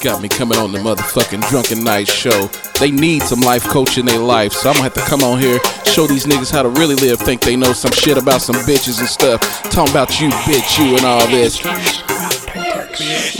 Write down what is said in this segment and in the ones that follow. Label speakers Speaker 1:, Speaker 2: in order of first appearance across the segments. Speaker 1: got me coming on the motherfucking drunken night show. They need some life coach in their life, so I'm gonna have to come on here, show these niggas how to really live. Think they know some shit about some bitches and stuff. Talking about you, bitch, you, and all this.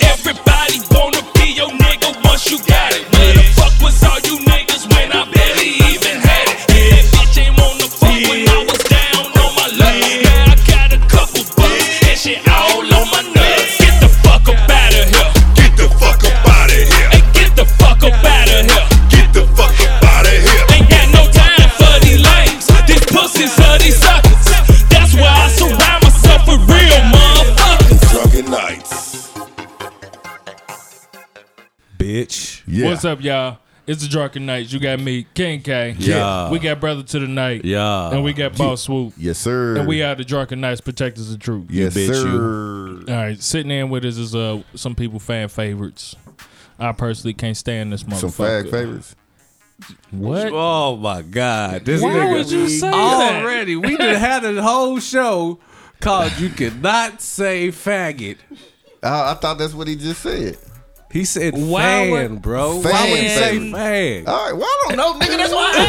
Speaker 2: Everybody wanna be your nigga once you got it. Where the fuck was all you niggas when I barely even had it? Yeah, that bitch ain't wanna fuck when I was down on my luck. Now I got a couple bucks and shit all on my nuts. Get the fuck up out of here.
Speaker 3: Get the fuck up out of here.
Speaker 2: Hey, get the fuck up out of here.
Speaker 3: Get the fuck up out of here.
Speaker 2: Ain't got no time for these lames. These pussies are these suckers. That's why I surround myself with real motherfuckers.
Speaker 3: Drunken nights.
Speaker 4: bitch.
Speaker 3: Yeah.
Speaker 5: What's up, y'all? It's the Drunken Knights. You got me, King K.
Speaker 4: Yeah.
Speaker 5: We got Brother to the Night.
Speaker 4: Yeah.
Speaker 5: And we got Boss Swoop.
Speaker 6: Yes, sir.
Speaker 5: And we are the Drunken Knights, protectors of truth.
Speaker 6: yes,
Speaker 4: bitch,
Speaker 6: sir.
Speaker 5: All right, sitting in with us is uh some people fan favorites. I personally can't stand this motherfucker.
Speaker 6: Some fag favorites.
Speaker 5: What?
Speaker 4: Oh my god, this
Speaker 5: Why
Speaker 4: nigga
Speaker 5: would you say that?
Speaker 4: already. We done had a whole show called "You Cannot Say Faggot."
Speaker 6: I, I thought that's what he just said.
Speaker 4: He said
Speaker 5: Why would-
Speaker 4: fan, bro. Why
Speaker 6: Fan
Speaker 4: would he say
Speaker 6: favorite.
Speaker 4: fag?
Speaker 6: All right. Well, I don't know, nigga. That's why I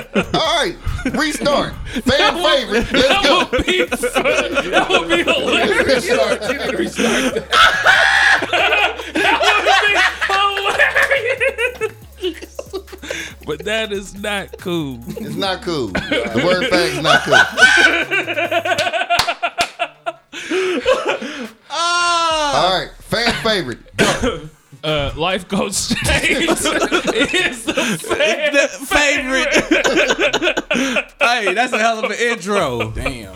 Speaker 6: asked. Motherfucker, goddamn. All right. Restart. Fan favorite. Let's go.
Speaker 5: That would be that would be hilarious.
Speaker 6: Restart. You need to restart.
Speaker 5: But that is not cool.
Speaker 6: It's not cool. The word fag is not cool. All right. Fan favorite.
Speaker 5: Uh, life goes change is the fan.
Speaker 6: Uh,
Speaker 4: The favorite. hey, that's a hell of an intro.
Speaker 1: Damn.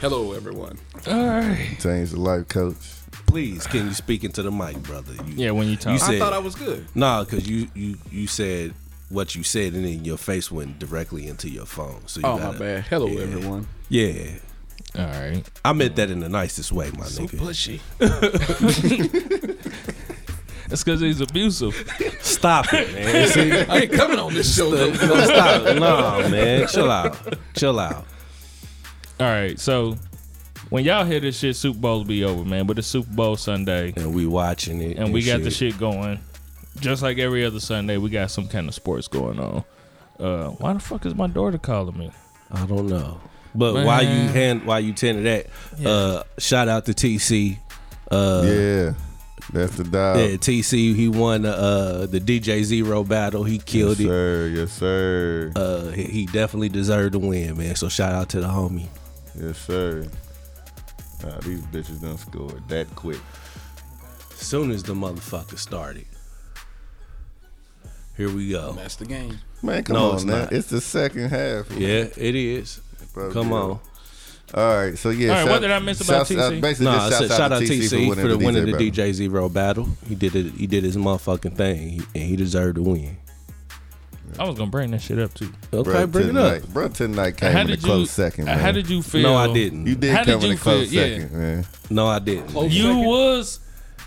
Speaker 1: Hello, everyone.
Speaker 6: Change the life coach.
Speaker 4: Please, can you speak into the mic, brother? You,
Speaker 5: Yeah, when you talk.
Speaker 4: you said
Speaker 1: I thought I was good.
Speaker 4: nah, because you you you said what you said, and then your face went directly into your phone. So you
Speaker 1: Oh my
Speaker 4: gotta-
Speaker 1: bad. Hello,
Speaker 4: yeah.
Speaker 1: everyone.
Speaker 4: Yeah,
Speaker 5: All right.
Speaker 4: I meant that in the nicest way, my nigga.
Speaker 1: Pushy.
Speaker 5: That's because he's abusive.
Speaker 4: Stop it, man.
Speaker 1: I ain't coming on this show. though.
Speaker 4: No, stop. No, man. Chill out. Chill out.
Speaker 5: All right. So when y'all hear this shit, Super Bowl will be over, man. But it's Super Bowl Sunday,
Speaker 4: And we watching it.
Speaker 5: and we got the shit going. Just like every other Sunday, we got some kind of sports going on. Uh, why the fuck is my daughter calling me?
Speaker 4: I don't know. But while you
Speaker 5: Man.
Speaker 4: hand while you tend to that, uh, shout out to TC. Uh, yeah.
Speaker 6: Yeah. That's the dial.
Speaker 5: Oh.
Speaker 4: TC. He won uh, the DJ Zero battle. He
Speaker 6: Yes,
Speaker 4: killed it.
Speaker 6: sir. Yes, sir.
Speaker 4: Uh, he, he definitely deserved to win, man. So shout out to the homie.
Speaker 6: Yes, sir. Nah, these bitches done scored that quick.
Speaker 4: Soon as the motherfucker started, here we go.
Speaker 1: That's the game.
Speaker 6: Man, come
Speaker 4: No,
Speaker 6: on
Speaker 4: it's
Speaker 6: now.
Speaker 4: not.
Speaker 6: It's the second half.
Speaker 4: Yeah, it is.
Speaker 6: Probably
Speaker 4: Come
Speaker 6: is.
Speaker 4: on.
Speaker 6: All right, so yeah.
Speaker 5: All right, what did I miss about
Speaker 6: shouts- uh,
Speaker 5: TC?
Speaker 6: basically,
Speaker 4: Nah, I
Speaker 6: just
Speaker 4: said
Speaker 6: shouts
Speaker 4: shout out
Speaker 6: to
Speaker 4: TC, for, the win of the
Speaker 6: battle.
Speaker 4: DJ Zero battle. He did it. He did his motherfucking thing, he- and he deserved to win.
Speaker 5: I was gonna bring that shit up too.
Speaker 4: Okay,
Speaker 6: Bruh,
Speaker 4: bring it up.
Speaker 6: tonight- Bruh, tonight came
Speaker 5: how
Speaker 6: in a
Speaker 5: did
Speaker 6: close
Speaker 5: you?
Speaker 6: second, man.
Speaker 5: how did you feel?
Speaker 4: No, I didn't.
Speaker 6: You did
Speaker 5: how
Speaker 6: come
Speaker 5: did
Speaker 6: in
Speaker 5: you
Speaker 6: a close
Speaker 5: feel? Yeah.
Speaker 6: second, man.
Speaker 4: no, I didn't.
Speaker 5: You was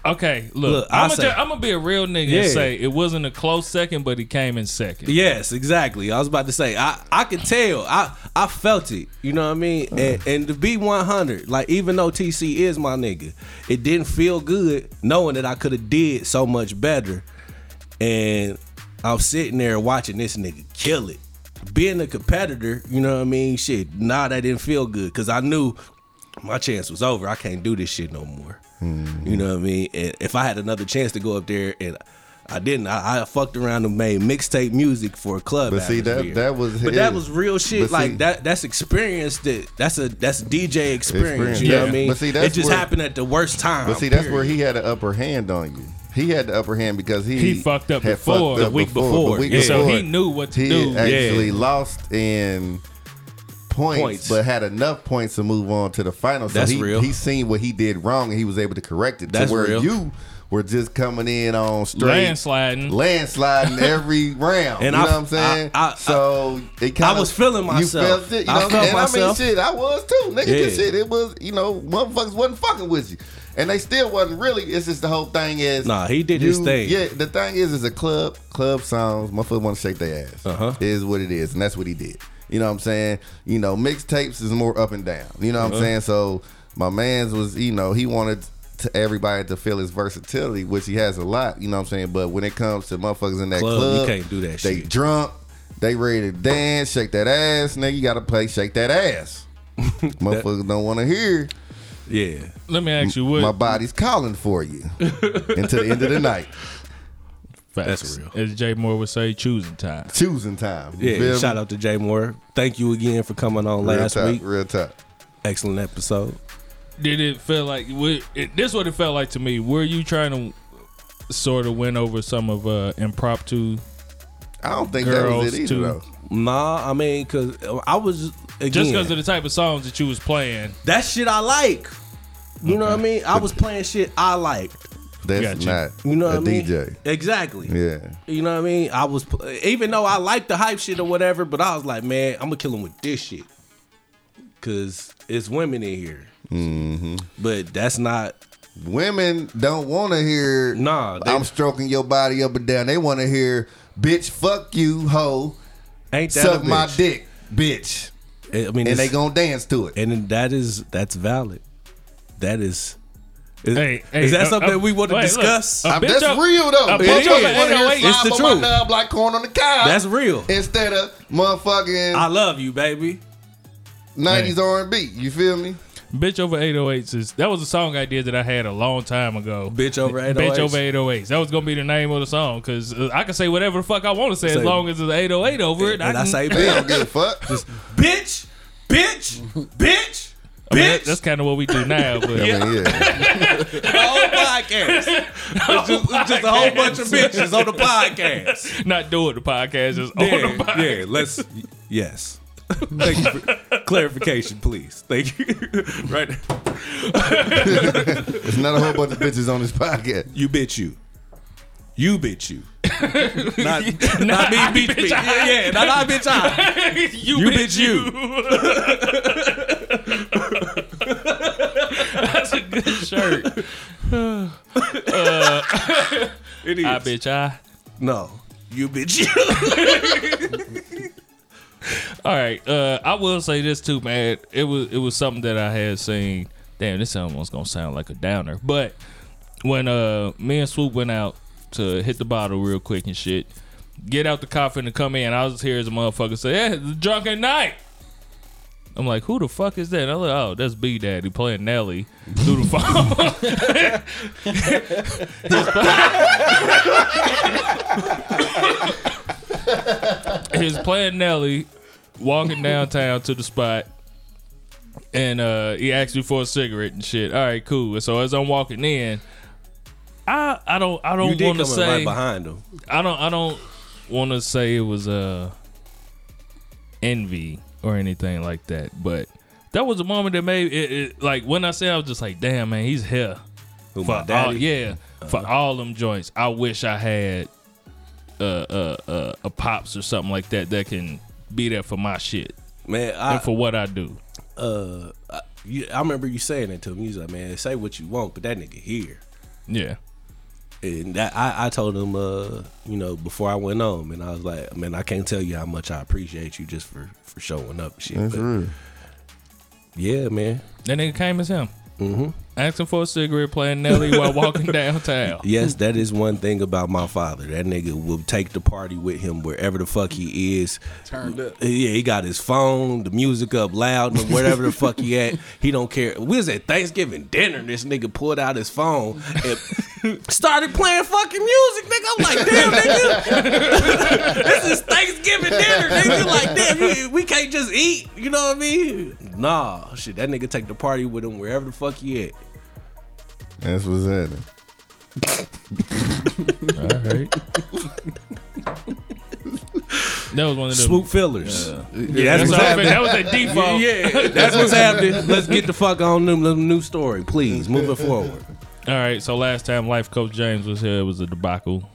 Speaker 5: okay. Look,
Speaker 4: Look, I
Speaker 5: I'm, gonna
Speaker 4: say-
Speaker 5: ju- I'm gonna be a real nigga
Speaker 4: Yeah.
Speaker 5: and say it wasn't a close second, but he came in second.
Speaker 4: Yes, exactly. I was about to say. I I could tell. I I felt it. You know what I mean? And and to be one hundred, like even though TC is my nigga, it didn't feel good knowing that I could have did so much better. And I'm sitting there watching this nigga kill it. Being a competitor, you know what I mean? Shit, nah, that didn't feel good because I knew my chance was over. I can't do this shit no more. You know what I mean? And if I had another chance to go up there and I didn't, I, I fucked around and made mixtape music for a club.
Speaker 6: But see, that-
Speaker 4: atmosphere.
Speaker 6: that was
Speaker 4: but that
Speaker 6: his.
Speaker 4: was real shit.
Speaker 6: But
Speaker 4: like
Speaker 6: see-
Speaker 4: that that's experience that that's a that's DJ experience.
Speaker 6: Experience.
Speaker 4: You know what I
Speaker 6: Yeah.
Speaker 4: mean?
Speaker 6: But see, that's
Speaker 4: it just
Speaker 6: where-
Speaker 4: happened at the worst time.
Speaker 6: But see, that's where he had an upper hand on you. He had the upper hand because he
Speaker 5: He fucked up
Speaker 6: had
Speaker 5: before, the week
Speaker 4: before.
Speaker 6: the week
Speaker 4: Yeah.
Speaker 6: before.
Speaker 5: So he knew what to
Speaker 6: he
Speaker 5: do.
Speaker 6: had actually lost in points,
Speaker 4: Points.
Speaker 6: but had enough points to move on to the final. So
Speaker 4: That's
Speaker 6: he,
Speaker 4: real.
Speaker 6: He seen what he did wrong, and he was able to correct it.
Speaker 4: That's
Speaker 6: to where
Speaker 4: real.
Speaker 6: you were just coming in on straight
Speaker 5: Landsliding.
Speaker 6: landsliding every round.
Speaker 4: And
Speaker 6: you
Speaker 4: I-
Speaker 6: know what I'm saying?
Speaker 4: I- I-
Speaker 6: so it kind
Speaker 4: I was feeling myself.
Speaker 6: You felt it. You
Speaker 4: I
Speaker 6: know what I'm
Speaker 4: felt
Speaker 6: saying? And
Speaker 4: myself.
Speaker 6: I mean, shit, I was too, nigga. This
Speaker 4: Yeah.
Speaker 6: shit, it was. You know, motherfuckers wasn't fucking with you, and they still wasn't really. It's just the whole thing is.
Speaker 4: Nah, he did his thing.
Speaker 6: Yeah, the thing is, is a club club songs. Motherfuckers want to shake their ass.
Speaker 4: Uh-huh.
Speaker 6: Is what it is, and that's what he did. You know what I'm saying? You know,
Speaker 4: Uh-huh.
Speaker 6: mixtapes is more up and down. You know what I'm saying? So my man's was, you know, he wanted to everybody to feel his versatility, which he has a lot. You know what I'm saying? But when it comes to motherfuckers in that
Speaker 4: Club,
Speaker 6: club,
Speaker 4: uh, you can't do that
Speaker 6: They
Speaker 4: shit.
Speaker 6: drunk, they ready to dance, shake that ass. Nigga, you gotta play shake that ass. motherfuckers don't want to hear.
Speaker 4: Yeah.
Speaker 5: Let me ask you what.
Speaker 6: My body's calling for you until the end of the night.
Speaker 5: facts.
Speaker 4: That's real.
Speaker 5: As Jay Moore would say, choosing time.
Speaker 6: Choosing time. You
Speaker 4: Yeah.
Speaker 6: feel me?
Speaker 4: Shout out to Jay Moore. Thank you again for coming on
Speaker 6: real
Speaker 4: last
Speaker 6: talk,
Speaker 4: week.
Speaker 6: Real talk.
Speaker 4: Excellent episode.
Speaker 5: Did it feel like were- it, this? What it felt like to me? Were you trying to sort of win over some of uh, impromptu?
Speaker 6: I don't think that was
Speaker 5: Girls,
Speaker 6: it either
Speaker 5: too.
Speaker 6: though.
Speaker 4: Nah, I mean, cause I was again,
Speaker 5: Just because of the type of songs that you was playing,
Speaker 4: that shit I like. You know what I mean? I was playing shit I like.
Speaker 6: That's
Speaker 5: Gotcha.
Speaker 6: not
Speaker 4: You know
Speaker 6: a
Speaker 4: what I mean?
Speaker 6: DJ.
Speaker 4: Exactly.
Speaker 6: Yeah.
Speaker 4: You know what I mean? I was pl- even though I liked the hype shit or whatever, but I was like, man, I'm gonna kill him with this shit because it's women in here.
Speaker 6: Mm-hmm.
Speaker 4: But that's not
Speaker 6: Women don't want to hear.
Speaker 4: Nah, they-
Speaker 6: I'm stroking your body up and down. They want to hear, bitch, fuck you, hoe,
Speaker 4: ain't that
Speaker 6: suck
Speaker 4: a
Speaker 6: my
Speaker 4: bitch.
Speaker 6: dick, bitch,
Speaker 4: I mean,
Speaker 6: and they
Speaker 4: it's-
Speaker 6: gonna dance to it.
Speaker 4: and that is that's valid. That is. Is,
Speaker 5: Hey, hey,
Speaker 4: is that
Speaker 5: uh,
Speaker 4: something
Speaker 5: uh,
Speaker 4: we want to
Speaker 5: wait, look.
Speaker 4: discuss?
Speaker 5: Uh,
Speaker 6: I'm-
Speaker 5: bitch
Speaker 6: that's
Speaker 5: up-
Speaker 6: real though.
Speaker 5: a
Speaker 6: They
Speaker 5: bitch up
Speaker 6: just
Speaker 5: an
Speaker 6: wanna hear
Speaker 5: 808.
Speaker 4: It's the
Speaker 6: slide on
Speaker 4: truth.
Speaker 6: My knob like corn on the cob.
Speaker 4: that's real.
Speaker 6: Instead of motherfucking
Speaker 4: I love you, baby.
Speaker 6: 90s R&B. You feel me?
Speaker 5: Bitch over 808s is that was a song idea that I had a long time ago.
Speaker 4: Bitch oh over 808s.
Speaker 5: Bitch over 808s. That was gonna be the name of the song because I can say whatever the fuck I want to say,
Speaker 4: Say-
Speaker 5: as long as it's 808 over it.
Speaker 4: And I
Speaker 5: can-
Speaker 4: say,
Speaker 6: They
Speaker 4: bitch,
Speaker 6: don't give a fuck.
Speaker 4: bitch, bitch, bitch,
Speaker 5: I mean, that- that's
Speaker 4: bitch.
Speaker 5: kind of what we do now. But
Speaker 6: I mean, yeah.
Speaker 4: The whole podcast. It's just, it's just a whole bunch of bitches on the podcast.
Speaker 5: not doing the podcast is on the
Speaker 4: Yeah,
Speaker 5: podcast.
Speaker 4: yeah. Let's. Yes. Thank you for clarification, please. Thank you. right,
Speaker 6: There's not a whole bunch of bitches on this podcast.
Speaker 4: you bitch you. You bitch you. not, not me bitch, me. Yeah, yeah. Not I bitch I.
Speaker 5: you,
Speaker 4: You
Speaker 5: bitch,
Speaker 4: bitch you.
Speaker 5: That's a good shirt. Uh,
Speaker 4: It is.
Speaker 5: I bitch I.
Speaker 4: No. You bitch you.
Speaker 5: All right, uh, I will say this too, man. It was it was something that I had seen. Damn, this almost gonna sound like a downer, but when uh me and Swoop went out to hit the bottle real quick and shit, get out the coffin and come in, I was here as a motherfucker say, "Hey, it's a drunken night." I'm like, who the fuck is that? And I'm like, oh, that's B Daddy playing Nelly through the phone. He's playing Nelly, walking downtown to the spot, and uh, he asked me for a cigarette and shit. All right, cool. So as I'm walking in, I I don't I
Speaker 4: You
Speaker 5: don't
Speaker 4: did
Speaker 5: want
Speaker 4: come
Speaker 5: to
Speaker 4: in right
Speaker 5: say
Speaker 4: behind him.
Speaker 5: I don't I don't want to say it was uh envy or anything like that, but that was a moment that made it, it like when I said I was just like, damn man, he's here
Speaker 4: Who
Speaker 5: for
Speaker 4: my
Speaker 5: all,
Speaker 4: daddy? Uh-huh.
Speaker 5: yeah for all them joints. I wish I had uh, uh, uh, a pops or something like that that can be there for my shit
Speaker 4: Man,
Speaker 5: and
Speaker 4: I,
Speaker 5: for what I do.
Speaker 4: uh, I, you, I remember you saying it to him. You was like, man, say what you want, but that nigga here.
Speaker 5: Yeah,
Speaker 4: And that, I, I told him, uh, you know, before I went home, and I was like, man, I can't tell you how much I appreciate you just for, for showing up and shit. but- Yeah, man.
Speaker 5: that nigga came as him. Mm-hmm. Asking for a cigarette, playing Nelly while walking downtown.
Speaker 4: Yes,
Speaker 1: Mm.
Speaker 4: that is one thing about my father. That nigga will take the party with him wherever the fuck he is.
Speaker 1: Turned up.
Speaker 4: Yeah, he got his phone, the music up loud, and wherever the fuck he at, he don't care. We was at Thanksgiving dinner, and this nigga pulled out his phone and started playing fucking music, nigga. I'm like, damn, nigga, this is Thanksgiving dinner, nigga. Like, damn, we, we can't just eat. You know what I mean? Nah, shit, that nigga take the party with him wherever the fuck he at.
Speaker 6: That's what's happening.
Speaker 5: All right. that was one of them.
Speaker 4: Swoop fillers. Yeah,
Speaker 5: That's
Speaker 4: that's
Speaker 5: what
Speaker 4: what
Speaker 5: I figured. That was a default.
Speaker 4: Yeah, that's what's happening. Let's get the fuck on new, new story, please. Moving forward.
Speaker 5: All right. So last time life coach James was here, it was a debacle.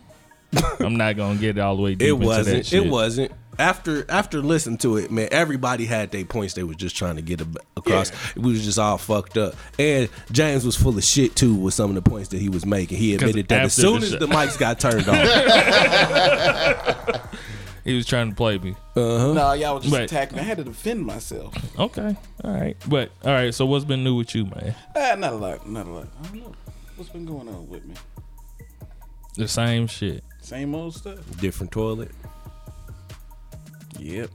Speaker 5: I'm not gonna get all the way deep
Speaker 4: It
Speaker 5: into that
Speaker 4: wasn't.
Speaker 5: shit.
Speaker 4: It wasn't. After after listening to it, man, everybody had their points they was just trying to get ab- across. We was just all fucked up, and James was full of shit too with some of the points that he was making. He admitted that as
Speaker 5: after the
Speaker 4: soon as
Speaker 5: show-
Speaker 4: the mics got turned on,
Speaker 5: He was trying to play me.
Speaker 7: Uh-huh.
Speaker 1: No, y'all was just
Speaker 5: Right.
Speaker 1: attacking. I had to defend myself.
Speaker 5: Okay. All right. But all right. So what's been new with you, man?
Speaker 1: Ah, not a lot. Not a lot. I don't know.
Speaker 7: What's been going on with me?
Speaker 5: The same shit.
Speaker 7: Same old stuff.
Speaker 3: Different toilet.
Speaker 7: Yep.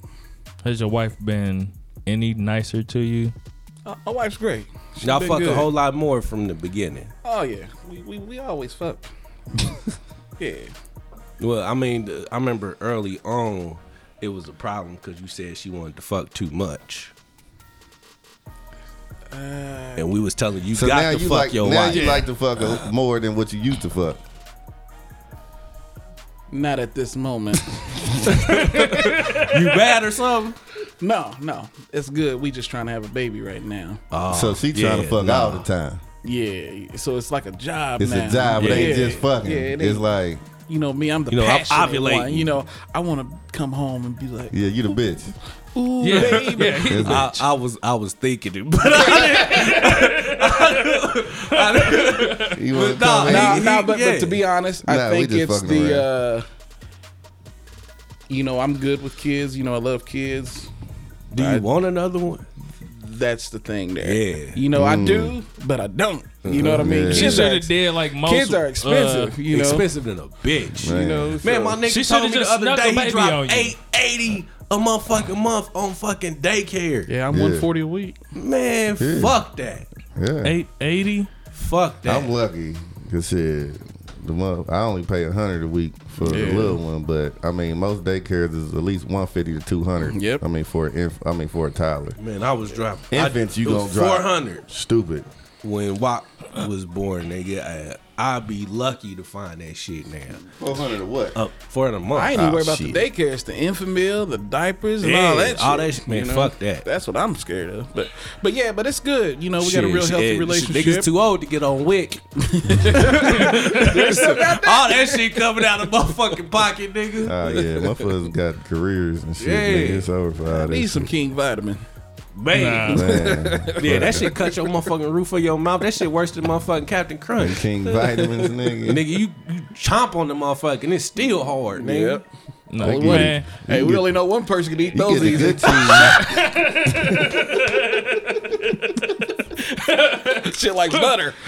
Speaker 5: Has your wife been any nicer to you?
Speaker 7: Uh, my wife's great. She
Speaker 3: Y'all
Speaker 7: been
Speaker 3: fuck a
Speaker 7: good.
Speaker 3: whole lot more from the beginning.
Speaker 7: Oh yeah, we we, we always fuck. yeah.
Speaker 3: Well, I mean, the- I remember early on, it was a problem because you said she wanted to fuck too much. and we was telling you, you
Speaker 6: So now
Speaker 3: got to
Speaker 6: you
Speaker 3: fuck
Speaker 6: like
Speaker 3: your
Speaker 6: now
Speaker 3: wife.
Speaker 6: you like to fuck a- more than what you used to fuck.
Speaker 7: Not at this moment.
Speaker 3: you bad or something?
Speaker 7: no, no, it's good. We just trying to have a baby right now.
Speaker 6: so she trying
Speaker 3: Oh, yeah,
Speaker 6: to fuck
Speaker 3: nah.
Speaker 6: all the time.
Speaker 7: Yeah, so it's like a job.
Speaker 6: It's
Speaker 7: now.
Speaker 6: a job, but it ain't
Speaker 7: Yeah.
Speaker 6: just fucking.
Speaker 7: Yeah, it
Speaker 6: it's
Speaker 7: ain't-
Speaker 6: like
Speaker 7: you know me. I'm the
Speaker 3: You know, I'm
Speaker 7: passionate
Speaker 3: ovulating.
Speaker 7: one. You know, I want to come home and be like,
Speaker 6: yeah, you the bitch.
Speaker 7: ooh, baby.
Speaker 5: yeah.
Speaker 6: It's
Speaker 3: I,
Speaker 6: like,
Speaker 3: I was I was thinking it, but I didn't. I didn't-
Speaker 6: you wanna
Speaker 3: but nah,
Speaker 6: come in?
Speaker 3: nah.
Speaker 7: Nah,
Speaker 3: He-
Speaker 7: nah,
Speaker 3: he-
Speaker 7: but,
Speaker 3: yeah.
Speaker 7: but to be honest,
Speaker 6: Nah,
Speaker 7: I
Speaker 6: we
Speaker 7: think
Speaker 6: just
Speaker 7: it's
Speaker 6: fucking
Speaker 7: the. Uh, you know, I'm good with kids. You know, I love kids.
Speaker 3: Do you want another one?
Speaker 7: That's the thing there.
Speaker 3: Yeah.
Speaker 7: You know, I do, but I don't. You know what I mean?
Speaker 6: Mm. Yeah.
Speaker 5: She
Speaker 7: Kids
Speaker 5: should
Speaker 7: are,
Speaker 5: have did like most.
Speaker 7: kids are
Speaker 5: uh,
Speaker 7: expensive. you know,
Speaker 3: Expensive than a bitch.
Speaker 7: You know,
Speaker 3: Man,
Speaker 7: so-
Speaker 3: my nigga
Speaker 5: She
Speaker 3: told
Speaker 5: shoulda
Speaker 3: me the
Speaker 5: just
Speaker 3: other
Speaker 5: snuck a
Speaker 3: day he
Speaker 5: baby on
Speaker 3: dropped
Speaker 5: you.
Speaker 3: eight eighty a motherfucking month on fucking daycare.
Speaker 7: Yeah, I'm
Speaker 6: Yeah.
Speaker 7: 140 a week.
Speaker 3: Man,
Speaker 6: Yeah.
Speaker 3: fuck that.
Speaker 6: Yeah.
Speaker 5: Eight eighty.
Speaker 3: Fuck that.
Speaker 6: I'm lucky because shit, the month I only pay a hundred a week for the
Speaker 7: Yeah.
Speaker 6: little one, but I mean most daycares is at least one fifty to two hundred.
Speaker 7: Yep.
Speaker 6: I mean for an inf- I mean for a toddler.
Speaker 3: Man, I was dropping.
Speaker 6: Infants, you gonna drop
Speaker 3: four hundred
Speaker 6: Stupid.
Speaker 3: when Wop was born, nigga. I, I'd be lucky to find that shit now.
Speaker 6: Four hundred or what?
Speaker 3: Up for the month.
Speaker 7: I ain't even
Speaker 6: Ah,
Speaker 7: worried about
Speaker 6: shit.
Speaker 7: the daycares, the infamil, the diapers, and
Speaker 3: Yeah,
Speaker 7: all that. Shit,
Speaker 3: all that shit, man,
Speaker 7: you know?
Speaker 3: fuck that.
Speaker 7: That's what I'm scared of. But but yeah, but it's good. You know, we got a real healthy relationship.
Speaker 3: Niggas too old to get on Wick. All that shit coming out of motherfucking pocket, nigga.
Speaker 6: Oh yeah, motherfuckers got careers and shit.
Speaker 3: Yeah.
Speaker 6: Nigga, it's over for all
Speaker 7: Need
Speaker 6: this.
Speaker 7: some King Vitamin.
Speaker 3: Man.
Speaker 6: Man,
Speaker 3: Yeah, that shit cut your motherfucking roof of your mouth. That shit worse than motherfucking Captain Crunch.
Speaker 6: King vitamins, nigga.
Speaker 3: Nigga, you, you chomp on the motherfucker and it's still hard, nigga.
Speaker 5: No,
Speaker 6: Like,
Speaker 5: man.
Speaker 7: Hey, we
Speaker 6: get-
Speaker 7: only know one person can eat
Speaker 6: You
Speaker 7: those
Speaker 6: get a
Speaker 7: easy.
Speaker 6: good team.
Speaker 7: shit like butter.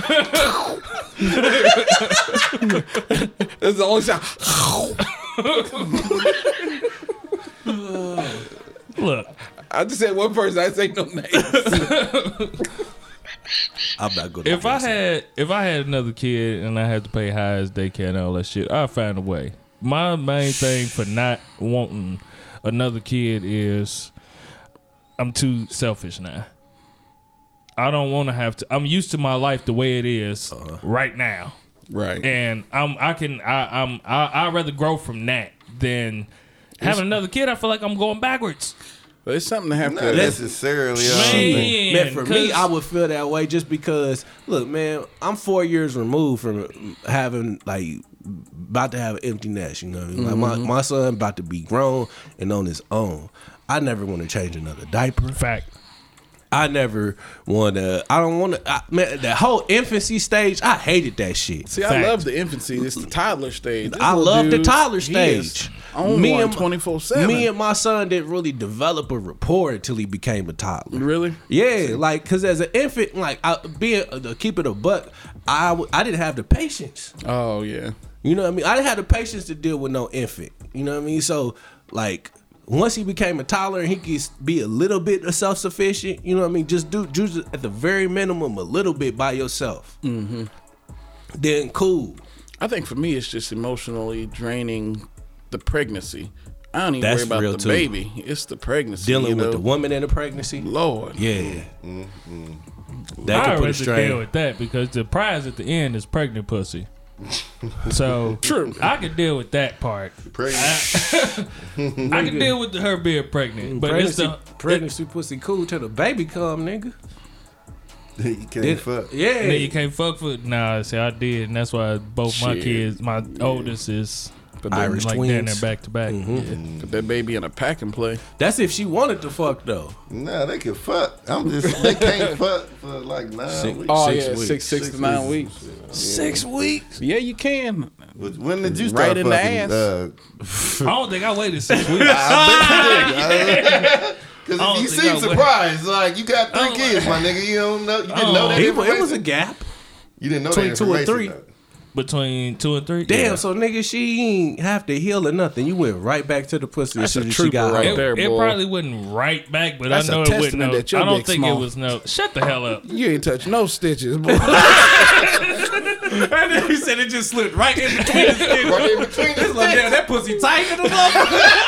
Speaker 7: That's the only sound.
Speaker 5: Look,
Speaker 7: I just said one person. I say no names.
Speaker 3: I'm not good.
Speaker 5: if I had if I had another kid and I had to pay high as daycare and all that shit, I'd find a way. My main thing for not wanting another kid is I'm too selfish now. I don't want to have to. I'm used to my life the way it is right now.
Speaker 7: right.
Speaker 5: and I'm I can I I'm I I'd rather grow from that than having another kid. I feel like I'm going backwards.
Speaker 7: But it's something to have
Speaker 6: Not
Speaker 7: to.
Speaker 6: necessarily. I don't think.
Speaker 5: Man,
Speaker 3: Man, for me,
Speaker 5: 'cause-
Speaker 3: I would feel that way just because. Look, man, I'm four years removed from having like about to have an empty nest. You know, what I mean? like my
Speaker 7: Mm-hmm.
Speaker 3: my son about to be grown and on his own. I never want to change another diaper.
Speaker 5: fact.
Speaker 3: I never want to. I don't want to. Man, the whole infancy stage, I hated that shit.
Speaker 7: See,
Speaker 5: Fact.
Speaker 7: I love the infancy. It's the toddler stage. This
Speaker 3: I
Speaker 7: little
Speaker 3: love the
Speaker 7: dude,
Speaker 3: toddler
Speaker 7: he is
Speaker 3: stage.
Speaker 7: On
Speaker 3: Me
Speaker 7: me
Speaker 3: and
Speaker 7: one
Speaker 3: my-
Speaker 7: 24 7.
Speaker 3: Me and my son didn't really develop a rapport until he became a toddler.
Speaker 7: Really?
Speaker 3: Yeah, like because as an infant, like I, being uh, the keep it a buck, I w- I didn't have the patience.
Speaker 7: Oh, yeah.
Speaker 3: You know what I mean? I didn't have the patience to deal with no infant. You know what I mean? So like once he became a toddler and he could be a little bit self sufficient, you know what I mean? Just do just at the very minimum a little bit by yourself. Mm-hmm. Then cool.
Speaker 7: I think for me, it's just emotionally draining the pregnancy. I don't even
Speaker 3: That's
Speaker 7: worry about
Speaker 3: real
Speaker 7: the
Speaker 3: too.
Speaker 7: baby. It's the pregnancy.
Speaker 3: Dealing
Speaker 7: you
Speaker 3: with
Speaker 7: know?
Speaker 3: the woman and the pregnancy.
Speaker 7: Lord.
Speaker 3: Yeah.
Speaker 5: I
Speaker 3: That could put a
Speaker 5: Mm-hmm. rather deal
Speaker 3: strain.
Speaker 5: with that because the prize at the end is pregnant pussy. So
Speaker 7: True.
Speaker 5: I could deal with that part. I could deal with her being pregnant, but it's
Speaker 3: pregnancy,
Speaker 5: the
Speaker 3: pregnancy pussy cool till the baby come, nigga.
Speaker 6: you can't fuck.
Speaker 3: Yeah.
Speaker 5: And then you can't fuck with nah. See, I did, and that's why both my
Speaker 7: Shit.
Speaker 5: kids, my oldest is
Speaker 7: Put that,
Speaker 3: Irish
Speaker 5: like down there
Speaker 3: twins.
Speaker 5: back to back.
Speaker 7: put that baby in a pack and play.
Speaker 3: That's if she wanted to fuck though.
Speaker 6: Nah, they can fuck. I'm just they can't fuck for like nine
Speaker 3: Six-
Speaker 6: weeks.
Speaker 7: Oh,
Speaker 3: Six
Speaker 7: yeah.
Speaker 3: weeks.
Speaker 7: Six, six, to nine weeks.
Speaker 3: Six weeks.
Speaker 7: Yeah, you can.
Speaker 6: But When did you start
Speaker 7: Right in the
Speaker 6: fucking?
Speaker 7: ass.
Speaker 6: Uh,
Speaker 5: I don't think I waited six weeks.
Speaker 6: Because
Speaker 3: Oh,
Speaker 5: don't
Speaker 6: if you
Speaker 5: think I
Speaker 6: seem
Speaker 5: would.
Speaker 6: surprised, like you got
Speaker 5: I
Speaker 6: three
Speaker 5: don't-
Speaker 6: kids, my nigga. You don't know. You didn't
Speaker 5: Oh.
Speaker 6: know that.
Speaker 3: It, Oh. wa- it was a
Speaker 6: information?
Speaker 3: gap.
Speaker 4: You didn't know that
Speaker 3: Between two and
Speaker 4: information.
Speaker 3: three.
Speaker 4: though.
Speaker 5: Between two and three.
Speaker 3: Damn,
Speaker 5: Yeah.
Speaker 3: so nigga, she ain't have to heal or nothing. You went right back to the pussy as
Speaker 8: That's a
Speaker 3: soon as she
Speaker 8: trooper
Speaker 3: got
Speaker 8: right
Speaker 3: right
Speaker 5: it,
Speaker 8: there,
Speaker 5: it
Speaker 8: boy.
Speaker 5: probably wasn't right back, but
Speaker 8: That's
Speaker 5: I
Speaker 8: a
Speaker 5: know it wouldn't.
Speaker 8: testament
Speaker 5: No,
Speaker 8: that your
Speaker 5: I don't
Speaker 8: dick's
Speaker 5: think
Speaker 8: small.
Speaker 5: it was no. Shut the hell up.
Speaker 8: You ain't touch no stitches, boy.
Speaker 3: And then he said it just slipped right in between his titties.
Speaker 4: Right in between
Speaker 3: It's
Speaker 4: the
Speaker 3: like, damn, that pussy tight in the motherfucker.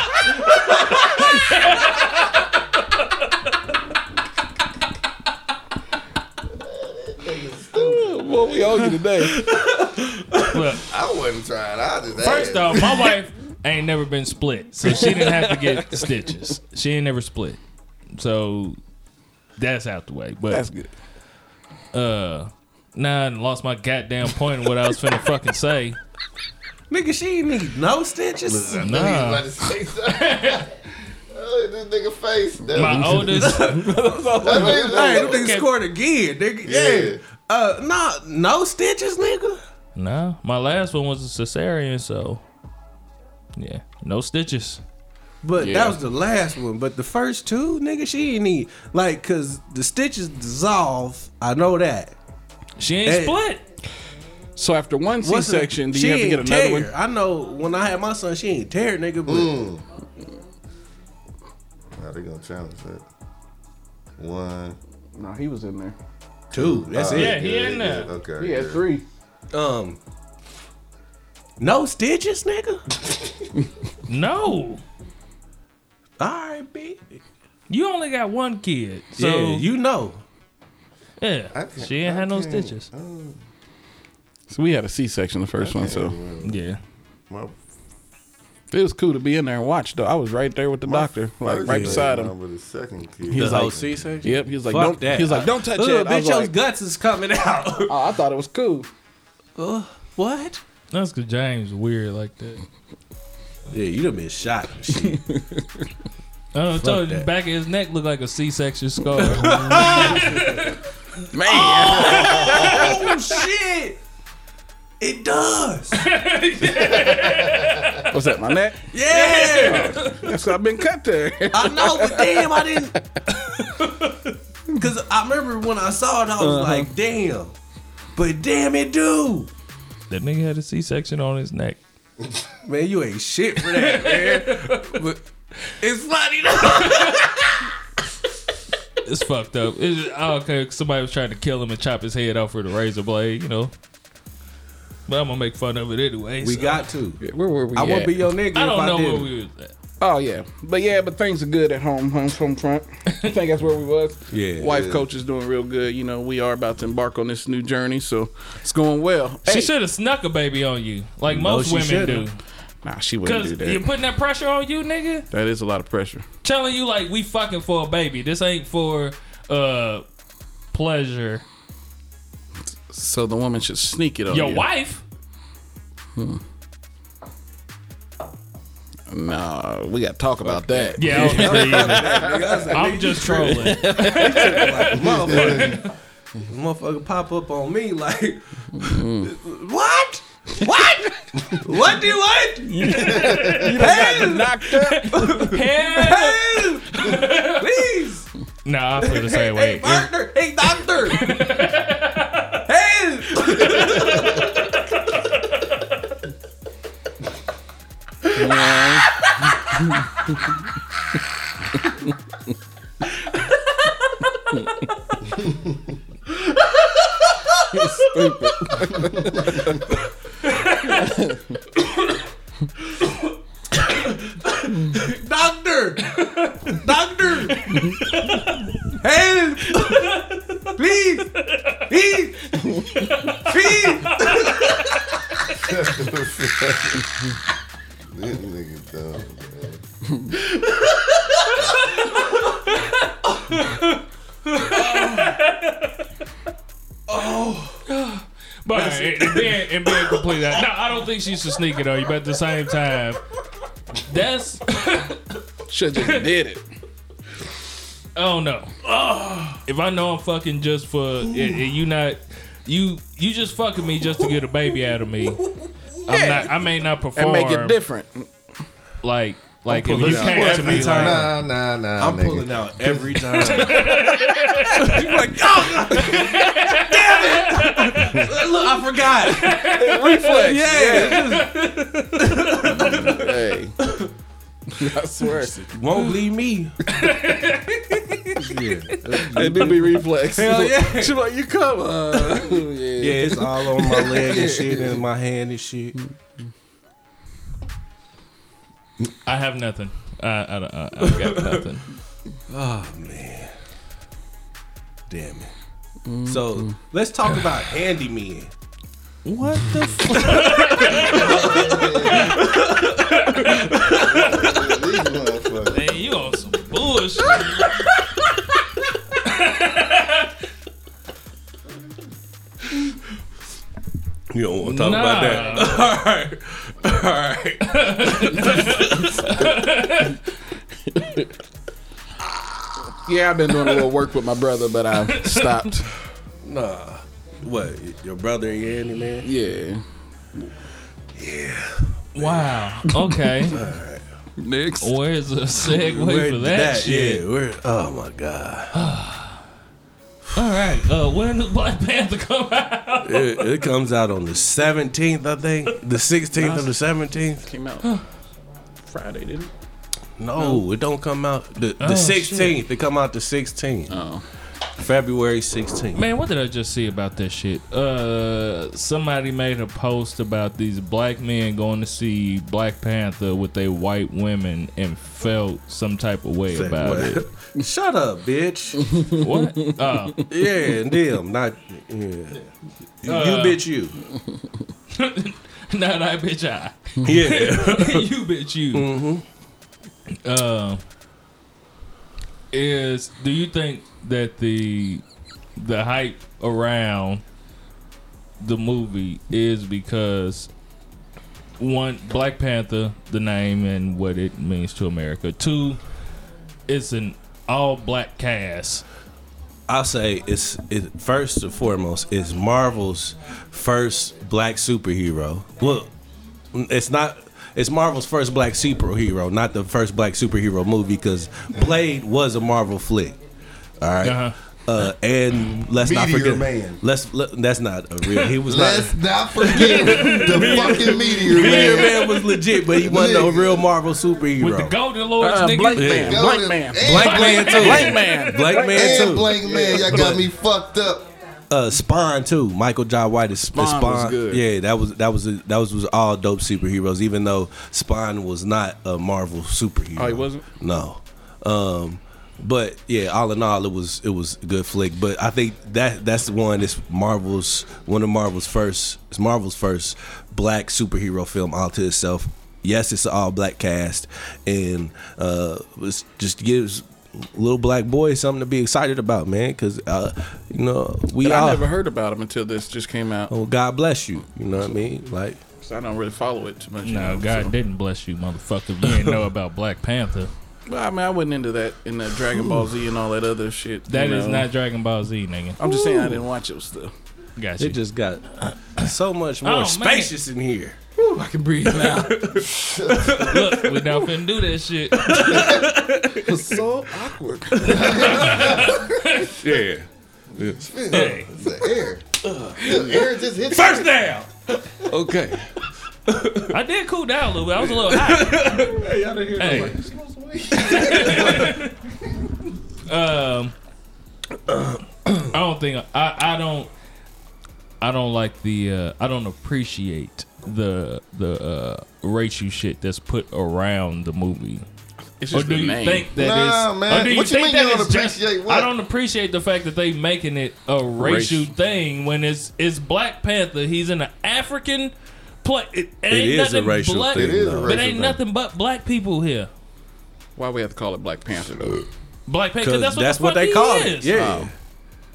Speaker 8: Boy, we owe you today.
Speaker 5: Look,
Speaker 4: I wasn't trying. I just
Speaker 5: first
Speaker 4: asked.
Speaker 5: off, my wife ain't never been split, so she didn't have to get stitches. She ain't never split, so that's out the way. But
Speaker 8: That's good.
Speaker 5: uh, nah, I lost my goddamn point of what I was finna fucking say.
Speaker 3: nigga, she ain't need no stitches.
Speaker 4: I knew he
Speaker 5: nah.
Speaker 4: was about to say something. Oh, this nigga face. That
Speaker 5: My
Speaker 4: was-
Speaker 5: oldest,
Speaker 4: that was-
Speaker 3: Hey, them
Speaker 4: that was-
Speaker 3: niggas scored again, nigga. Yeah.
Speaker 4: Yeah.
Speaker 3: Uh, nah, no stitches, nigga.
Speaker 5: nah, my last one was a cesarean, so yeah, no stitches.
Speaker 3: But
Speaker 8: Yeah.
Speaker 3: that was the last one. But the first two, nigga, she ain't need like, cause the stitches dissolve. I know that.
Speaker 5: She ain't
Speaker 3: Hey.
Speaker 5: split.
Speaker 1: So after one C
Speaker 3: What's the-
Speaker 1: section, do
Speaker 3: she
Speaker 1: you have to get
Speaker 3: ain't
Speaker 1: another
Speaker 3: tear.
Speaker 1: one? Mm.
Speaker 3: I know when I had my son, she ain't tear, nigga. But
Speaker 4: Nah, they gonna challenge that. One,
Speaker 9: No, he was in there.
Speaker 3: two,
Speaker 1: Uh,
Speaker 3: that's
Speaker 5: Yeah,
Speaker 3: it.
Speaker 5: he
Speaker 4: good,
Speaker 5: in there.
Speaker 4: good, Okay.
Speaker 9: He had
Speaker 4: good.
Speaker 9: three.
Speaker 3: Um, no stitches, nigga.
Speaker 5: No,
Speaker 3: All right, B.
Speaker 5: you only got one kid, so
Speaker 3: yeah, you know.
Speaker 5: yeah,
Speaker 4: can't-
Speaker 5: she ain't
Speaker 4: I
Speaker 5: had no
Speaker 4: can't- Oh.
Speaker 5: stitches.
Speaker 1: So we had a C section the first one, so
Speaker 5: Yeah.
Speaker 4: My
Speaker 1: it was cool to be in there and watch. Though I was right there with the doctor, like
Speaker 4: first
Speaker 1: right
Speaker 4: kid,
Speaker 1: beside him.
Speaker 4: With the second kid.
Speaker 1: He was like,
Speaker 3: section.
Speaker 1: "Yep." He was like,
Speaker 3: Fuck
Speaker 1: "Don't."
Speaker 3: that.
Speaker 1: He was like, "Don't touch
Speaker 3: Ugh,
Speaker 1: it." I
Speaker 3: bitch,
Speaker 1: was
Speaker 3: your
Speaker 1: like,
Speaker 3: guts is coming out.
Speaker 9: Oh, I thought it was cool.
Speaker 3: what?
Speaker 5: That's because James weird like that.
Speaker 3: Yeah, you done been shot. and shit.
Speaker 5: I done told you,
Speaker 3: that.
Speaker 5: back of his neck looked like a C-section scar.
Speaker 3: oh shit! It does.
Speaker 1: "What's that? My neck?"
Speaker 3: Yeah,
Speaker 1: That's why I've been cut there.
Speaker 3: I know, but damn, I didn't. Cause I remember when I saw it, I was like, damn. But damn it, do.
Speaker 5: that nigga had a C-section on his neck.
Speaker 3: Man, you ain't shit for that, man. But it's funny though.
Speaker 5: It's fucked up. It's just, I don't care. 'cause Somebody was trying to kill him and chop his head off with a razor blade, you know. But I'm gonna make fun of it anyway.
Speaker 3: We
Speaker 5: so.
Speaker 3: got to.
Speaker 1: Where were we?
Speaker 3: I wouldn't
Speaker 1: at?
Speaker 3: be your nigga
Speaker 5: I
Speaker 3: if
Speaker 5: don't
Speaker 3: I
Speaker 5: know where
Speaker 3: didn't.
Speaker 5: we was at.
Speaker 1: Oh yeah, but yeah, but things are good at home, home, home front. I think that's where we was.
Speaker 3: Yeah.
Speaker 1: wife coach is doing real good. You know, we are about to embark on this new journey, so it's going well.
Speaker 5: She
Speaker 1: Hey,
Speaker 5: should have snuck a baby on you, like most
Speaker 3: she
Speaker 5: women
Speaker 3: shouldn't.
Speaker 5: do.
Speaker 1: nah, she wouldn't
Speaker 5: Because
Speaker 1: do
Speaker 5: you're
Speaker 1: that.
Speaker 5: putting that pressure on you, nigga.
Speaker 1: That is a lot of pressure.
Speaker 5: Telling you like we fucking for a baby. This ain't for uh pleasure.
Speaker 1: So the woman should sneak it on
Speaker 5: Your
Speaker 1: you.
Speaker 5: wife.
Speaker 1: Nah, we got to talk about that.
Speaker 5: Yeah, I was just reading. I'm just trolling.
Speaker 3: Like, motherfucker, motherfucker pop up on me like, what? What? what do you want?
Speaker 1: Knocked up.
Speaker 5: Hell,
Speaker 3: Help! Please!
Speaker 5: nah, I feel the same way.
Speaker 3: hey, partner! Hey, doctor! Help! Doctor! Doctor! Help! Please! Please! Please!
Speaker 4: This nigga dumb.
Speaker 5: But and being and being completely no, I don't think she should sneak it on you. But at the same time, that's I
Speaker 1: Should just did it.
Speaker 5: don't know. If I know I'm fucking just for and, and you not you you just fucking me just to get a baby out of me. I'm not. I may
Speaker 1: And
Speaker 5: not perform.
Speaker 1: make it different.
Speaker 5: Like Like if
Speaker 4: pulling
Speaker 5: you
Speaker 4: out.
Speaker 5: came up to me, like,
Speaker 6: Nah, nah, nah.
Speaker 4: I'm
Speaker 6: nigga.
Speaker 4: pulling out every time. you like, damn it! Look, I forgot.
Speaker 7: Reflex.
Speaker 4: Yeah,
Speaker 7: Hey. I swear.
Speaker 4: won't leave me.
Speaker 7: It did be reflex.
Speaker 4: Hell yeah.
Speaker 7: She like, you come on.
Speaker 4: Yeah, it's all on my leg and shit, and my hand and shit.
Speaker 5: I have nothing. I, I, I, I got nothing.
Speaker 4: Damn it. So let's talk about handymen. What the fuck?
Speaker 6: These motherfuckers.
Speaker 5: Man, you on some bullshit.
Speaker 4: You don't want to talk
Speaker 5: Nah.
Speaker 4: about that. All right. All right.
Speaker 1: Yeah, I've been doing a little work with my brother, but I stopped.
Speaker 4: Nah. What? Your brother and your handyman?
Speaker 1: Yeah.
Speaker 5: Wow. Okay.
Speaker 1: Next.
Speaker 3: Oh,
Speaker 5: Where's the segue
Speaker 4: Where
Speaker 5: for
Speaker 4: did
Speaker 5: that, shit?
Speaker 4: Yeah, where? Oh my god.
Speaker 5: All right. Uh, when does Black Panther come out?
Speaker 4: It, it comes out on the 17th, I think. The 16th or the 17th?
Speaker 7: Came out Friday, didn't it?
Speaker 4: No, it don't come out the, the
Speaker 5: Oh,
Speaker 4: 16th. It come out the 16th.
Speaker 7: Oh.
Speaker 4: February 16th.
Speaker 5: Man, what did I just see about that shit? Uh, somebody made a post about these black men going to see Black Panther with a white women and felt some type of way about it.
Speaker 4: Shut up, bitch.
Speaker 5: What? Oh,
Speaker 4: yeah, them, not yeah. You,
Speaker 5: Uh,
Speaker 4: you bitch you.
Speaker 5: not I, bitch. I.
Speaker 4: Yeah.
Speaker 5: you bitch you. Mm-hmm. Uh, is do you think that the the hype around the movie is because one Black Panther, the name and what it means to America. Two, it's an all black cast.
Speaker 4: I'll say it's it first and foremost, it's Marvel's first black superhero. Well, it's not it's Marvel's first black superhero, not the first black superhero movie because Blade was a Marvel flick. All right.
Speaker 5: Uh-huh.
Speaker 4: Uh, and let's not
Speaker 6: Meteor
Speaker 4: forget.
Speaker 6: Man.
Speaker 4: Let's let, that's not a real. He was not.
Speaker 6: Let's not forget the fucking meteor
Speaker 4: Meteor
Speaker 6: man.
Speaker 4: Man was legit, but he wasn't a real Marvel superhero.
Speaker 5: With the Golden Lords,
Speaker 7: Uh,
Speaker 5: nigga.
Speaker 7: Black
Speaker 5: Yeah.
Speaker 7: Man.
Speaker 6: Yo,
Speaker 7: Black
Speaker 6: the-
Speaker 7: Man.
Speaker 6: and
Speaker 4: Blank Man too.
Speaker 7: Black Man.
Speaker 4: Blank Man
Speaker 6: And
Speaker 4: too.
Speaker 6: Blank Man, y'all got me fucked up.
Speaker 4: uh, Spawn too. Michael John White is Spawn.
Speaker 7: Spawn was good.
Speaker 4: Yeah, that was that was a, that was, was all dope superheroes. Even though Spawn was not a Marvel superhero.
Speaker 7: Oh, he wasn't?
Speaker 4: No. Um, but yeah, all in all, it was it was a good flick. But I think that that's the one that's Marvel's one of Marvel's first. It's Marvel's first black superhero film all to itself. Yes, it's an all black cast, and uh, it's just gives little black boys something to be excited about, man. Because uh, you know we
Speaker 7: And
Speaker 4: all.
Speaker 7: I never heard about him until this just came out.
Speaker 4: Oh, God bless you. You know what I mean? Like,
Speaker 7: So I don't really follow it too much. you
Speaker 5: No,
Speaker 7: know,
Speaker 5: God
Speaker 7: so-
Speaker 5: didn't bless you, motherfucker. if You didn't know about Black Panther.
Speaker 7: Well, I mean, I wasn't into that in that Dragon Ball Z and all that other shit.
Speaker 5: That is
Speaker 7: you know.
Speaker 5: not Dragon Ball Z, nigga.
Speaker 7: I'm just saying I didn't watch it still.
Speaker 5: Got
Speaker 4: it
Speaker 5: you.
Speaker 4: just got so much more
Speaker 5: man.
Speaker 4: spacious in here.
Speaker 5: I can breathe now. Look, we not finna do that shit.
Speaker 6: It's so awkward.
Speaker 4: Yeah.
Speaker 5: Hey,
Speaker 6: It's the air. The air just hit
Speaker 4: First down.
Speaker 7: Okay.
Speaker 5: I did cool down a little bit. I was a little hot. hey, um, I don't think I, I don't I don't like the uh, I don't appreciate the the uh, racial shit that's put around the movie.
Speaker 7: It's
Speaker 5: Or
Speaker 7: just
Speaker 5: do
Speaker 7: the
Speaker 5: you
Speaker 7: name.
Speaker 5: think that
Speaker 6: Nah,
Speaker 5: it's-
Speaker 6: man.
Speaker 5: or do you
Speaker 6: What you
Speaker 5: think
Speaker 6: mean you
Speaker 5: that
Speaker 6: don't
Speaker 5: it's just-
Speaker 6: appreciate what?
Speaker 5: I don't appreciate the fact that they making it a racial thing when it's it's Black Panther. He's in an African play. It, ain't
Speaker 4: It is a
Speaker 5: nothing
Speaker 4: racial
Speaker 5: black,
Speaker 4: thing.
Speaker 6: It is a
Speaker 4: though.
Speaker 6: racial
Speaker 5: But ain't
Speaker 6: thing.
Speaker 5: nothing but black people here.
Speaker 7: Why we have to call it Black Panther? Though? Oh.
Speaker 5: Black Panther.
Speaker 4: Because
Speaker 5: That's
Speaker 4: that's
Speaker 5: what, the
Speaker 4: what,
Speaker 5: fuck
Speaker 4: they
Speaker 5: he
Speaker 4: call
Speaker 5: is.
Speaker 4: it. Yeah.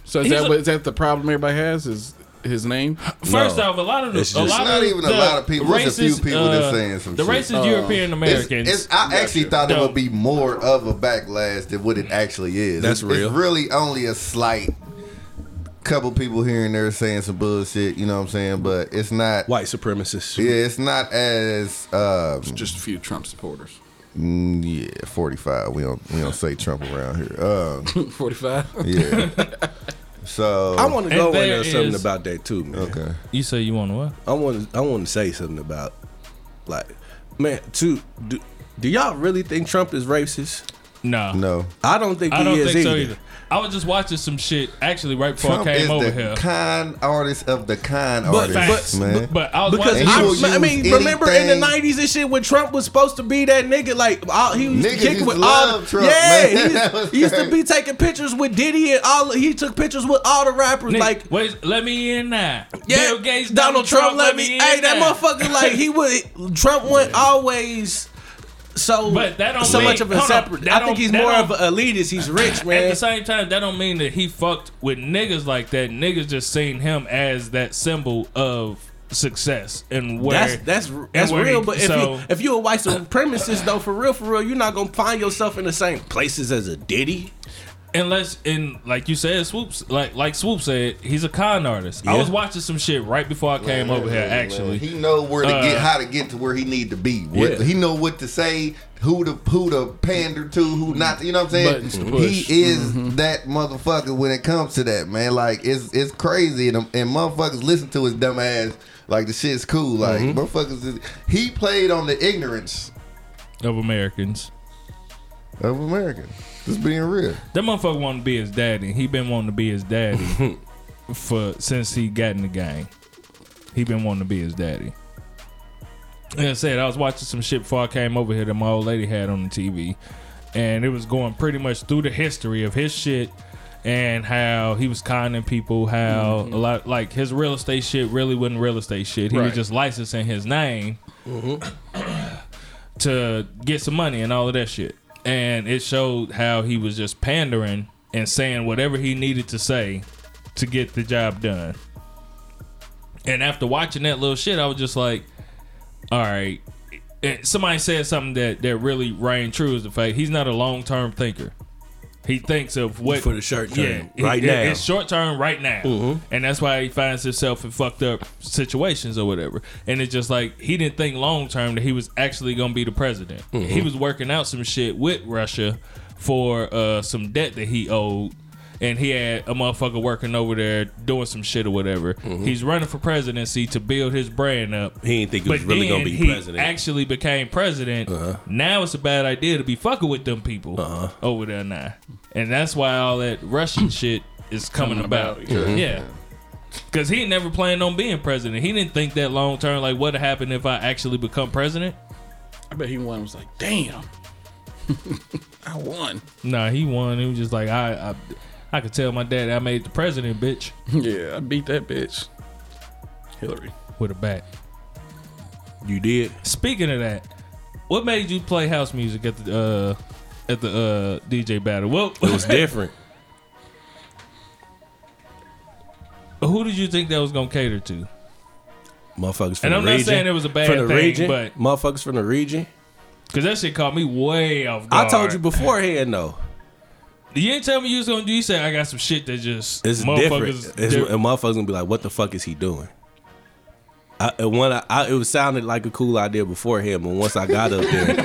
Speaker 7: So is
Speaker 5: He's
Speaker 7: that,
Speaker 5: a-
Speaker 7: what- is that the problem everybody has? Is his name?
Speaker 5: First
Speaker 4: No.
Speaker 5: off, a lot of the,
Speaker 4: It's
Speaker 5: a
Speaker 4: just-
Speaker 5: lot
Speaker 6: It's not
Speaker 5: of
Speaker 6: even a
Speaker 5: the
Speaker 6: lot of people. It's a few
Speaker 5: racist,
Speaker 6: people that's
Speaker 5: uh,
Speaker 6: saying some
Speaker 5: the
Speaker 6: shit. Oh.
Speaker 5: racist European
Speaker 6: It's,
Speaker 5: Americans.
Speaker 6: it's, I actually thought it
Speaker 5: Don't.
Speaker 6: would be more of a backlash than what it actually is.
Speaker 4: That's
Speaker 6: it's,
Speaker 4: real.
Speaker 6: It's really only a slight couple people here and there saying some bullshit. You know what I'm saying? But it's not.
Speaker 4: White supremacists.
Speaker 6: Yeah, it's not as. Um,
Speaker 7: Just a few Trump supporters.
Speaker 6: Mm, yeah, forty five. We don't we don't say Trump around here. Uh,
Speaker 8: 45.
Speaker 6: yeah. So
Speaker 3: I want to go in
Speaker 5: there
Speaker 3: there something
Speaker 5: is-
Speaker 3: about that too, man.
Speaker 6: okay.
Speaker 5: You say you want what?
Speaker 3: I want to I want to say something about like man, too. Do, do y'all really think Trump is racist?
Speaker 5: Nah.
Speaker 6: No.
Speaker 3: I don't think
Speaker 5: I
Speaker 3: he
Speaker 5: don't
Speaker 3: is
Speaker 5: think so
Speaker 3: either.
Speaker 5: either. I was just watching some shit actually right before
Speaker 6: Trump
Speaker 5: I
Speaker 6: is
Speaker 5: came over
Speaker 6: the
Speaker 5: here.
Speaker 6: kind artist of the kind
Speaker 3: But-
Speaker 6: artists,
Speaker 3: but-
Speaker 6: man.
Speaker 5: But I was
Speaker 3: Because
Speaker 5: watching
Speaker 6: And he
Speaker 3: I'm-
Speaker 6: will
Speaker 3: I, mean,
Speaker 6: use
Speaker 3: remember in the
Speaker 6: anything-
Speaker 3: nineties and shit when Trump was supposed to be that nigga, like all, he was
Speaker 6: Niggas
Speaker 3: kicking
Speaker 6: used
Speaker 3: with
Speaker 6: to
Speaker 3: all,
Speaker 6: love Trump,
Speaker 3: yeah,
Speaker 6: man.
Speaker 3: he used-
Speaker 6: That
Speaker 3: he,
Speaker 6: was
Speaker 3: used to
Speaker 6: crazy.
Speaker 3: be taking pictures with Diddy and all. He took pictures with all the rappers,
Speaker 5: Nick,
Speaker 3: like
Speaker 5: wait, let me in now.
Speaker 3: yeah,
Speaker 5: Bill Gates,
Speaker 3: Donald Trump, let me.
Speaker 5: in
Speaker 3: Hey, that
Speaker 5: now.
Speaker 3: motherfucker, like he would Trump went always. So,
Speaker 5: But that don't
Speaker 3: so
Speaker 5: mean-
Speaker 3: much of a
Speaker 5: hold on,
Speaker 3: separate.
Speaker 5: that
Speaker 3: I think
Speaker 5: don't-
Speaker 3: he's
Speaker 5: that
Speaker 3: more of an
Speaker 5: don't-
Speaker 3: elitist. He's rich,
Speaker 5: At
Speaker 3: man.
Speaker 5: the same time, that don't mean that he fucked with niggas like that. Niggas just seen him as that symbol of success and where
Speaker 3: That's that's
Speaker 5: and
Speaker 3: that's
Speaker 5: where
Speaker 3: real.
Speaker 5: he-
Speaker 3: But if
Speaker 5: so-
Speaker 3: you if you're a white supremacist, though, for real, for real, you're not gonna find yourself in the same places as a Diddy.
Speaker 5: unless in like you said, swoops like like swoop said, he's a con artist. I
Speaker 3: Yeah.
Speaker 5: was watching some shit right before I came over here. Actually,
Speaker 6: he know where to get
Speaker 5: Uh,
Speaker 6: how to get to where he need to be. What,
Speaker 5: Yeah.
Speaker 6: He know what to say, who to who to pander to, who not. To, you know what I'm
Speaker 8: Buttons to
Speaker 6: saying?
Speaker 8: push.
Speaker 6: He is
Speaker 5: Mm-hmm.
Speaker 6: that motherfucker when it comes to that man. Like it's it's crazy, and, and motherfuckers listen to his dumb ass. Like the shit's cool. Like motherfuckers, is, he played on the ignorance
Speaker 5: of Americans.
Speaker 6: of America. Just being real.
Speaker 5: That motherfucker wanted to be his daddy. and He been wanting to be his daddy for since he got in the game. He been wanting to be his daddy. Like I said, I was watching some shit before I came over here that my old lady had on the TV, and it was going pretty much through the history of his shit and how he was conning people, how a lot like his real estate shit really wasn't real estate shit. He was
Speaker 8: Right.
Speaker 5: just licensing his name to get some money and all of that shit. And it showed how he was just pandering and saying whatever he needed to say to get the job done. And after watching that little shit, I was just like, all right. And somebody said something that, that really rang true is the fact he's not a long term thinker. He thinks of what
Speaker 3: For the short term,
Speaker 5: it-
Speaker 3: right
Speaker 5: it-
Speaker 3: now. Mm-hmm.
Speaker 5: It's short term right now, and that's why he finds himself in fucked up situations or whatever. And it's just like he didn't think long term that he was actually gonna be the president.
Speaker 3: Mm-hmm.
Speaker 5: He was working out some shit with Russia for uh, some debt that he owed. And he had a motherfucker working over there doing some shit or whatever. He's running for presidency to build his brand up.
Speaker 3: Mm-hmm. He didn't think he
Speaker 5: But
Speaker 3: was really
Speaker 5: then
Speaker 3: gonna be
Speaker 5: he
Speaker 3: president. Uh-huh.
Speaker 5: Actually became president. Now it's a bad idea to be fucking with them people over there now, and that's why all that Russian shit is coming, about. Yeah, because he never planned on being president. He didn't think that long term. Like, what happened if I actually become president?
Speaker 8: I bet he won. was like, damn. I won.
Speaker 5: Nah, he won. He was just like, I, I, I could tell my dad I made the president, bitch,
Speaker 8: Yeah, I beat that bitch. Hillary.
Speaker 5: with a bat.
Speaker 3: You did.
Speaker 5: Speaking of that, what made you play house music at the uh, at the uh, DJ battle? Well,
Speaker 3: It was different.
Speaker 5: who did you think that was gonna cater to?
Speaker 3: Motherfuckers from
Speaker 5: And
Speaker 3: the
Speaker 5: I'm not
Speaker 3: region.
Speaker 5: saying it was a bad
Speaker 3: from the
Speaker 5: thing,
Speaker 3: region.
Speaker 5: but-
Speaker 3: motherfuckers from the region.
Speaker 5: Cause that shit caught me way off guard.
Speaker 3: I told you beforehand though.
Speaker 5: You ain't tell me you was gonna do. You said I got some shit that just
Speaker 3: It's different.
Speaker 5: motherfuckers.
Speaker 3: It's,
Speaker 5: diff-
Speaker 3: and motherfuckers gonna be like, "What the fuck is he doing?" I, and when I, I, it was sounded like a cool idea beforehand, but once I got up there,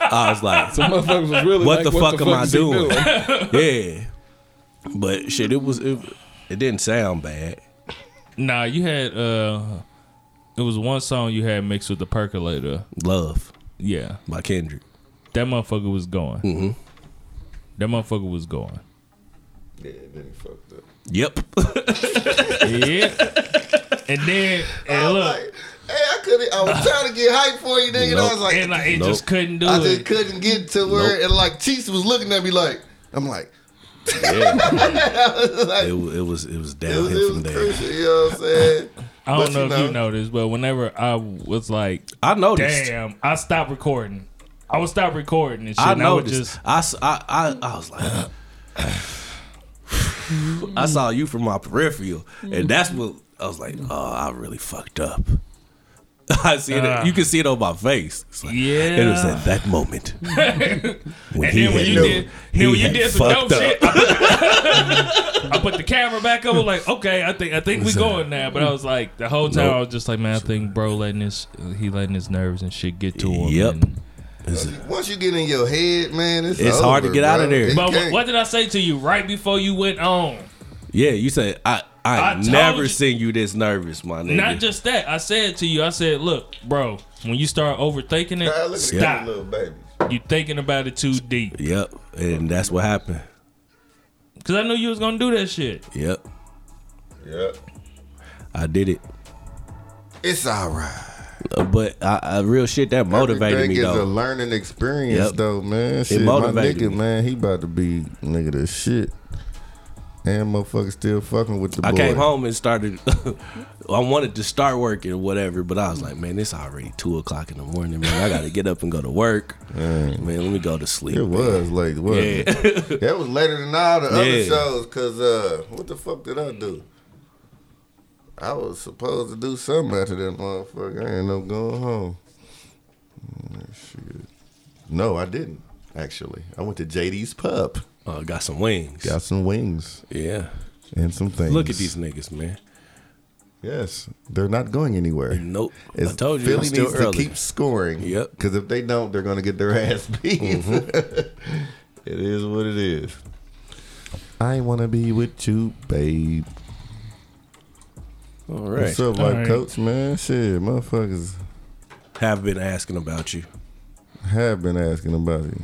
Speaker 3: I was like,
Speaker 9: Motherfuckers was really
Speaker 3: what
Speaker 9: like,
Speaker 3: the fuck am I
Speaker 9: is he
Speaker 3: doing? yeah. But shit, it was it, it didn't sound bad.
Speaker 5: nah, you had uh, it was one song you had mixed with the percolator.
Speaker 3: Love
Speaker 5: Yeah,
Speaker 3: by Kendrick.
Speaker 5: that motherfucker was going.
Speaker 3: Mm-hmm.
Speaker 5: That motherfucker was going.
Speaker 6: Yeah, then he fucked up.
Speaker 3: Yep.
Speaker 5: Yeah. and then and look,
Speaker 6: Like, hey, I couldn't. I was trying to get hype for you, nigga. And I
Speaker 3: Nope.
Speaker 6: was like,
Speaker 5: and like it
Speaker 3: Nope.
Speaker 5: just couldn't do
Speaker 6: I
Speaker 5: it.
Speaker 6: just couldn't get to where
Speaker 3: Nope.
Speaker 6: and like Teese was looking at me like I'm like
Speaker 3: Yeah.
Speaker 6: it was like
Speaker 3: it,
Speaker 6: it
Speaker 3: wa- it was it was
Speaker 6: was,
Speaker 3: downhill
Speaker 6: it
Speaker 3: from
Speaker 6: was
Speaker 3: there.
Speaker 6: crucial, you know what I'm saying?
Speaker 5: I don't
Speaker 6: But
Speaker 5: know
Speaker 6: you
Speaker 5: if
Speaker 6: know.
Speaker 5: you noticed, but whenever I was like,
Speaker 3: I noticed.
Speaker 5: damn, I stopped recording. I would stop recording and shit.
Speaker 3: I
Speaker 5: and I would
Speaker 3: noticed.
Speaker 5: just
Speaker 3: I, s- I, I- I was like, I saw you from my peripheral,
Speaker 5: Mm-hmm.
Speaker 3: and that's what I was like. Oh, I really fucked up. I see it.
Speaker 5: Ah.
Speaker 3: you can see it on my face. It's like, It was
Speaker 5: Yeah.
Speaker 3: at that moment. when
Speaker 5: And then when you
Speaker 6: no-
Speaker 5: did, then
Speaker 3: he
Speaker 5: when you
Speaker 3: had
Speaker 5: did some dope
Speaker 3: fucked up.
Speaker 5: shit, I put, I put the camera back up. I'm like, okay, I think I think we going now. But I was like, the whole time I was just like, man, I think bro letting his he letting his nerves and shit get to him.
Speaker 3: Yep.
Speaker 5: and
Speaker 6: Once you get in your head, man, it's,
Speaker 3: It's hard to
Speaker 6: over,
Speaker 3: get out of
Speaker 6: bro.
Speaker 3: there.
Speaker 6: It
Speaker 5: But
Speaker 6: can't-
Speaker 5: what did I say to you right before you went on?
Speaker 3: Yeah, you say I
Speaker 5: I
Speaker 3: I,
Speaker 5: told
Speaker 3: never
Speaker 5: you-
Speaker 3: seen you this nervous, my nigga.
Speaker 5: Not just that. I said to you, I said, look, bro, when you start overthinking
Speaker 6: Nah,
Speaker 5: it,
Speaker 6: look at
Speaker 5: stop.
Speaker 6: that little baby.
Speaker 5: You thinking about it too deep.
Speaker 3: Yep, and that's what happened.
Speaker 5: Cause I knew you was gonna do that shit.
Speaker 3: Yep,
Speaker 6: Yep.
Speaker 3: I did it.
Speaker 6: It's all right.
Speaker 3: Uh, But I, I real shit that motivated
Speaker 6: Everything
Speaker 3: me
Speaker 6: is a
Speaker 3: though.
Speaker 6: learning experience,
Speaker 3: Yep.
Speaker 6: though, man. Shit,
Speaker 3: motivated
Speaker 6: my nigga,
Speaker 3: me.
Speaker 6: man, he about to be nigga the shit. And motherfucker still fucking with the
Speaker 3: I
Speaker 6: boy.
Speaker 3: came home and started. I wanted to start working or whatever, but I was like, man, it's already two o'clock in the morning, man. I got to get up and go to work. Man, let me go to sleep.
Speaker 6: It was like what?
Speaker 3: Yeah.
Speaker 6: that was later than all the
Speaker 3: Yeah.
Speaker 6: other shows. Cause uh, what the fuck did I do? I was supposed to do something after that motherfucker. I ended up going home. Mm, Shit. No, I didn't. Actually, I went to JD's Pub.
Speaker 3: Uh, got some wings.
Speaker 6: Got some wings
Speaker 3: Yeah.
Speaker 6: and some things.
Speaker 3: Look at these niggas, man.
Speaker 6: Yes, they're not going anywhere.
Speaker 3: Nope.
Speaker 6: It's
Speaker 3: I told you.
Speaker 6: Philly
Speaker 3: I'm still
Speaker 6: needs
Speaker 3: early.
Speaker 6: to keep scoring.
Speaker 3: Yep. Mm-hmm.
Speaker 6: Because if they don't, they're going to get their ass beat. it is what it is. I want to be with you, babe.
Speaker 3: All right.
Speaker 6: What's up, life
Speaker 5: right.
Speaker 6: coach, man? Shit, motherfuckers
Speaker 3: Have been asking about you.
Speaker 6: have been asking about you.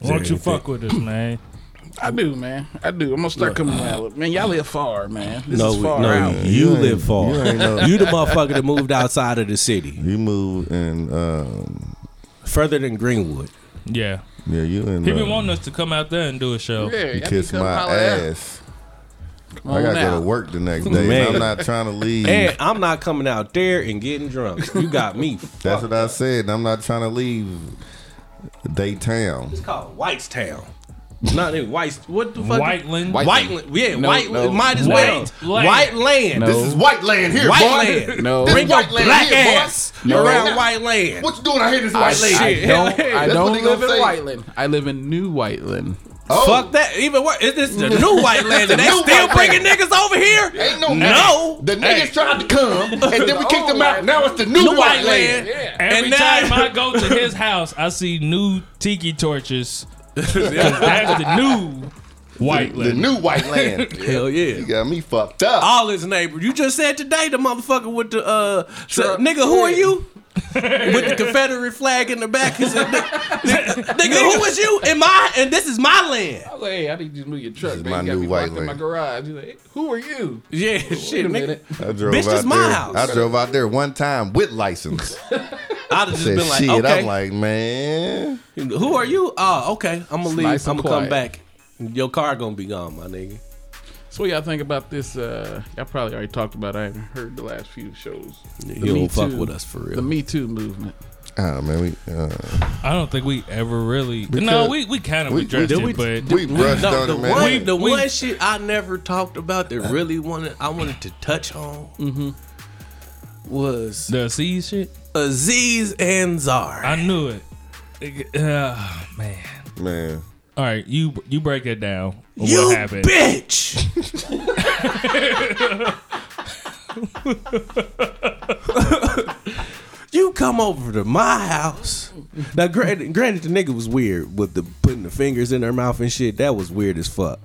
Speaker 5: Why don't you fuck with us, man?
Speaker 8: I do, man. I do. I'm gonna start coming out. Man, y'all live far, man. This
Speaker 3: no,
Speaker 8: is far
Speaker 3: no,
Speaker 8: out.
Speaker 3: you
Speaker 6: You ain't-
Speaker 3: live far.
Speaker 6: you ain't no-
Speaker 3: you the motherfucker that moved outside of the city,
Speaker 6: You move and, um,
Speaker 3: further than Greenwood.
Speaker 5: Yeah.
Speaker 6: yeah, you and.
Speaker 5: He been
Speaker 6: uh,
Speaker 5: wanting us to come out there and do a show.
Speaker 8: Yeah,
Speaker 6: you
Speaker 8: y'all
Speaker 6: kiss
Speaker 8: can
Speaker 6: my
Speaker 8: come holler at-
Speaker 6: ass.
Speaker 8: Come
Speaker 6: I
Speaker 8: on
Speaker 6: got to go
Speaker 8: out.
Speaker 6: to work the next day.
Speaker 3: Man.
Speaker 6: and I'm not trying to leave.
Speaker 3: And I'm not coming out there and getting drunk. You got me.
Speaker 6: That's
Speaker 3: That's
Speaker 6: what I said. I'm not trying to leave Daytown.
Speaker 3: it's called Whitestown. Not in White. What the fuck?
Speaker 5: Whiteland.
Speaker 3: White, Land. Yeah,
Speaker 8: No,
Speaker 3: White.
Speaker 8: no.
Speaker 3: Might as
Speaker 5: White
Speaker 3: well.
Speaker 5: Land.
Speaker 3: White Land.
Speaker 8: No.
Speaker 3: This
Speaker 4: This is white land here,
Speaker 3: White
Speaker 4: boy.
Speaker 3: Land.
Speaker 8: No.
Speaker 4: This
Speaker 3: Bring your
Speaker 4: white land
Speaker 3: black
Speaker 4: here, boy.
Speaker 3: ass
Speaker 4: No.
Speaker 3: around White Land.
Speaker 4: What you doing out here, this white
Speaker 3: shit.
Speaker 4: land?
Speaker 3: I
Speaker 9: don't,
Speaker 3: Hey,
Speaker 9: I
Speaker 4: that's what
Speaker 9: don't
Speaker 4: they gonna
Speaker 9: live in
Speaker 4: say.
Speaker 9: Whiteland. I live in New Whiteland.
Speaker 4: Oh,
Speaker 3: Fuck that. Even worse. Is this the new White Land? And they
Speaker 4: new
Speaker 3: still
Speaker 4: White
Speaker 3: bringing
Speaker 4: Land.
Speaker 3: niggas over here?
Speaker 4: Ain't no
Speaker 3: No.
Speaker 4: The niggas tried to come, and then we kicked them out. Now it's the new,
Speaker 3: New
Speaker 4: white,
Speaker 3: White
Speaker 4: land.
Speaker 3: Land.
Speaker 5: Every
Speaker 3: And now-
Speaker 5: time I go to his house, I see new tiki torches. 'Cause That's the new
Speaker 4: The
Speaker 5: Whiteland.
Speaker 4: new white land.
Speaker 3: Hell yeah.
Speaker 4: you got me fucked up.
Speaker 3: all his neighbors. You just said today the motherfucker with the uh so- nigga, who are you? with the Confederate flag in the back. He said, nigga, nigga, who is you? In my and this is my land.
Speaker 9: I was like, hey, I need you to move your truck.
Speaker 6: is
Speaker 9: man.
Speaker 6: my
Speaker 9: You got
Speaker 6: new
Speaker 9: me
Speaker 6: white
Speaker 9: locked in my
Speaker 6: land.
Speaker 9: garage. He's like, who are you?
Speaker 3: Yeah, shit,
Speaker 9: Wait a
Speaker 3: nigga.
Speaker 9: minute.
Speaker 6: I drove
Speaker 3: Bitch,
Speaker 6: out
Speaker 3: this my
Speaker 6: there.
Speaker 3: house.
Speaker 6: I drove out there one time with license.
Speaker 3: I'd have just
Speaker 6: Said
Speaker 3: been like,
Speaker 6: shit.
Speaker 3: okay,
Speaker 6: I'm like, man.
Speaker 3: who are you? Oh, okay, I'm gonna leave.
Speaker 9: nice
Speaker 3: I'm
Speaker 9: and
Speaker 3: gonna come
Speaker 9: quiet.
Speaker 3: back. Your car gonna be gone, my nigga.
Speaker 9: So what y'all think about this? Uh, y'all probably already talked about. It. I haven't heard the last few shows. The
Speaker 3: you
Speaker 9: Me
Speaker 3: don't fuck
Speaker 9: Too-
Speaker 3: with us for real.
Speaker 9: The Me Too movement.
Speaker 6: Oh man, we uh,
Speaker 5: I don't think we ever really. no, we, we kind of
Speaker 6: we-
Speaker 5: addressed
Speaker 6: did
Speaker 5: it, but
Speaker 6: we brushed
Speaker 3: No,
Speaker 6: on
Speaker 3: the
Speaker 6: it, man.
Speaker 3: one, the
Speaker 5: We-
Speaker 3: one shit I never talked about that really wanted I wanted to touch on
Speaker 9: Mm-hmm.
Speaker 3: was
Speaker 5: the C shit,
Speaker 3: Aziz Ansar.
Speaker 5: I knew it. Uh, man.
Speaker 6: man,
Speaker 5: All right, you you break it down. What
Speaker 3: you
Speaker 5: happened?
Speaker 3: bitch! you come over to my house. Now, granted, granted, the nigga was weird with the putting the fingers in her mouth and shit. That was weird as fuck.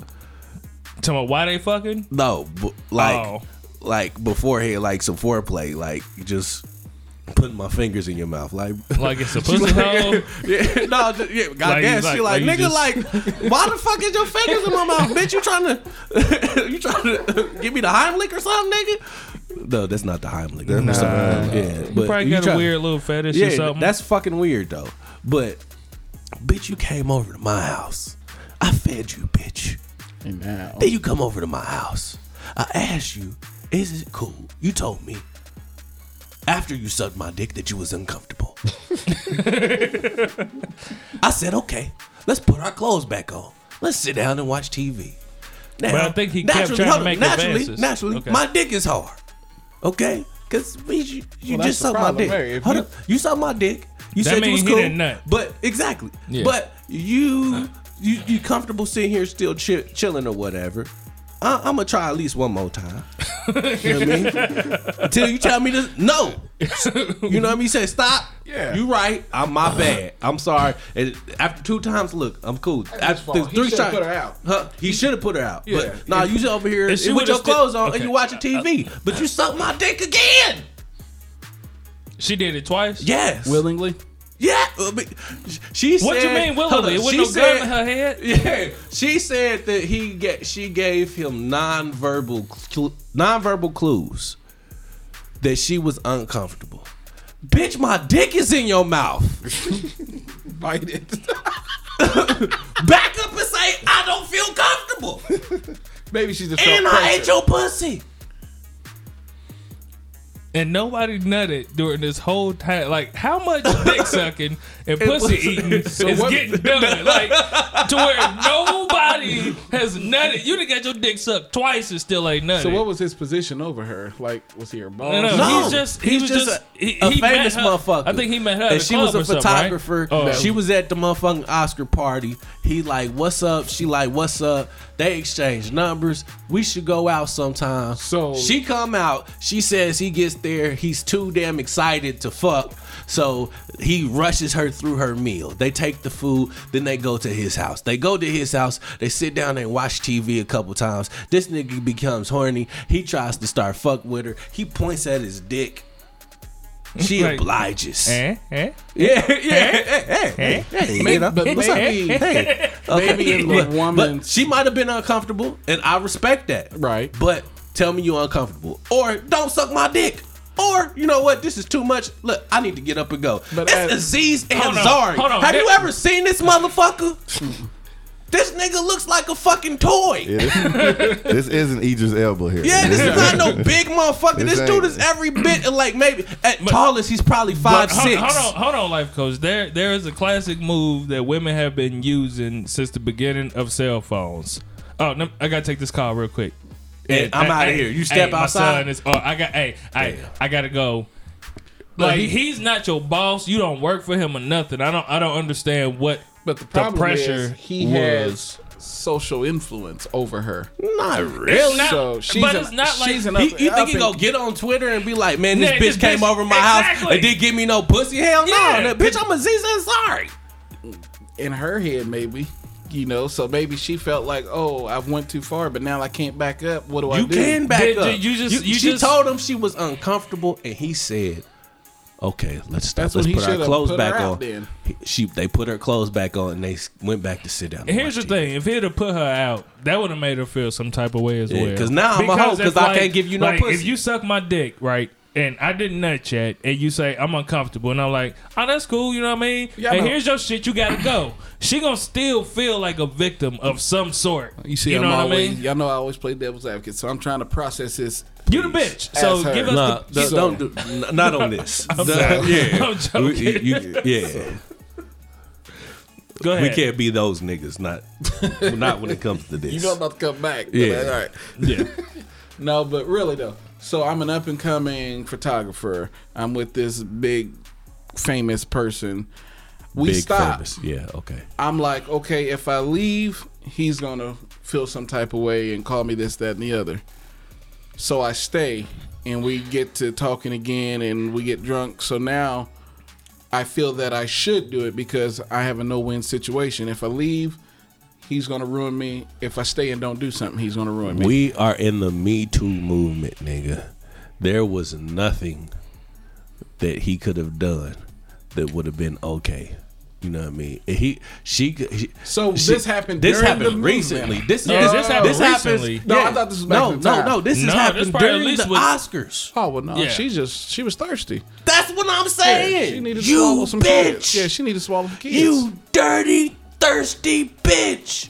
Speaker 5: Tell me why they fucking?
Speaker 3: No, bu- like,
Speaker 5: Oh.
Speaker 3: like beforehand, like some foreplay, like just putting my fingers in your mouth, like.
Speaker 5: Like it's a pussy hole.
Speaker 3: Yeah, no, just, yeah, goddamn.
Speaker 5: you
Speaker 3: she
Speaker 5: like- like
Speaker 3: like, nigga,
Speaker 5: you
Speaker 3: like, why the fuck is your fingers in my mouth, bitch? You trying to, you trying to give me the Heimlich or something, nigga? No, that's not the Heimlich. That's not. Yeah, but
Speaker 5: You probably got
Speaker 3: try-
Speaker 5: a weird little fetish or
Speaker 3: Yeah,
Speaker 5: something.
Speaker 3: that's fucking weird though. But, bitch, you came over to my house. I fed you, bitch.
Speaker 9: And now,
Speaker 3: Then you come over to my house. I asked you, is it cool? You told me after you sucked my dick that you was uncomfortable. I said, okay, let's put our clothes back on. Let's sit down and watch TV. Now,
Speaker 5: But I think he kept
Speaker 3: naturally-
Speaker 5: trying to
Speaker 3: hold on,
Speaker 5: make
Speaker 3: naturally,
Speaker 5: advances.
Speaker 3: Naturally,
Speaker 5: Okay.
Speaker 3: my dick is hard. Okay? Because you, you
Speaker 9: Well,
Speaker 3: just
Speaker 9: that's
Speaker 3: sucked
Speaker 9: the
Speaker 3: my
Speaker 9: problem,
Speaker 3: dick.
Speaker 9: Mary. If
Speaker 3: Hold
Speaker 9: you-
Speaker 3: up. You sucked my dick. You
Speaker 5: That
Speaker 3: said
Speaker 5: mean
Speaker 3: you was
Speaker 5: he
Speaker 3: cool.
Speaker 5: didn't nut.
Speaker 3: But exactly.
Speaker 5: Yeah.
Speaker 3: But you you you comfortable sitting here still chi- chilling or whatever. I, I'm gonna try at least one more time. you know what I mean? Until you tell me this. No, You know what I mean? He said, "Stop."
Speaker 8: Yeah.
Speaker 3: you right. I'm
Speaker 4: Uh-huh.
Speaker 3: my bad. I'm sorry. And after two times, look, I'm cool. After
Speaker 4: fault. He
Speaker 3: three
Speaker 4: should've
Speaker 3: times,
Speaker 4: put her out.
Speaker 3: Huh? He should have put her out.
Speaker 4: Yeah.
Speaker 3: But nah, you sit over here
Speaker 5: If she
Speaker 3: with
Speaker 5: would've
Speaker 3: your
Speaker 5: still-
Speaker 3: clothes on and
Speaker 5: okay. Uh,
Speaker 3: you watching TV, but you suck my dick again.
Speaker 5: She did it twice.
Speaker 3: Yes.
Speaker 8: willingly.
Speaker 3: Yeah. I mean, She said.
Speaker 5: What you mean
Speaker 3: Hold on.
Speaker 5: willingly? It
Speaker 3: She
Speaker 5: wasn't no
Speaker 3: said-
Speaker 5: gun in her head.
Speaker 3: Yeah, she said that he get she gave him nonverbal cl- nonverbal clues that she was uncomfortable. Bitch, my dick is in your mouth.
Speaker 4: Bite it.
Speaker 3: Back up and say I don't feel comfortable,
Speaker 4: Maybe she just felt
Speaker 3: and I ate
Speaker 4: pressure.
Speaker 3: your pussy.
Speaker 5: And nobody nutted during this whole time. Like, how much dick sucking and pussy
Speaker 3: pussy-
Speaker 5: eating
Speaker 3: So
Speaker 5: is
Speaker 3: what-
Speaker 5: getting done? Like, to where nobody has nutted. You done got your dick sucked twice and still ain't nutted.
Speaker 9: So what was his position over her? Like, was he her boss?
Speaker 5: No, no,
Speaker 3: No,
Speaker 5: he's just he
Speaker 3: he's
Speaker 5: was
Speaker 3: just
Speaker 5: just,
Speaker 3: a-
Speaker 5: he,
Speaker 3: a
Speaker 5: he
Speaker 3: famous
Speaker 5: met her-
Speaker 3: motherfucker.
Speaker 5: I think he met her. at
Speaker 3: And
Speaker 5: a
Speaker 3: she
Speaker 5: club
Speaker 3: was a
Speaker 5: or something, right?
Speaker 3: photographer.
Speaker 5: Oh.
Speaker 3: She was at the motherfucking Oscar party. He like, what's up? She like, what's up? They exchange numbers. We should go out sometime.
Speaker 9: So-
Speaker 3: she come out. She says he gets there. He's too damn excited to fuck. So he rushes her through her meal. They take the food, then they go to his house. They go to his house. They sit down and watch TV a couple times. This nigga becomes horny. He tries to start fuck with her. He points at his dick. She
Speaker 5: Right.
Speaker 3: obliges.
Speaker 5: Eh? Eh?
Speaker 3: Yeah, yeah. Hey, hey, you know,
Speaker 9: but
Speaker 3: what's up?
Speaker 9: maybe-
Speaker 3: hey, okay.
Speaker 9: maybe in the
Speaker 3: Look,
Speaker 9: woman's-
Speaker 3: she might have been uncomfortable, and I respect that.
Speaker 9: Right.
Speaker 3: But tell me you're uncomfortable, or don't suck my dick, or you know what? This is too much. Look, I need to get up and go.
Speaker 9: But
Speaker 3: it's
Speaker 9: as-
Speaker 3: Aziz
Speaker 5: Hold on,
Speaker 3: Ansari.
Speaker 5: hold on.
Speaker 3: Have you
Speaker 5: That-
Speaker 3: ever seen this motherfucker? this nigga looks like a fucking toy. Yeah,
Speaker 6: This isn't Idris Elba here.
Speaker 3: this is not no big motherfucker.
Speaker 6: This
Speaker 3: This, dude
Speaker 6: ain't-
Speaker 3: is every bit of like maybe at tallest he's probably five
Speaker 5: hold,
Speaker 3: six.
Speaker 5: Hold on, hold on, life coach. There, there is a classic move that women have been using since the beginning of cell phones. Oh, no, I gotta take this call real quick.
Speaker 3: Hey, I'm outta here. You step
Speaker 5: my
Speaker 3: outside?
Speaker 5: son is- oh, I got. Hey, I, I gotta go. Like
Speaker 9: But he-
Speaker 5: he's not your boss. You don't work for him or nothing. I don't. I don't understand what.
Speaker 9: But the problem
Speaker 5: pressure
Speaker 9: is he
Speaker 5: was-
Speaker 9: has social influence over her.
Speaker 3: Not really.
Speaker 5: It's not,
Speaker 9: So she's
Speaker 5: but
Speaker 9: an-
Speaker 5: it's not like
Speaker 9: she's an
Speaker 3: He, you think
Speaker 9: up
Speaker 3: he
Speaker 9: and-
Speaker 3: gonna get on Twitter and be like, "Man, this
Speaker 5: Yeah,
Speaker 3: bitch
Speaker 5: this
Speaker 3: came
Speaker 5: bitch-
Speaker 3: over my house
Speaker 5: exactly.
Speaker 3: and didn't give me no pussy"? Hell no,
Speaker 5: Yeah.
Speaker 3: that bitch, I'm Aziz Ansari.
Speaker 9: in her head maybe you know so maybe she felt like oh i went too far but now i can't back up what do i
Speaker 3: You
Speaker 9: do
Speaker 3: can back
Speaker 5: Did-
Speaker 3: up.
Speaker 5: did you just- you
Speaker 3: she
Speaker 5: just-
Speaker 3: told him she was uncomfortable, and he said, "Okay, let's stop.
Speaker 9: That's
Speaker 3: let's
Speaker 9: when he
Speaker 3: put our
Speaker 9: should've
Speaker 3: clothes
Speaker 9: put her
Speaker 3: back
Speaker 9: out
Speaker 3: on."
Speaker 9: then.
Speaker 3: He- She they put her clothes back on and they s- went back to sit down. and
Speaker 5: And here's the
Speaker 3: watch
Speaker 5: thing: if he'd have put her out, that would have made her feel some type of way as
Speaker 3: Yeah,
Speaker 5: well.
Speaker 3: 'cause now I'm a hoe, 'cause
Speaker 5: if,
Speaker 3: I can't give you no
Speaker 5: like, If
Speaker 3: pussy.
Speaker 5: you suck my dick, right, and I didn't nut yet, and you say I'm uncomfortable, and I'm like, oh, that's cool, you know what I mean?
Speaker 9: Yeah, I
Speaker 5: and
Speaker 9: know.
Speaker 5: here's your shit, you gotta go. She gonna still feel like a victim of some sort.
Speaker 9: you see i'm always y'all know i always play devil's advocate so i'm trying to process this
Speaker 5: You the bitch. So
Speaker 9: Ask her.
Speaker 5: give us
Speaker 3: Nah,
Speaker 5: the.
Speaker 3: the-
Speaker 9: So-
Speaker 3: don't do n- not on this. The-
Speaker 5: I'm
Speaker 3: Yeah,
Speaker 5: joking.
Speaker 3: We- you- yeah.
Speaker 5: Go ahead.
Speaker 3: We can't be those niggas. Not not when it comes to this.
Speaker 9: you know i'm about to come back but
Speaker 3: Yeah.
Speaker 9: like, all right
Speaker 5: Yeah.
Speaker 9: no but really though so i'm an up and coming photographer i'm with this big famous person we
Speaker 3: Big
Speaker 9: stop
Speaker 3: famous. Yeah. Okay.
Speaker 9: I'm like, okay, if I leave, he's gonna feel some type of way and call me this, that, and the other. So I stay, and we get to talking again, and we get drunk. So now, I feel that I should do it because I have a no-win situation. If I leave, he's gonna ruin me. If I stay and don't do something, he's gonna ruin me.
Speaker 3: We are in the Me Too movement, nigga. There was nothing that he could have done that would have been okay. You know what I mean? He, she, could- he-
Speaker 9: So
Speaker 3: she-
Speaker 9: this happened
Speaker 3: This
Speaker 9: during the
Speaker 3: happened
Speaker 9: movement.
Speaker 3: recently. This,
Speaker 5: Yeah,
Speaker 3: is-
Speaker 5: this happened recently.
Speaker 9: No, I thought this was back
Speaker 3: no,
Speaker 9: in the time.
Speaker 3: no, no. This
Speaker 5: No,
Speaker 3: has
Speaker 5: this
Speaker 3: happened
Speaker 5: probably at
Speaker 3: during
Speaker 5: least
Speaker 3: the
Speaker 5: with-
Speaker 3: Oscars.
Speaker 9: Oh well, no,
Speaker 5: Yeah.
Speaker 9: she just she was thirsty.
Speaker 3: That's what I'm
Speaker 9: Yeah, she
Speaker 3: saying.
Speaker 9: needed to swallow
Speaker 3: you
Speaker 9: some kids.
Speaker 3: bitch.
Speaker 9: Yeah, she needed to swallow some kids.
Speaker 3: you dirty, thirsty bitch.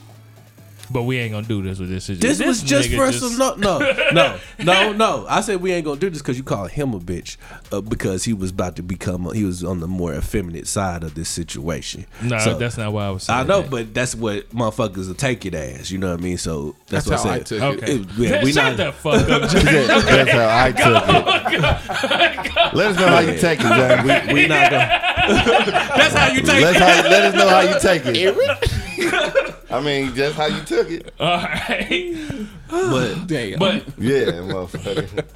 Speaker 5: But we ain't gonna do this with this.
Speaker 3: This, was just
Speaker 5: nigga
Speaker 3: for some no, no, no, no, no. I said we ain't gonna do this because you called him a bitch uh, because he was about to become he was on the more effeminate side of this situation.
Speaker 5: No,
Speaker 3: So,
Speaker 5: that's not why I was. saying
Speaker 3: I know,
Speaker 5: that.
Speaker 3: but that's what motherfuckers will take it as. You know what I mean? So that's,
Speaker 9: That's
Speaker 3: what
Speaker 9: how
Speaker 3: I
Speaker 9: I
Speaker 3: said.
Speaker 9: took it.
Speaker 5: Okay.
Speaker 3: It- yeah, we
Speaker 5: Shut
Speaker 3: not-
Speaker 5: the fuck up, Jay.
Speaker 6: That's how I took it. Let us know how you take it, Zane. We,
Speaker 3: We not gonna. that's how you take
Speaker 6: Let's
Speaker 3: it.
Speaker 6: how, let us know how you take it. I mean, just how you took it.
Speaker 5: All right.
Speaker 3: But
Speaker 9: Damn.
Speaker 5: But
Speaker 6: Yeah, motherfucker.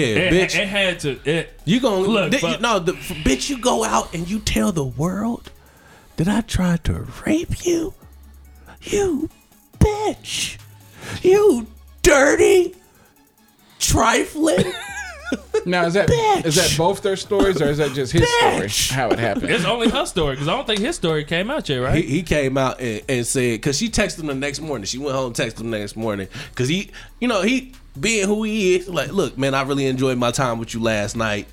Speaker 5: It,
Speaker 3: bitch.
Speaker 5: it, had to. It,
Speaker 3: you gonna
Speaker 5: Look,
Speaker 3: look? Did,
Speaker 5: fuck.
Speaker 3: no, the, bitch. You go out and you tell the world that I tried to rape you. You bitch. You dirty trifling.
Speaker 9: Now is that is
Speaker 3: Bitch.
Speaker 9: that both their stories or is that just his
Speaker 3: Bitch.
Speaker 9: story? How it happened?
Speaker 5: it's only her story because I don't think his story came out yet,
Speaker 3: He,
Speaker 5: right?
Speaker 3: he came out and, and said because she texted him the next morning. She went home, texted him the next morning because he, you know, he being who he is. Like, look, man, I really enjoyed my time with you last night.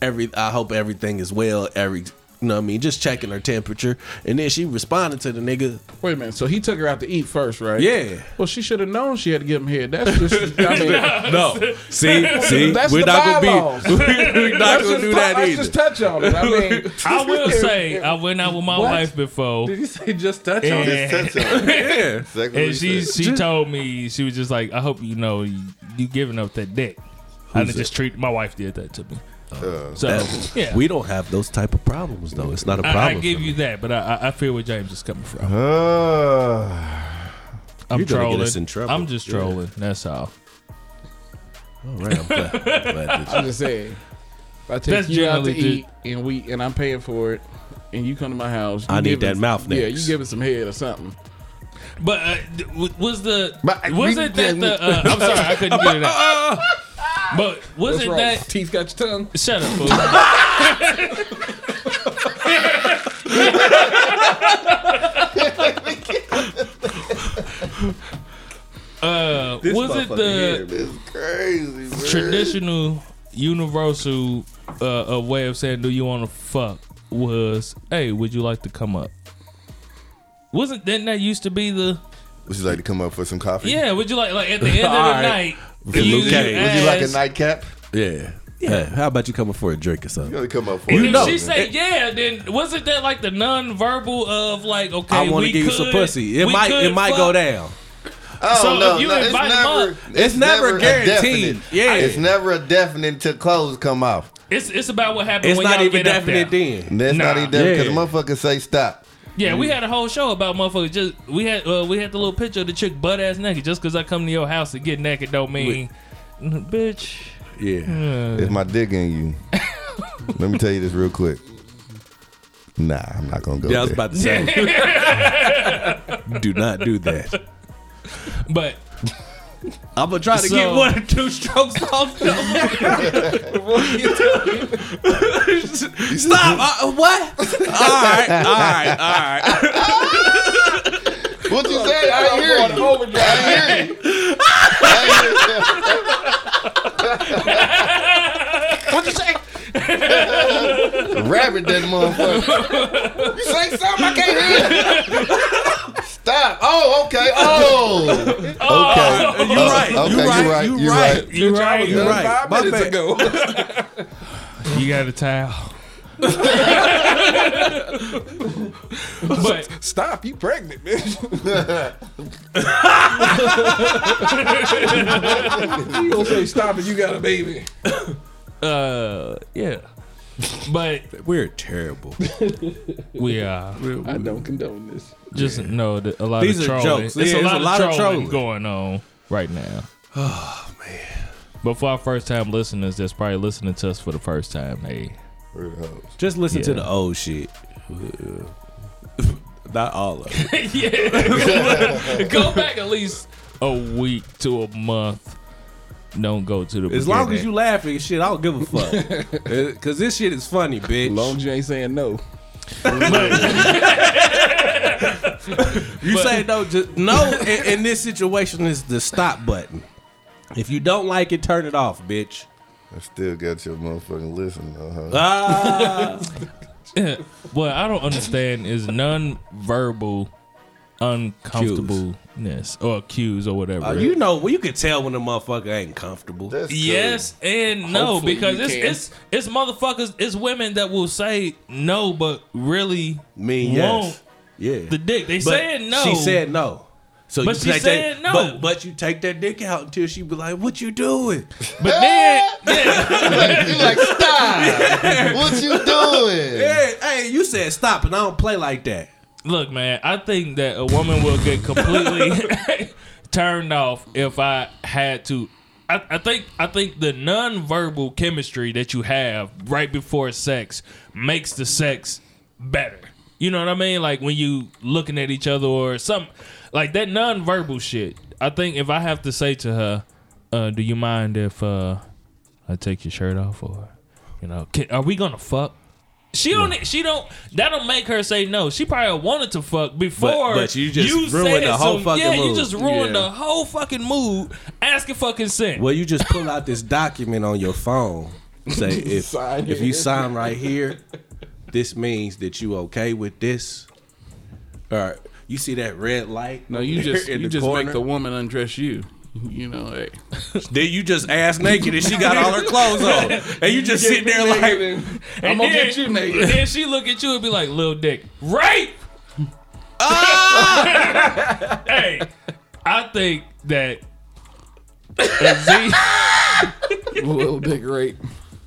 Speaker 3: Every, I hope everything is well. Every, you know, what I mean, just checking her temperature, and then she responded to the nigga.
Speaker 9: Wait a minute. So he took her out to eat first, right?
Speaker 3: Yeah.
Speaker 9: Well, she should have known she had to give him head. That's just. I mean,
Speaker 3: No, see, see,
Speaker 9: That's
Speaker 3: we're
Speaker 9: the
Speaker 3: not
Speaker 9: bylaws.
Speaker 3: gonna be, we're
Speaker 9: let's
Speaker 3: not gonna
Speaker 9: just,
Speaker 3: do
Speaker 9: tou-
Speaker 3: that
Speaker 9: let's
Speaker 3: either.
Speaker 9: just touch on it. I mean,
Speaker 5: I will say I went out with my
Speaker 9: What?
Speaker 5: wife before,
Speaker 9: Did you say just touch on it?
Speaker 5: and,
Speaker 6: Just touch on it.
Speaker 3: Yeah.
Speaker 6: Exactly what
Speaker 5: and
Speaker 6: he
Speaker 5: she
Speaker 6: said.
Speaker 5: she told me she was just like, I hope you know you, you giving up that dick. I didn't just treat my wife did that to me.
Speaker 6: Uh,
Speaker 5: so yeah,
Speaker 3: We don't have those type of problems though. It's not a problem.
Speaker 5: I, I give you that, but I, I- I feel where James is coming from.
Speaker 6: Uh,
Speaker 5: I'm
Speaker 3: You're gonna
Speaker 5: trolling.
Speaker 3: get us in trouble.
Speaker 5: I'm just trolling. That's all.
Speaker 3: All right, I'm glad, I'm glad that you-
Speaker 9: I'm just saying. If I take
Speaker 5: That's
Speaker 9: you out to
Speaker 5: generally
Speaker 9: eat and we and I'm paying for it, and you come to my house, you
Speaker 3: I need
Speaker 9: give
Speaker 3: that
Speaker 9: us-
Speaker 3: mouth
Speaker 9: Yeah,
Speaker 3: next.
Speaker 9: you give it some head or something.
Speaker 5: But uh, d- w- was the
Speaker 6: But I-
Speaker 5: wasn't
Speaker 6: we-
Speaker 5: that the? Uh, I'm sorry, I couldn't get it out. But
Speaker 9: What's
Speaker 5: wasn't
Speaker 9: wrong?
Speaker 5: that?
Speaker 9: Teeth got your tongue.
Speaker 5: Shut up, fool. Uh, was it the
Speaker 6: it's crazy, man.
Speaker 5: traditional, universal uh, uh, way of saying "Do you want to fuck?" Was "Hey, would you like to come up?" Wasn't didn't that used to be the
Speaker 6: Would you like to come up for some coffee?
Speaker 5: yeah? Would you like like at the end of the
Speaker 3: Alright.
Speaker 5: night?
Speaker 3: Luke
Speaker 5: you- you
Speaker 3: Cage.
Speaker 6: Would you like a
Speaker 5: ask-
Speaker 6: nightcap?
Speaker 3: Yeah. Yeah. how about you coming for a drink or something?
Speaker 6: You only come up for
Speaker 5: And
Speaker 6: it.
Speaker 5: if she say yeah, then wasn't that like the non-verbal of like okay,
Speaker 3: I want
Speaker 5: we
Speaker 3: to give
Speaker 5: could,
Speaker 3: you some pussy. It
Speaker 5: we
Speaker 3: might
Speaker 5: could
Speaker 3: it might
Speaker 5: fuck.
Speaker 3: go down.
Speaker 6: Oh,
Speaker 5: So
Speaker 6: no,
Speaker 5: if you
Speaker 6: no, it's
Speaker 5: invite 'em
Speaker 6: never,
Speaker 5: up-
Speaker 6: it's
Speaker 3: never
Speaker 6: a
Speaker 3: guaranteed.
Speaker 6: definite.
Speaker 3: Yeah.
Speaker 6: it's never a definite till clothes come off.
Speaker 5: It's it's about what happened
Speaker 3: It's
Speaker 5: when
Speaker 3: not
Speaker 5: y'all
Speaker 3: even
Speaker 5: get up
Speaker 3: definite
Speaker 5: there.
Speaker 3: then.
Speaker 6: That's not
Speaker 5: Nah.
Speaker 6: even definite
Speaker 3: Yeah.
Speaker 6: because motherfuckers say stop.
Speaker 5: Yeah,
Speaker 3: Mm.
Speaker 5: we had a whole show about motherfuckers. Just we had uh, we had the little picture of the chick butt ass naked. Just because I come to your house to get naked don't mean, bitch.
Speaker 3: Yeah.
Speaker 6: It's my dick in you. Let me tell you this real quick. Nah, I'm not gonna go
Speaker 3: Yeah, I was
Speaker 6: there.
Speaker 3: about to say. do not do that.
Speaker 5: But
Speaker 3: I'm gonna try to
Speaker 5: So-
Speaker 3: get one or two strokes off. the- Stop! Uh, what? All right, all right, all right.
Speaker 6: what you say? I ain't hear you. I ain't hear you. I ain't hear
Speaker 9: What'd you say?
Speaker 6: you. Rabbit that motherfucker.
Speaker 9: You say something? I can't hear.
Speaker 6: Stop. Oh, okay. Oh. Okay. Oh,
Speaker 3: You're right.
Speaker 6: Okay,
Speaker 3: You're
Speaker 6: you
Speaker 3: right.
Speaker 6: right,
Speaker 3: You're
Speaker 6: you
Speaker 3: right.
Speaker 6: right.
Speaker 5: you right,
Speaker 3: You're right.
Speaker 9: Five
Speaker 3: My
Speaker 9: minutes
Speaker 3: bad.
Speaker 9: ago.
Speaker 5: you got a towel. but
Speaker 9: Stop! You pregnant, bitch. you gonna say stop and you got a baby?
Speaker 5: uh, yeah, but
Speaker 3: We're terrible.
Speaker 5: we are.
Speaker 9: I don't condone this.
Speaker 5: Just know that a lot
Speaker 3: These
Speaker 5: of
Speaker 3: are
Speaker 5: trolling.
Speaker 3: jokes.
Speaker 5: It's
Speaker 3: Yeah,
Speaker 5: a,
Speaker 3: it's
Speaker 5: lot,
Speaker 3: a
Speaker 5: of
Speaker 3: lot of
Speaker 5: trolling,
Speaker 3: trolling.
Speaker 5: going on right now. Oh man. But for our first time listeners that's probably listening to us for the first time, hey.
Speaker 3: Just listen to
Speaker 5: Yeah.
Speaker 3: the old shit. Not all of it.
Speaker 5: yeah. go back at least a week to a month. Don't go to the
Speaker 3: As long as
Speaker 5: beginning.
Speaker 3: you laughing, shit, I don't give a fuck. Uh, Cause this shit is funny, bitch.
Speaker 9: Long as you ain't saying no.
Speaker 3: You say no, just no. in, in this situation, is the stop button. If you don't like it, turn it off, bitch.
Speaker 6: I still got your motherfucking listen though,
Speaker 3: Uh,
Speaker 6: huh?
Speaker 3: Ah,
Speaker 5: What I don't understand is non-verbal uncomfortableness or cues or whatever.
Speaker 3: uh, you know, well, you can tell when a motherfucker ain't comfortable.
Speaker 6: That's cool.
Speaker 5: Yes and no
Speaker 9: Hopefully
Speaker 5: because
Speaker 9: you
Speaker 5: it's
Speaker 9: can.
Speaker 5: it's it's motherfuckers it's women that will say no but really
Speaker 3: Me,
Speaker 5: won't
Speaker 3: yes, yeah.
Speaker 5: the dick. They
Speaker 3: But
Speaker 5: saying no.
Speaker 3: She said no. So
Speaker 5: But
Speaker 3: you
Speaker 5: she
Speaker 3: take
Speaker 5: said
Speaker 3: that,
Speaker 5: no.
Speaker 3: But, but you take that dick out until she be like, "What you doing?"
Speaker 5: but
Speaker 3: "Ah!"
Speaker 5: then yeah,
Speaker 6: you like stop. what you doing?
Speaker 3: hey, hey, you said stop, and I don't play like that.
Speaker 5: look, man, I think that a woman will get completely turned off if I had to. I, I think I think the nonverbal chemistry that you have right before sex makes the sex better. You know what I mean? Like when you looking at each other or some like that nonverbal shit. I think if I have to say to her, uh, "Do you mind if uh, I take your shirt off?" or you know, can, are we gonna fuck? She don't. e, She don't. That don't make her say no. She probably wanted to fuck before.
Speaker 3: but you just ruined
Speaker 5: said
Speaker 3: the whole
Speaker 5: some-
Speaker 3: fucking
Speaker 5: Yeah, you
Speaker 3: mood.
Speaker 5: just ruined the whole fucking mood. Asking for consent.
Speaker 3: Well, you just pull out this document on your phone. Say if
Speaker 9: Sign
Speaker 3: if you sign right here, this means that you okay with this. All right. You see that red light?
Speaker 8: No, you just
Speaker 3: in
Speaker 8: you
Speaker 3: the
Speaker 8: just
Speaker 3: corner?
Speaker 8: make the woman undress you. You know, hey.
Speaker 3: Then you just ass naked and she got all her clothes on, and you just sitting there like,
Speaker 5: And
Speaker 8: gonna
Speaker 5: then-
Speaker 8: get you, nigga.
Speaker 5: Then she look at you and be like, "Little dick, right?"
Speaker 3: Ah!
Speaker 5: hey, I think that Z.
Speaker 8: little dick rape.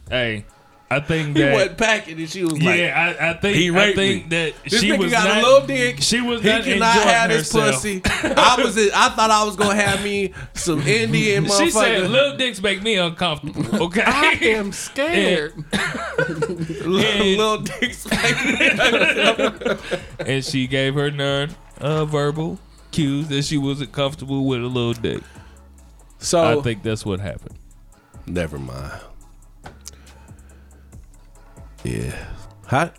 Speaker 5: hey, I think that.
Speaker 3: packing, and she was
Speaker 5: yeah, I, I think
Speaker 3: He
Speaker 5: I
Speaker 3: raped
Speaker 5: think that
Speaker 3: This
Speaker 5: she
Speaker 3: nigga
Speaker 5: was
Speaker 3: got
Speaker 5: not,
Speaker 3: a little dick.
Speaker 5: She was
Speaker 3: He
Speaker 5: not
Speaker 3: cannot
Speaker 5: enjoying
Speaker 3: have this
Speaker 5: herself.
Speaker 3: pussy. I was. I thought I was gonna have me some Indian motherfucker.
Speaker 5: She said, "Little dicks make me uncomfortable." Okay,
Speaker 8: I am scared.
Speaker 5: and,
Speaker 3: little dicks.
Speaker 5: and she gave her none uh, verbal cues that she wasn't comfortable with a little dick.
Speaker 3: So
Speaker 5: I think that's what happened.
Speaker 3: Never mind. Yeah. How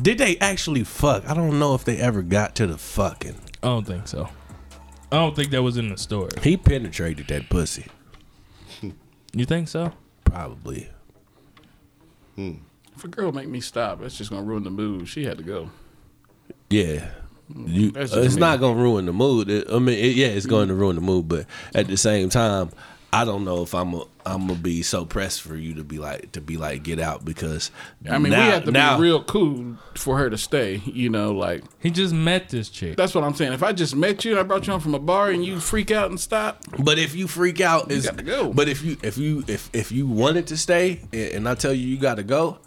Speaker 3: did they actually fuck? I don't know if they ever got to the fucking.
Speaker 5: I don't think so. I don't think that was in the story.
Speaker 3: He penetrated that pussy,
Speaker 5: You think so?
Speaker 3: probably.
Speaker 8: If a girl make me stop, that's just gonna ruin the mood. She had to go.
Speaker 3: Yeah. You,
Speaker 8: That's
Speaker 3: uh,
Speaker 8: just
Speaker 3: it's
Speaker 8: me.
Speaker 3: not gonna ruin the mood. It- I mean, it, yeah, it's going to ruin the mood, but at the same time, I don't know if I'm a, I'm gonna be so pressed for you to be like to be like get out because
Speaker 8: I mean,
Speaker 3: now-
Speaker 8: we had to
Speaker 3: now-
Speaker 8: be real cool for her to stay. You know, like
Speaker 5: He just met this chick.
Speaker 8: that's what I'm saying. If I just met you and I brought you home from a bar and you freak out and stop,
Speaker 3: But if you freak out, is
Speaker 8: gotta go.
Speaker 3: but if you if you if if you wanted to stay and and I tell you you got to go,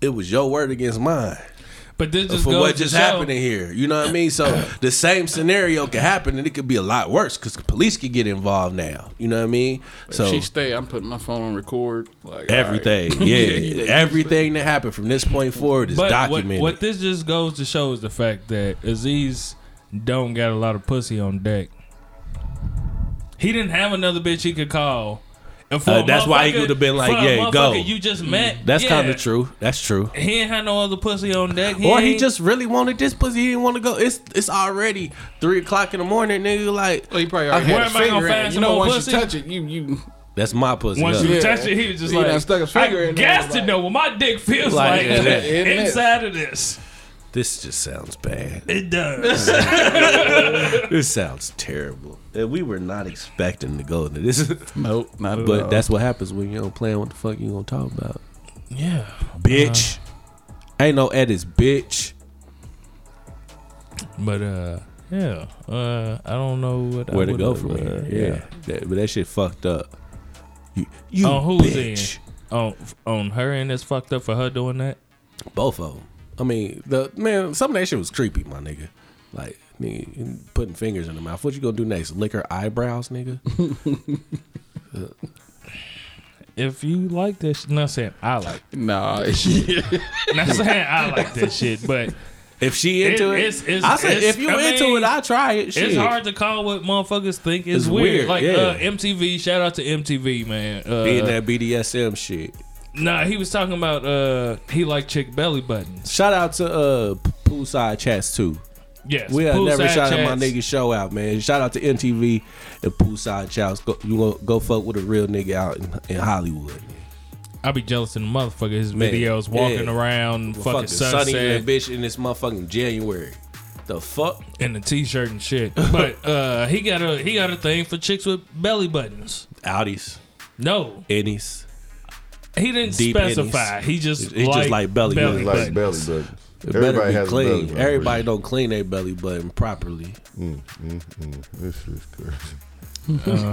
Speaker 3: it was your word against mine
Speaker 5: But this just
Speaker 3: for
Speaker 5: goes
Speaker 3: what
Speaker 5: to
Speaker 3: just
Speaker 5: show-
Speaker 3: happened in here. You know what I mean? So the same scenario could happen and it could be a lot worse because police could get involved now. You know what I mean? So
Speaker 8: she stay. I'm putting my phone on record. Like all
Speaker 3: everything,
Speaker 8: right.
Speaker 3: yeah,
Speaker 8: you did.
Speaker 3: everything that happened from this point forward is
Speaker 5: But what,
Speaker 3: documented.
Speaker 5: what this just goes to show is the fact that Aziz don't got a lot of pussy on deck. He didn't have another bitch he could call. And for
Speaker 3: Uh,
Speaker 5: a
Speaker 3: that's why he
Speaker 5: motherfucker-
Speaker 3: could've been like,
Speaker 5: for a
Speaker 3: "Yeah, go." Mm-hmm.
Speaker 5: motherfucker You just met.
Speaker 3: That's
Speaker 5: yeah,
Speaker 3: kind of true. That's true.
Speaker 5: He ain't had no other pussy on deck.
Speaker 3: Or he
Speaker 5: ain't-
Speaker 3: just really wanted this pussy. He didn't want to go. It's it's already three o'clock in the morning, nigga. Like
Speaker 8: Well, you probably already
Speaker 5: Where
Speaker 8: had a
Speaker 5: am I gonna
Speaker 8: finger in
Speaker 5: find
Speaker 8: it. You
Speaker 5: some
Speaker 8: know,
Speaker 5: more
Speaker 8: once
Speaker 5: pussy?
Speaker 8: you touch it, you you
Speaker 3: that's my pussy.
Speaker 5: Once
Speaker 3: huh?
Speaker 5: you
Speaker 8: Yeah.
Speaker 5: touched it, he was just
Speaker 8: He
Speaker 5: like,
Speaker 8: done stuck his finger
Speaker 5: I
Speaker 8: in there,
Speaker 5: guessed to
Speaker 8: like-
Speaker 5: know what my dick feels
Speaker 3: Like,
Speaker 5: like,
Speaker 3: yeah, that-
Speaker 5: inside of this.
Speaker 3: This just sounds bad.
Speaker 5: It does.
Speaker 3: This sounds terrible. And we were not expecting to go into this,
Speaker 8: nope, not at
Speaker 3: but
Speaker 8: all.
Speaker 3: that's what happens when you don't plan. What the fuck you gonna talk about,
Speaker 5: yeah.
Speaker 3: bitch? Ain't no edits, bitch.
Speaker 5: But uh, yeah. Uh, I don't know what I
Speaker 3: Where to
Speaker 5: would've,
Speaker 3: go from
Speaker 5: uh,
Speaker 3: here? Yeah, That, but that shit fucked up. You, you
Speaker 5: On who's
Speaker 3: bitch.
Speaker 5: Oh, in? On on her end that's fucked up for her doing that.
Speaker 3: Both of them. I mean, the man. Some of that shit was creepy, my nigga. Like, nigga, putting fingers in her mouth. What you gonna do next? Lick her eyebrows, nigga?
Speaker 5: If you like this, not saying I like,
Speaker 8: nah.
Speaker 5: not saying I like that shit, but
Speaker 3: If she into
Speaker 5: It-
Speaker 3: it,
Speaker 5: it's- it's-
Speaker 3: I said
Speaker 5: it's-
Speaker 3: if you
Speaker 5: I
Speaker 3: into
Speaker 5: mean,
Speaker 3: it, I try it. Shit.
Speaker 5: it's hard to call what motherfuckers think is
Speaker 3: It's
Speaker 5: weird.
Speaker 3: weird,
Speaker 5: Like
Speaker 3: yeah.
Speaker 5: uh, MTV, shout out to MTV, man. Uh,
Speaker 3: being that BDSM shit.
Speaker 5: Nah, he was talking about uh, he like chick belly buttons.
Speaker 3: Shout out to uh P- Poolside Chats too.
Speaker 5: Yes,
Speaker 3: We had never
Speaker 5: poolside
Speaker 3: shouted my
Speaker 5: chats.
Speaker 3: nigga show out, man. Shout out to MTV and Poolside Chats. Go, you go, go fuck with a real nigga out in, in Hollywood.
Speaker 5: I be jealous of the motherfucker. His
Speaker 3: Man,
Speaker 5: videos walking
Speaker 3: yeah.
Speaker 5: around, fucking, sunset,
Speaker 3: sunny and bitch in this motherfucking January. The fuck?
Speaker 5: and the t-shirt and shit. But uh, he got a he got a thing for chicks with belly buttons.
Speaker 3: Audis,
Speaker 5: No,
Speaker 3: innies,
Speaker 5: he didn't
Speaker 3: Deep
Speaker 5: specify. He just
Speaker 3: He just like belly buttons.
Speaker 6: like
Speaker 5: buttons.
Speaker 6: belly button.
Speaker 3: It
Speaker 6: Everybody
Speaker 3: better
Speaker 6: has
Speaker 3: be
Speaker 6: a belly
Speaker 3: clean.
Speaker 6: button. Mm,
Speaker 3: Everybody don't clean their belly button properly.
Speaker 6: This is crazy.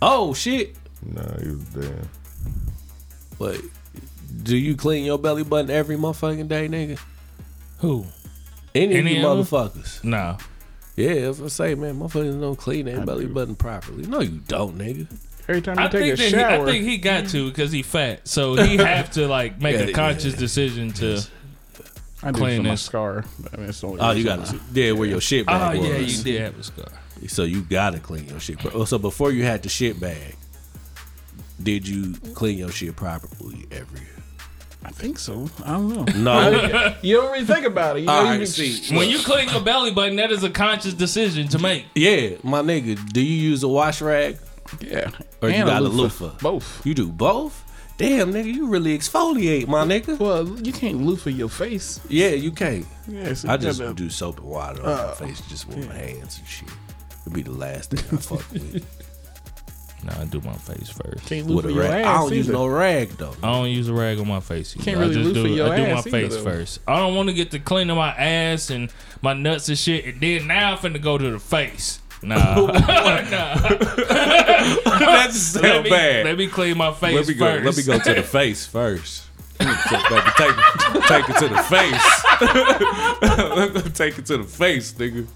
Speaker 3: Oh shit!
Speaker 6: Nah, he was damn.
Speaker 3: But do you clean your belly button every motherfucking day, nigga?
Speaker 5: Who?
Speaker 3: Any,
Speaker 5: Any
Speaker 3: of you
Speaker 5: of
Speaker 3: motherfuckers?
Speaker 5: No.
Speaker 3: Yeah, that's what I say, man. Motherfuckers don't clean their belly button properly. No, you don't, nigga.
Speaker 7: Every time you
Speaker 5: I
Speaker 7: take
Speaker 5: think, that he,
Speaker 7: a
Speaker 5: I
Speaker 7: shower,
Speaker 5: think he got to because he fat, so he have to like make
Speaker 3: Yeah,
Speaker 5: a conscious decision to.
Speaker 7: I do
Speaker 5: clean
Speaker 7: for my
Speaker 5: this.
Speaker 7: scar. but I mean, it's the only
Speaker 3: Oh, you
Speaker 7: reason
Speaker 3: got to yeah, where your shit
Speaker 5: Oh
Speaker 3: bag was.
Speaker 5: yeah, you did have a scar.
Speaker 3: So you gotta clean your shit. pro- So before you had the shit bag, did you clean your shit properly every?
Speaker 7: I think so. I don't know. Ah,
Speaker 3: No,
Speaker 7: You don't really think about it. You know,
Speaker 3: All
Speaker 7: you
Speaker 3: right,
Speaker 7: just-
Speaker 3: see.
Speaker 5: When you clean your belly button, that is a conscious decision to make.
Speaker 3: yeah, my nigga, do you use a wash rag
Speaker 7: yeah.
Speaker 3: or you
Speaker 7: And
Speaker 3: got a
Speaker 7: loofah.
Speaker 3: loofah?
Speaker 7: Both.
Speaker 3: You do both. Damn, nigga, you really exfoliate, my nigga.
Speaker 7: Well, you can't loofah your face.
Speaker 3: Yeah, you can't.
Speaker 7: Yeah, so
Speaker 3: I
Speaker 7: you
Speaker 3: just
Speaker 7: gotta-
Speaker 3: do soap and water on my face, just with my hands and shit. It'd be the last thing I fuck with.
Speaker 5: No, I do my face first.
Speaker 7: can't
Speaker 3: with
Speaker 7: loofah
Speaker 3: a
Speaker 7: your
Speaker 3: rag. I
Speaker 7: ass.
Speaker 3: don't use
Speaker 7: either.
Speaker 3: no rag though.
Speaker 5: I don't use a rag on my face. Either.
Speaker 7: Can't really
Speaker 5: I just
Speaker 7: root for
Speaker 5: do,
Speaker 7: your
Speaker 5: I do
Speaker 7: ass
Speaker 5: my
Speaker 7: either,
Speaker 5: face
Speaker 7: though.
Speaker 5: first. I don't want to get to cleaning my ass and my nuts and shit, and then now I'm finna go to the face. Nah,
Speaker 3: That's so
Speaker 5: let me,
Speaker 3: bad.
Speaker 5: let me clean my face
Speaker 3: Let me go.
Speaker 5: first.
Speaker 3: Let me go to the face first. take, take, take it to the face. take it to the face, nigga.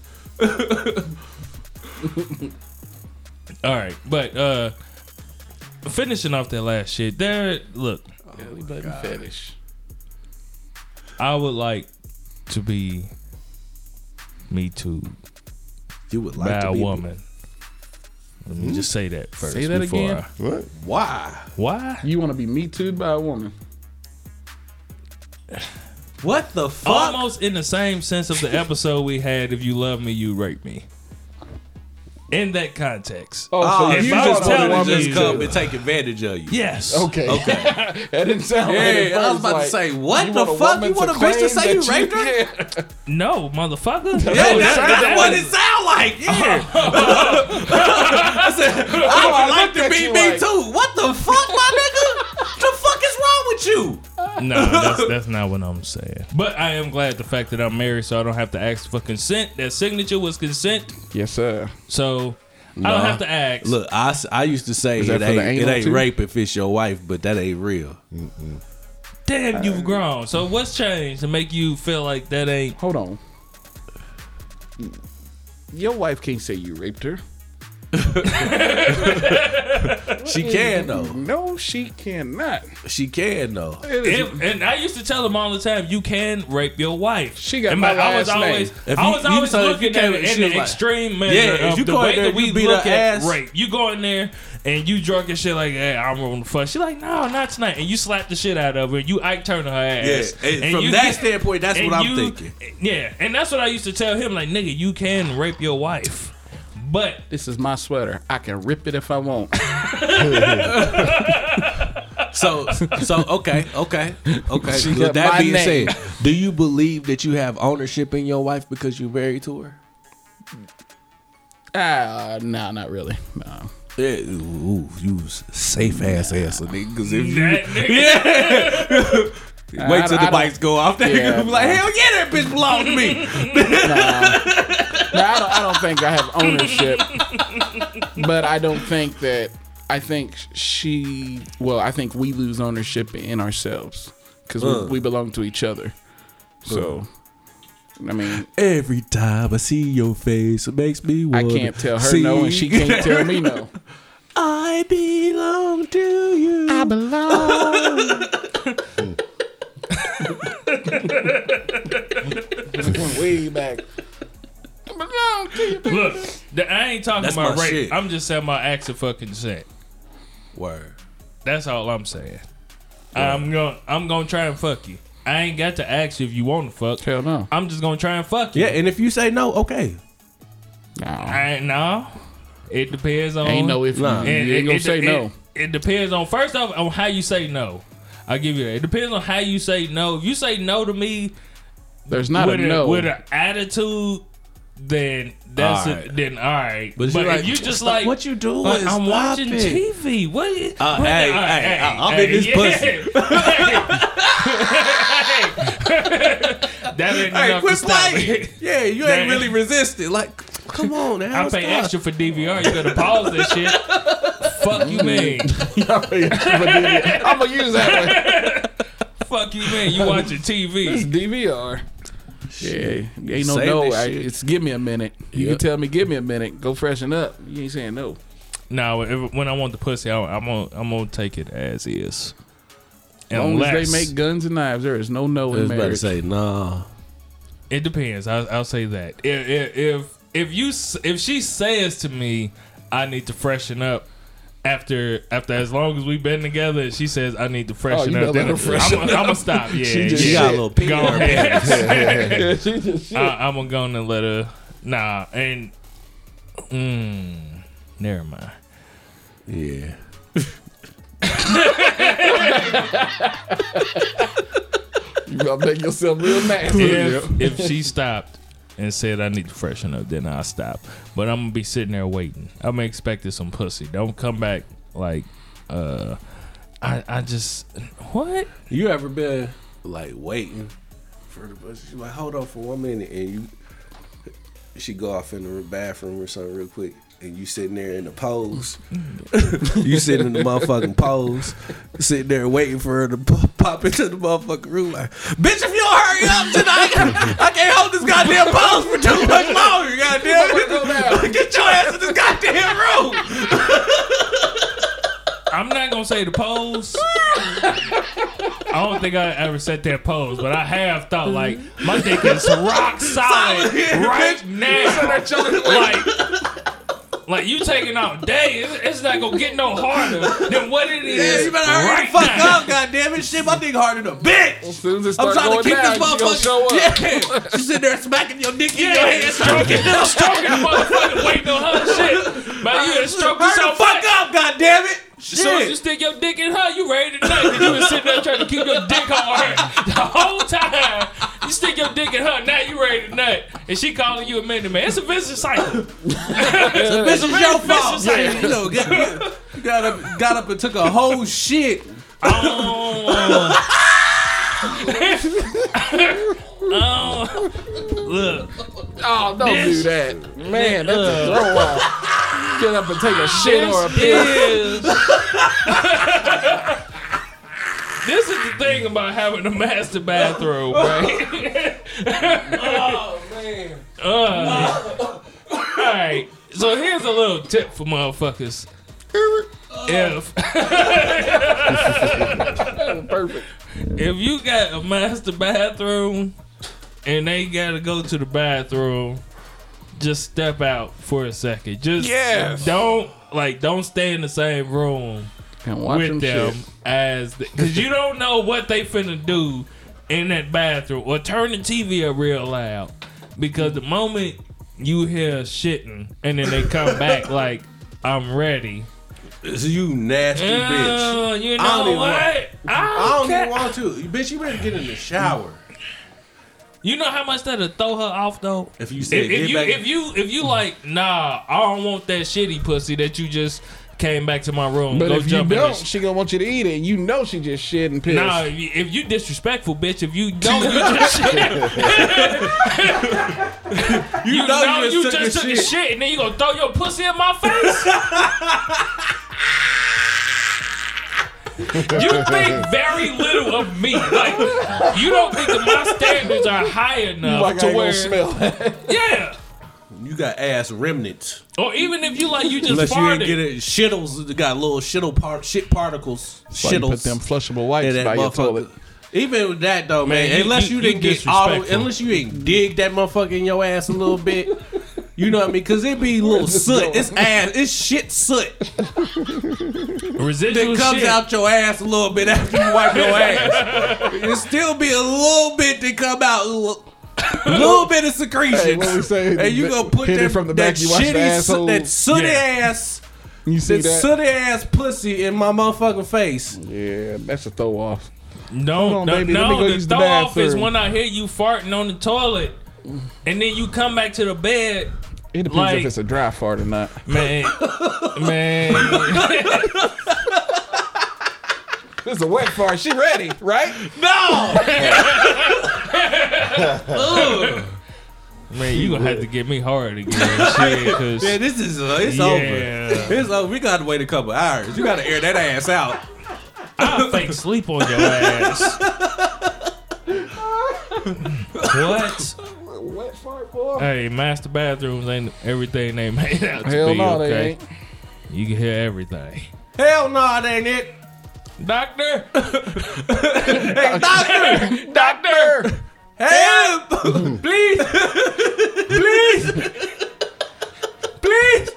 Speaker 5: All right, but uh finishing off that last shit. There, look,
Speaker 7: Belly button fetish.
Speaker 5: I would like to be me too
Speaker 3: You would
Speaker 5: by
Speaker 3: like
Speaker 5: a
Speaker 3: to be
Speaker 5: woman. Let me just say that first.
Speaker 7: Say that
Speaker 5: before
Speaker 7: again.
Speaker 5: I-
Speaker 6: What?
Speaker 3: Why?
Speaker 5: why?
Speaker 7: You want to be me too by a woman?
Speaker 3: What the fuck?
Speaker 5: Almost in the same sense of the episode we had. If you love me, you rape me. In that context,
Speaker 7: Oh,
Speaker 3: Oh,
Speaker 7: so
Speaker 5: if
Speaker 7: you
Speaker 5: I
Speaker 7: just
Speaker 5: was
Speaker 7: want
Speaker 5: telling
Speaker 7: a
Speaker 5: you
Speaker 3: woman
Speaker 7: woman
Speaker 3: just
Speaker 5: to-
Speaker 3: come and take advantage of you.
Speaker 5: yes.
Speaker 7: Okay. that didn't sound like it
Speaker 3: Hey, I was
Speaker 7: first,
Speaker 3: about
Speaker 7: like,
Speaker 3: to say, what
Speaker 7: you
Speaker 3: the
Speaker 7: want a
Speaker 3: fuck?
Speaker 7: woman
Speaker 3: You want a bitch to
Speaker 7: claim
Speaker 3: say you
Speaker 7: that
Speaker 3: raped her? Yeah,
Speaker 7: Yeah.
Speaker 5: No, motherfucker.
Speaker 3: that's, that's what it sound like. Yeah. I said, "Oh, I would like to
Speaker 7: looked at
Speaker 3: be
Speaker 7: you
Speaker 3: me
Speaker 7: like-
Speaker 3: too. What the fuck, my nigga? the fuck is wrong with you?
Speaker 5: No, that's, that's not what I'm saying. But I am glad the fact that I'm married, so I don't have to ask for consent. That signature was consent,
Speaker 7: Yes, sir.
Speaker 5: so I don't have to ask.
Speaker 3: Look, I, s- I used to say
Speaker 7: Is that
Speaker 3: it
Speaker 7: for the
Speaker 3: ain't, it
Speaker 7: anal
Speaker 3: ain't
Speaker 7: too?
Speaker 3: rape if it's your wife, but that ain't real.
Speaker 5: damn, you've grown. So what's changed to make you feel like that ain't?
Speaker 7: Hold on. Your wife can't say you raped her.
Speaker 3: She can though.
Speaker 7: No, she cannot.
Speaker 3: She can though.
Speaker 7: It is-
Speaker 5: If- and I used to tell them all the time, you can rape your wife.
Speaker 7: She got
Speaker 5: and
Speaker 7: my
Speaker 5: I was
Speaker 7: last name.
Speaker 5: always,
Speaker 3: If
Speaker 5: I
Speaker 3: you-
Speaker 5: was
Speaker 3: you
Speaker 5: always
Speaker 3: tell- if you
Speaker 5: looking at
Speaker 3: came-
Speaker 5: it
Speaker 3: she
Speaker 5: in the
Speaker 3: was like-
Speaker 5: extreme measure
Speaker 3: Yeah, if
Speaker 5: of
Speaker 3: you
Speaker 5: the
Speaker 3: go
Speaker 5: way
Speaker 3: in there,
Speaker 5: that we
Speaker 3: you beat her
Speaker 5: look at
Speaker 3: ass.
Speaker 5: rape. You go in there and you drunk and shit like, hey, I'm on the fuck. She like, no, not tonight. And you slap the shit out of her. You Ike Turner her ass.
Speaker 3: Yeah, and from that standpoint, that's
Speaker 5: and
Speaker 3: what I'm
Speaker 5: you-
Speaker 3: thinking.
Speaker 5: Yeah, and that's what I used to tell him. Like, nigga, you can rape your wife, but
Speaker 7: this is my sweater. I can rip it if I want.
Speaker 3: So so okay, okay, okay.
Speaker 7: She
Speaker 3: With
Speaker 7: got
Speaker 3: that
Speaker 7: my
Speaker 3: being
Speaker 7: name.
Speaker 3: said, do you believe that you have ownership in your wife because you're married to her?
Speaker 7: Ah, nah, not really. Nah.
Speaker 3: Yeah, ooh, you s- safe ass ass nigga. Because if you
Speaker 5: that nigga,
Speaker 3: wait
Speaker 7: I-
Speaker 3: till the
Speaker 7: I don't-
Speaker 3: lights go off, that
Speaker 7: Yeah,
Speaker 3: nigga be like, hell yeah, that bitch belong to me.
Speaker 7: No, I don't, I don't think I have ownership, but I don't think that. I think she. Well, I think we lose ownership in ourselves because
Speaker 3: Uh.
Speaker 7: we, we belong to each other. So, I mean,
Speaker 3: Every time I see your face, it makes me.
Speaker 7: I
Speaker 3: Wanna
Speaker 7: can't tell her
Speaker 3: see.
Speaker 7: no, and she can't tell me no.
Speaker 3: I belong to you.
Speaker 7: I belong. way back. I belong to you.
Speaker 5: look, the, I ain't talking
Speaker 3: That's
Speaker 5: about
Speaker 3: my
Speaker 5: rape.
Speaker 3: shit.
Speaker 5: I'm just saying my acts of fucking consent.
Speaker 3: Word.
Speaker 5: That's all I'm saying. I'm gonna I'm gonna try and fuck you. I ain't got to ask you if you want to fuck.
Speaker 7: Hell no.
Speaker 5: I'm just gonna try and fuck you.
Speaker 3: Yeah, and if you say no, okay.
Speaker 7: No.
Speaker 5: I ain't no. It depends on.
Speaker 7: Ain't no if you,
Speaker 3: Nah.
Speaker 7: you ain't gonna say
Speaker 5: it,
Speaker 7: no.
Speaker 5: It, it depends on first off on how you say no. I give you that. It depends on how you say no. If you say no to me
Speaker 7: There's not
Speaker 5: with
Speaker 7: a no.
Speaker 5: with an attitude, then that's
Speaker 3: All
Speaker 5: it.
Speaker 3: right.
Speaker 5: then all right. But,
Speaker 3: But you're
Speaker 5: if
Speaker 3: like,
Speaker 5: you just like
Speaker 3: what you doing?
Speaker 5: Like, I'm
Speaker 3: Stop
Speaker 5: watching
Speaker 3: it.
Speaker 5: TV. What? you-
Speaker 3: Uh,
Speaker 5: what-
Speaker 3: hey,
Speaker 5: all right,
Speaker 3: hey, I- I'm in this pussy.
Speaker 5: that ain't
Speaker 3: Hey,
Speaker 5: enough to
Speaker 3: quit
Speaker 5: stop
Speaker 3: playing.
Speaker 5: me.
Speaker 3: yeah, you
Speaker 5: Dang.
Speaker 3: ain't really resisted. Like, come on, now.
Speaker 5: I pay extra for DVR. You gotta pause that shit. Fuck you, man.
Speaker 3: Mm-hmm.
Speaker 7: I'm gonna use that one.
Speaker 5: Fuck you, man. You watching TV?
Speaker 7: DVR. Yeah, ain't no
Speaker 3: Save
Speaker 7: no.
Speaker 3: this
Speaker 7: I,
Speaker 3: shit.
Speaker 7: it's give me a minute. You
Speaker 5: Yep.
Speaker 7: can tell me, give me a minute. Go freshen up. You ain't saying no.
Speaker 5: Now, if, when I want the pussy, I, I'm gonna I'm gonna take it as is.
Speaker 7: As long as
Speaker 5: Unless-
Speaker 7: they make guns and knives, there is no
Speaker 3: I
Speaker 7: no in
Speaker 3: was about to
Speaker 7: marriage.
Speaker 3: say, nah.
Speaker 5: It depends. I, I'll say that. If, if if if you s- if she says to me, I need to freshen up. After after as long as we've been together, and she says I need to freshen
Speaker 7: Oh, you
Speaker 5: up. Then
Speaker 7: better let her freshen
Speaker 5: I'm gonna stop. Yeah,
Speaker 7: just-
Speaker 5: yeah.
Speaker 3: She got a little pee.
Speaker 5: Go
Speaker 3: in her
Speaker 5: ahead.
Speaker 7: yeah, she just shit.
Speaker 5: I, I'm gonna let her. Nah, and mm, never mind.
Speaker 3: Yeah.
Speaker 7: you gonna make yourself real nasty.
Speaker 5: If, if she stopped and said I need to freshen up, then I stop. But I'm gonna be sitting there waiting. I'm expecting some pussy. Don't come back like, uh, I I just what?
Speaker 3: You ever been like waiting for the bus? She's like, hold on for one minute, and you she go off in the bathroom or something real quick, and you sitting there in the pose. you sitting in the motherfucking pose, sitting there waiting for her to p- pop into the motherfucking room. Like, bitch, if you don't hurry up tonight, I can't hold this goddamn pose for too much longer. Goddamn, get your ass in this goddamn room.
Speaker 5: I'm not gonna say the pose. I don't think I ever said that pose, but I have thought like my dick is rock solid right now. Like, like you taking out day, it's, it's not gonna get no harder than what it
Speaker 3: Yeah,
Speaker 5: is.
Speaker 3: you better hurry
Speaker 5: right
Speaker 3: the fuck
Speaker 5: now.
Speaker 3: up, goddamn it. Shit, my dick harder than a bitch.
Speaker 7: As soon as it
Speaker 3: I'm
Speaker 7: starts
Speaker 3: trying
Speaker 7: going
Speaker 3: to keep
Speaker 7: down,
Speaker 3: this
Speaker 7: she gonna show up.
Speaker 3: motherfucker. Yeah, she's sitting there smacking your dick in your
Speaker 5: Yeah,
Speaker 3: head.
Speaker 5: stroking it, stroking that motherfucker, waiting on her shit. Man, you done stroked
Speaker 3: Hurry
Speaker 5: you so
Speaker 3: the fuck
Speaker 5: fast.
Speaker 3: up, goddamn it! Shit.
Speaker 5: As soon as you stick your dick in her, you ready to nut. 'Cause You been sitting there trying to keep your dick on her the whole time. You stick your dick in her, now you ready to nut. And she calling you a minute man. It's a vicious cycle.
Speaker 3: this is your fault.
Speaker 5: vicious
Speaker 3: Yeah, you know, get- get- you got up, got up and took a whole shit.
Speaker 5: Oh. oh. Look.
Speaker 7: Oh, don't
Speaker 5: This- uh,
Speaker 7: do that, man. That's a throw off. Get up and take a shit or a
Speaker 5: This is.
Speaker 7: piss.
Speaker 5: this is the thing about having a master bathroom, right? oh man. Uh, all right. So here's a little tip for motherfuckers. If
Speaker 7: Perfect.
Speaker 5: if you got a master bathroom and they gotta go to the bathroom, just step out for a second. Just
Speaker 7: Yes.
Speaker 5: don't like don't stay in the same room
Speaker 7: And watch
Speaker 5: with
Speaker 7: them,
Speaker 5: them
Speaker 7: shit.
Speaker 5: as because you don't know what they finna do in that bathroom or turn the TV up real loud because the moment you hear shitting and then they come back like I'm ready.
Speaker 3: It's you nasty bitch.
Speaker 5: Uh, you know
Speaker 3: I don't even
Speaker 5: what?
Speaker 3: want- I don't
Speaker 5: care.
Speaker 3: even want to. Bitch, you better get in the shower.
Speaker 5: You know how much that'll throw her off though.
Speaker 3: If you said
Speaker 5: If, if
Speaker 3: get
Speaker 5: you
Speaker 3: back-
Speaker 5: if you if you like nah, I don't want that shitty pussy that you just came back to my room.
Speaker 7: But
Speaker 5: go
Speaker 7: if you
Speaker 5: jump in
Speaker 7: don't,
Speaker 5: the sh-
Speaker 7: she gonna want you to eat it. You know she just shit and piss.
Speaker 5: Nah, if you, if you disrespectful, bitch. If you don't, you just you, know, you just, took the shit, and then you gonna throw your pussy in my face. you think very little of me. Like you don't think that my standards are high enough
Speaker 7: like I
Speaker 5: to
Speaker 7: ain't
Speaker 5: where
Speaker 7: gonna smell that.
Speaker 5: yeah.
Speaker 3: You got ass remnants.
Speaker 5: Or even if you like, you just
Speaker 3: Unless you
Speaker 5: farted.
Speaker 3: ain't get it, shittles got little shittle part, shit particles.
Speaker 7: Why you put
Speaker 3: Shittles.
Speaker 7: them flushable
Speaker 3: Yeah,
Speaker 7: wipes
Speaker 3: that
Speaker 7: by your
Speaker 3: motherfucker-
Speaker 7: toilet.
Speaker 3: Even with that though, man,
Speaker 5: Man, you-
Speaker 3: unless you,
Speaker 5: you-
Speaker 3: didn't
Speaker 5: you
Speaker 3: get auto,
Speaker 5: disrespectful.
Speaker 3: unless you didn't dig that motherfucker in your ass a little bit, you know what I mean? Because it be little soot. It's ass. It's shit soot
Speaker 5: Residual
Speaker 3: that comes
Speaker 5: shit.
Speaker 3: out your ass a little bit after you wipe your ass. It still be a little bit that come out. A little, little bit of secretion,
Speaker 7: Hey, what we say?
Speaker 3: and you gonna put
Speaker 7: Hit it
Speaker 3: that
Speaker 7: from the
Speaker 3: that
Speaker 7: back, you watch the
Speaker 3: shitty, so-
Speaker 7: asshole.
Speaker 3: that sooty
Speaker 5: Yeah.
Speaker 3: ass,
Speaker 7: You see
Speaker 3: that
Speaker 7: that?
Speaker 3: sooty ass pussy in my motherfucking face.
Speaker 7: Yeah, that's a throw off.
Speaker 5: No,
Speaker 7: on,
Speaker 5: no,
Speaker 7: baby, let me
Speaker 5: no.
Speaker 7: go
Speaker 5: The
Speaker 7: use the
Speaker 5: throw off is
Speaker 7: bathroom.
Speaker 5: when I hear you farting on the toilet, and then you come back to the bed,
Speaker 7: It depends
Speaker 5: Like-
Speaker 7: if it's a dry fart or not.
Speaker 5: man, man.
Speaker 7: If it's a wet fart, she ready, right?
Speaker 5: Man, you gonna have to get me hard again, shit, cause
Speaker 3: Man, this is uh, it's over.
Speaker 5: yeah,
Speaker 3: It's over. We gotta wait a couple hours. You gotta air that ass out.
Speaker 5: I fake sleep on your ass. what?
Speaker 4: Wet fart boy.
Speaker 5: Hey, master bathrooms ain't everything they made out to
Speaker 7: Hell
Speaker 5: be.
Speaker 7: no,
Speaker 5: okay?
Speaker 7: they ain't.
Speaker 5: You can hear everything.
Speaker 3: Hell no, it ain't it.
Speaker 5: Doctor,
Speaker 3: Hey, doctor,
Speaker 5: doctor,
Speaker 3: help, please, please, please.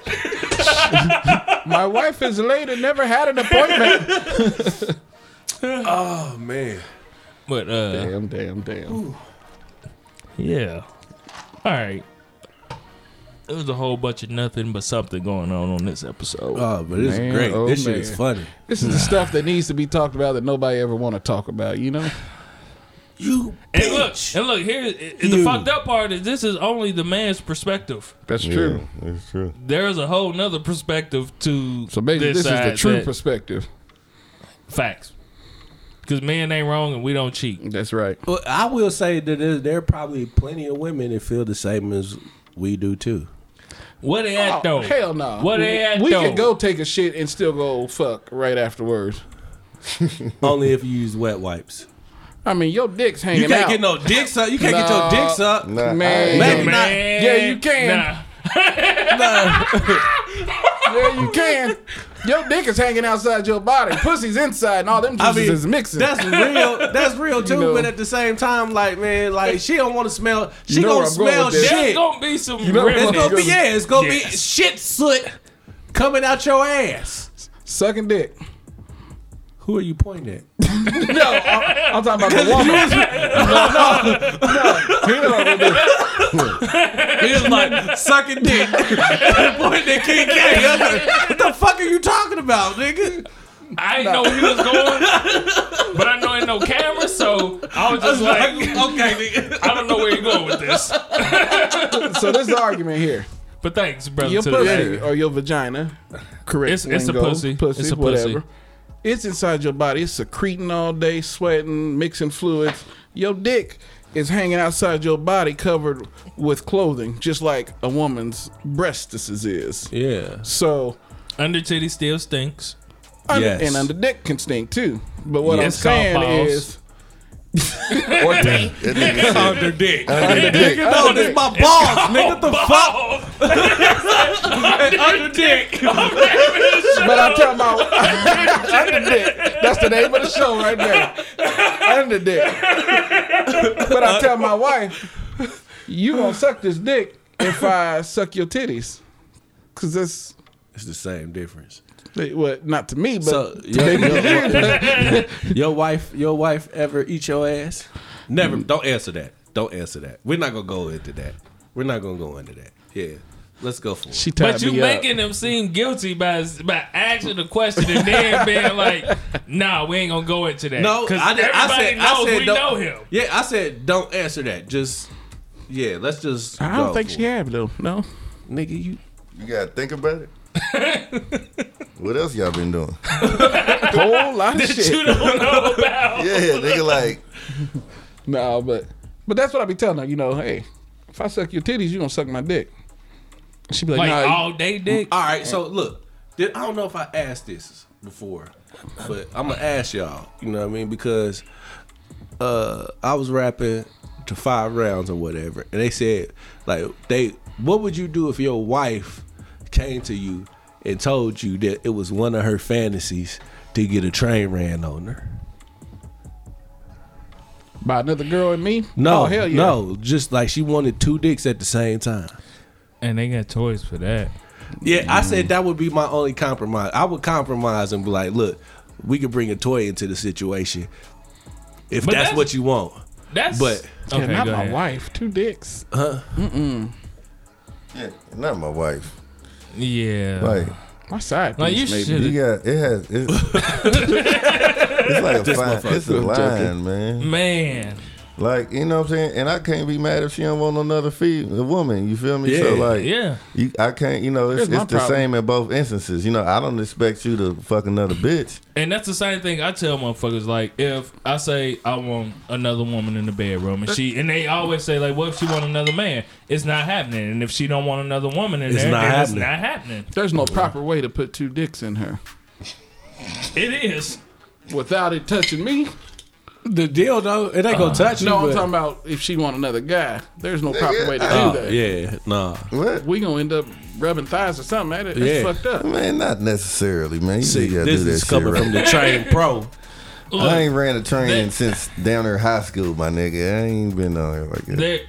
Speaker 7: My wife is late and never had an appointment.
Speaker 3: Oh man,
Speaker 5: but uh,
Speaker 7: damn, damn, damn.
Speaker 5: yeah. All right. It was a whole bunch of nothing but something going on on this episode.
Speaker 3: oh, but this
Speaker 7: Man,
Speaker 3: is great.
Speaker 7: oh,
Speaker 3: this shit is
Speaker 7: man.
Speaker 3: funny.
Speaker 7: This is the stuff that needs to be talked about that nobody ever want to talk about. You know,
Speaker 3: You
Speaker 5: and look, and look here. i- i- The
Speaker 3: You.
Speaker 5: fucked up part is this is only the man's perspective.
Speaker 7: that's
Speaker 6: Yeah, that's true.
Speaker 5: There is a whole nother perspective to.
Speaker 7: So maybe this, is the
Speaker 5: side
Speaker 7: true
Speaker 5: that-
Speaker 7: perspective.
Speaker 5: facts. Because men ain't wrong and we don't cheat.
Speaker 7: That's right.
Speaker 3: Well, I will say that there, there are probably plenty of women that feel the same as we do too.
Speaker 5: What they at though?
Speaker 7: Oh, Hell no.
Speaker 5: What they at
Speaker 7: we
Speaker 5: though?
Speaker 7: can go take a shit and still go fuck right afterwards.
Speaker 3: Only if you use wet wipes.
Speaker 7: I mean, your dick's hanging
Speaker 3: You can't
Speaker 7: out.
Speaker 3: get no dicks up. You can't get your
Speaker 7: No.
Speaker 3: dicks up.
Speaker 6: Nah,
Speaker 7: Man.
Speaker 6: I
Speaker 3: Maybe
Speaker 6: ain't
Speaker 3: not.
Speaker 5: Man,
Speaker 7: Yeah, you can. yeah, you can. Your dick is hanging outside your body. Pussy's inside, and all them
Speaker 3: I
Speaker 7: juices
Speaker 3: mean,
Speaker 7: is mixing.
Speaker 3: that's real. That's real too.
Speaker 7: know.
Speaker 3: But at the same time, like man, like she don't want to smell. She gonna
Speaker 7: know where I'm going
Speaker 3: smell
Speaker 7: with this.
Speaker 5: There's
Speaker 3: shit.
Speaker 5: gonna be some.
Speaker 7: know what I'm
Speaker 3: It's
Speaker 5: remnants.
Speaker 3: gonna be yeah. It's gonna be
Speaker 5: Yes.
Speaker 3: shit soot coming out your ass.
Speaker 7: sucking dick.
Speaker 3: Who are you pointing at?
Speaker 7: No, I'm, I'm talking about the woman. no, no, no.
Speaker 3: It's like sucking dick. Pointing at King K. I'm like, What the fuck are you talking about, nigga?
Speaker 5: I didn't know he was going, but I know ain't no camera, so I was just like,
Speaker 3: okay, nigga.
Speaker 5: I don't know where you're going with this.
Speaker 7: So this is the argument here.
Speaker 5: But thanks, brother.
Speaker 7: Your
Speaker 5: to the
Speaker 7: pussy
Speaker 5: man.
Speaker 7: or your vagina, correct?
Speaker 5: It's- it's a
Speaker 7: lingo,
Speaker 5: pussy. It's a pussy.
Speaker 7: whatever. It's inside your body. It's secreting all day, sweating, mixing fluids. Your dick is hanging outside your body, covered with clothing, just like a woman's breastises is.
Speaker 3: Yeah.
Speaker 7: So
Speaker 5: Under titty still stinks.
Speaker 7: under,
Speaker 3: Yes.
Speaker 7: and under dick can stink too. But what
Speaker 5: Yes,
Speaker 7: I'm
Speaker 5: called
Speaker 7: saying
Speaker 5: balls.
Speaker 7: is,
Speaker 6: Or dick. That nigga said
Speaker 5: Under dick.
Speaker 6: under dick.
Speaker 3: No, Oh, this my balls, nigga. What the fuck?
Speaker 5: Under dick.
Speaker 7: but I'm talking about under dick. That's the name of the show right there. Under dick. But I tell my wife, you gonna suck this dick if I suck your titties, cause that's
Speaker 3: It's the same difference.
Speaker 7: what not to me, but
Speaker 3: So your, your- your wife, your wife ever eat your ass? Never.
Speaker 7: Mm.
Speaker 3: Don't answer that. Don't answer that. We're not gonna go into that. We're not gonna go into that. Yeah. Let's go for it.
Speaker 7: she tied
Speaker 5: But you
Speaker 7: me
Speaker 5: making them seem guilty by by asking the question and then being like, "Nah, we ain't gonna go into that."
Speaker 3: no,
Speaker 5: because
Speaker 3: I,
Speaker 5: everybody
Speaker 3: did, I said.
Speaker 5: knows
Speaker 3: I said.
Speaker 5: we
Speaker 3: don't,
Speaker 5: know him.
Speaker 3: Yeah, I said. Don't answer that. Just. Yeah, let's just.
Speaker 7: up. I don't
Speaker 3: go
Speaker 7: think
Speaker 3: for
Speaker 7: she
Speaker 3: it.
Speaker 7: have though. No,
Speaker 3: Nigga, you.
Speaker 6: You gotta think about it. what else y'all been doing?
Speaker 7: whole lot of shit.
Speaker 5: You don't know about.
Speaker 6: Yeah, nigga, like
Speaker 7: No, but but that's what I be telling her. You know, hey, if I suck your titties, you gonna suck my dick. She be like,
Speaker 5: Like
Speaker 7: nah, you-
Speaker 5: all day dick.
Speaker 3: All right, so look, did, I don't know if I asked this before, but I'm gonna ask y'all. You know what I mean? Because uh, I was rapping to five rounds or whatever, and they said like they, what would you do if your wife came to you and told you that it was one of her fantasies to get a train ran on her?
Speaker 7: by another girl and me.
Speaker 3: No,
Speaker 7: oh, hell yeah.
Speaker 3: no, just like she wanted two dicks at the same time.
Speaker 5: And they got toys for that.
Speaker 3: Yeah, I said that would be my only compromise. I would compromise and be like, look, we could bring a toy into the situation if
Speaker 5: But
Speaker 3: that's,
Speaker 5: that's-
Speaker 3: what you want.
Speaker 5: That's
Speaker 3: But-
Speaker 7: Yeah,
Speaker 5: okay.
Speaker 7: not
Speaker 5: go
Speaker 7: my
Speaker 5: ahead.
Speaker 7: wife. Two dicks.
Speaker 6: yeah, not my wife.
Speaker 5: Yeah.
Speaker 6: Like
Speaker 7: My side.
Speaker 5: Like,
Speaker 7: piece,
Speaker 5: you
Speaker 7: maybe.
Speaker 5: should-
Speaker 6: you got it has it's, it's like a fine, it's a line, man.
Speaker 5: Man,
Speaker 6: Like you know what I'm saying, and I can't be mad if she don't want another feed a woman. You feel me? So
Speaker 3: Yeah,
Speaker 6: like,
Speaker 5: yeah.
Speaker 6: you, I can't. You know, it's,
Speaker 7: Here's my
Speaker 6: it's the
Speaker 7: problem.
Speaker 6: same in both instances. You know, I don't expect you to fuck another bitch.
Speaker 5: And that's the same thing I tell motherfuckers. Like, if I say I want another woman in the bedroom, and she and they always say like, "What if she want another man?" It's not happening. And if she don't want another woman in
Speaker 3: It's
Speaker 5: there,
Speaker 3: not
Speaker 5: then it's
Speaker 3: happening.
Speaker 5: not happening.
Speaker 7: There's no proper way to put two dicks in her
Speaker 5: It is.
Speaker 7: without it touching me.
Speaker 3: The deal though, it ain't gonna touch you.
Speaker 7: No, I'm
Speaker 3: but-
Speaker 7: talking about if she want another guy. There's no proper way to do
Speaker 3: Oh,
Speaker 7: that.
Speaker 3: yeah, nah.
Speaker 6: What?
Speaker 7: We gonna end up rubbing thighs or something at it. That's
Speaker 3: Yeah.
Speaker 7: fucked up.
Speaker 6: Man, not necessarily, man. You
Speaker 3: See,
Speaker 6: just gotta
Speaker 3: this
Speaker 6: do that
Speaker 3: is
Speaker 6: shit
Speaker 3: coming
Speaker 6: right.
Speaker 3: from the train pro.
Speaker 6: I ain't ran a train since down there high school, my nigga. I ain't been on there like that.
Speaker 5: There,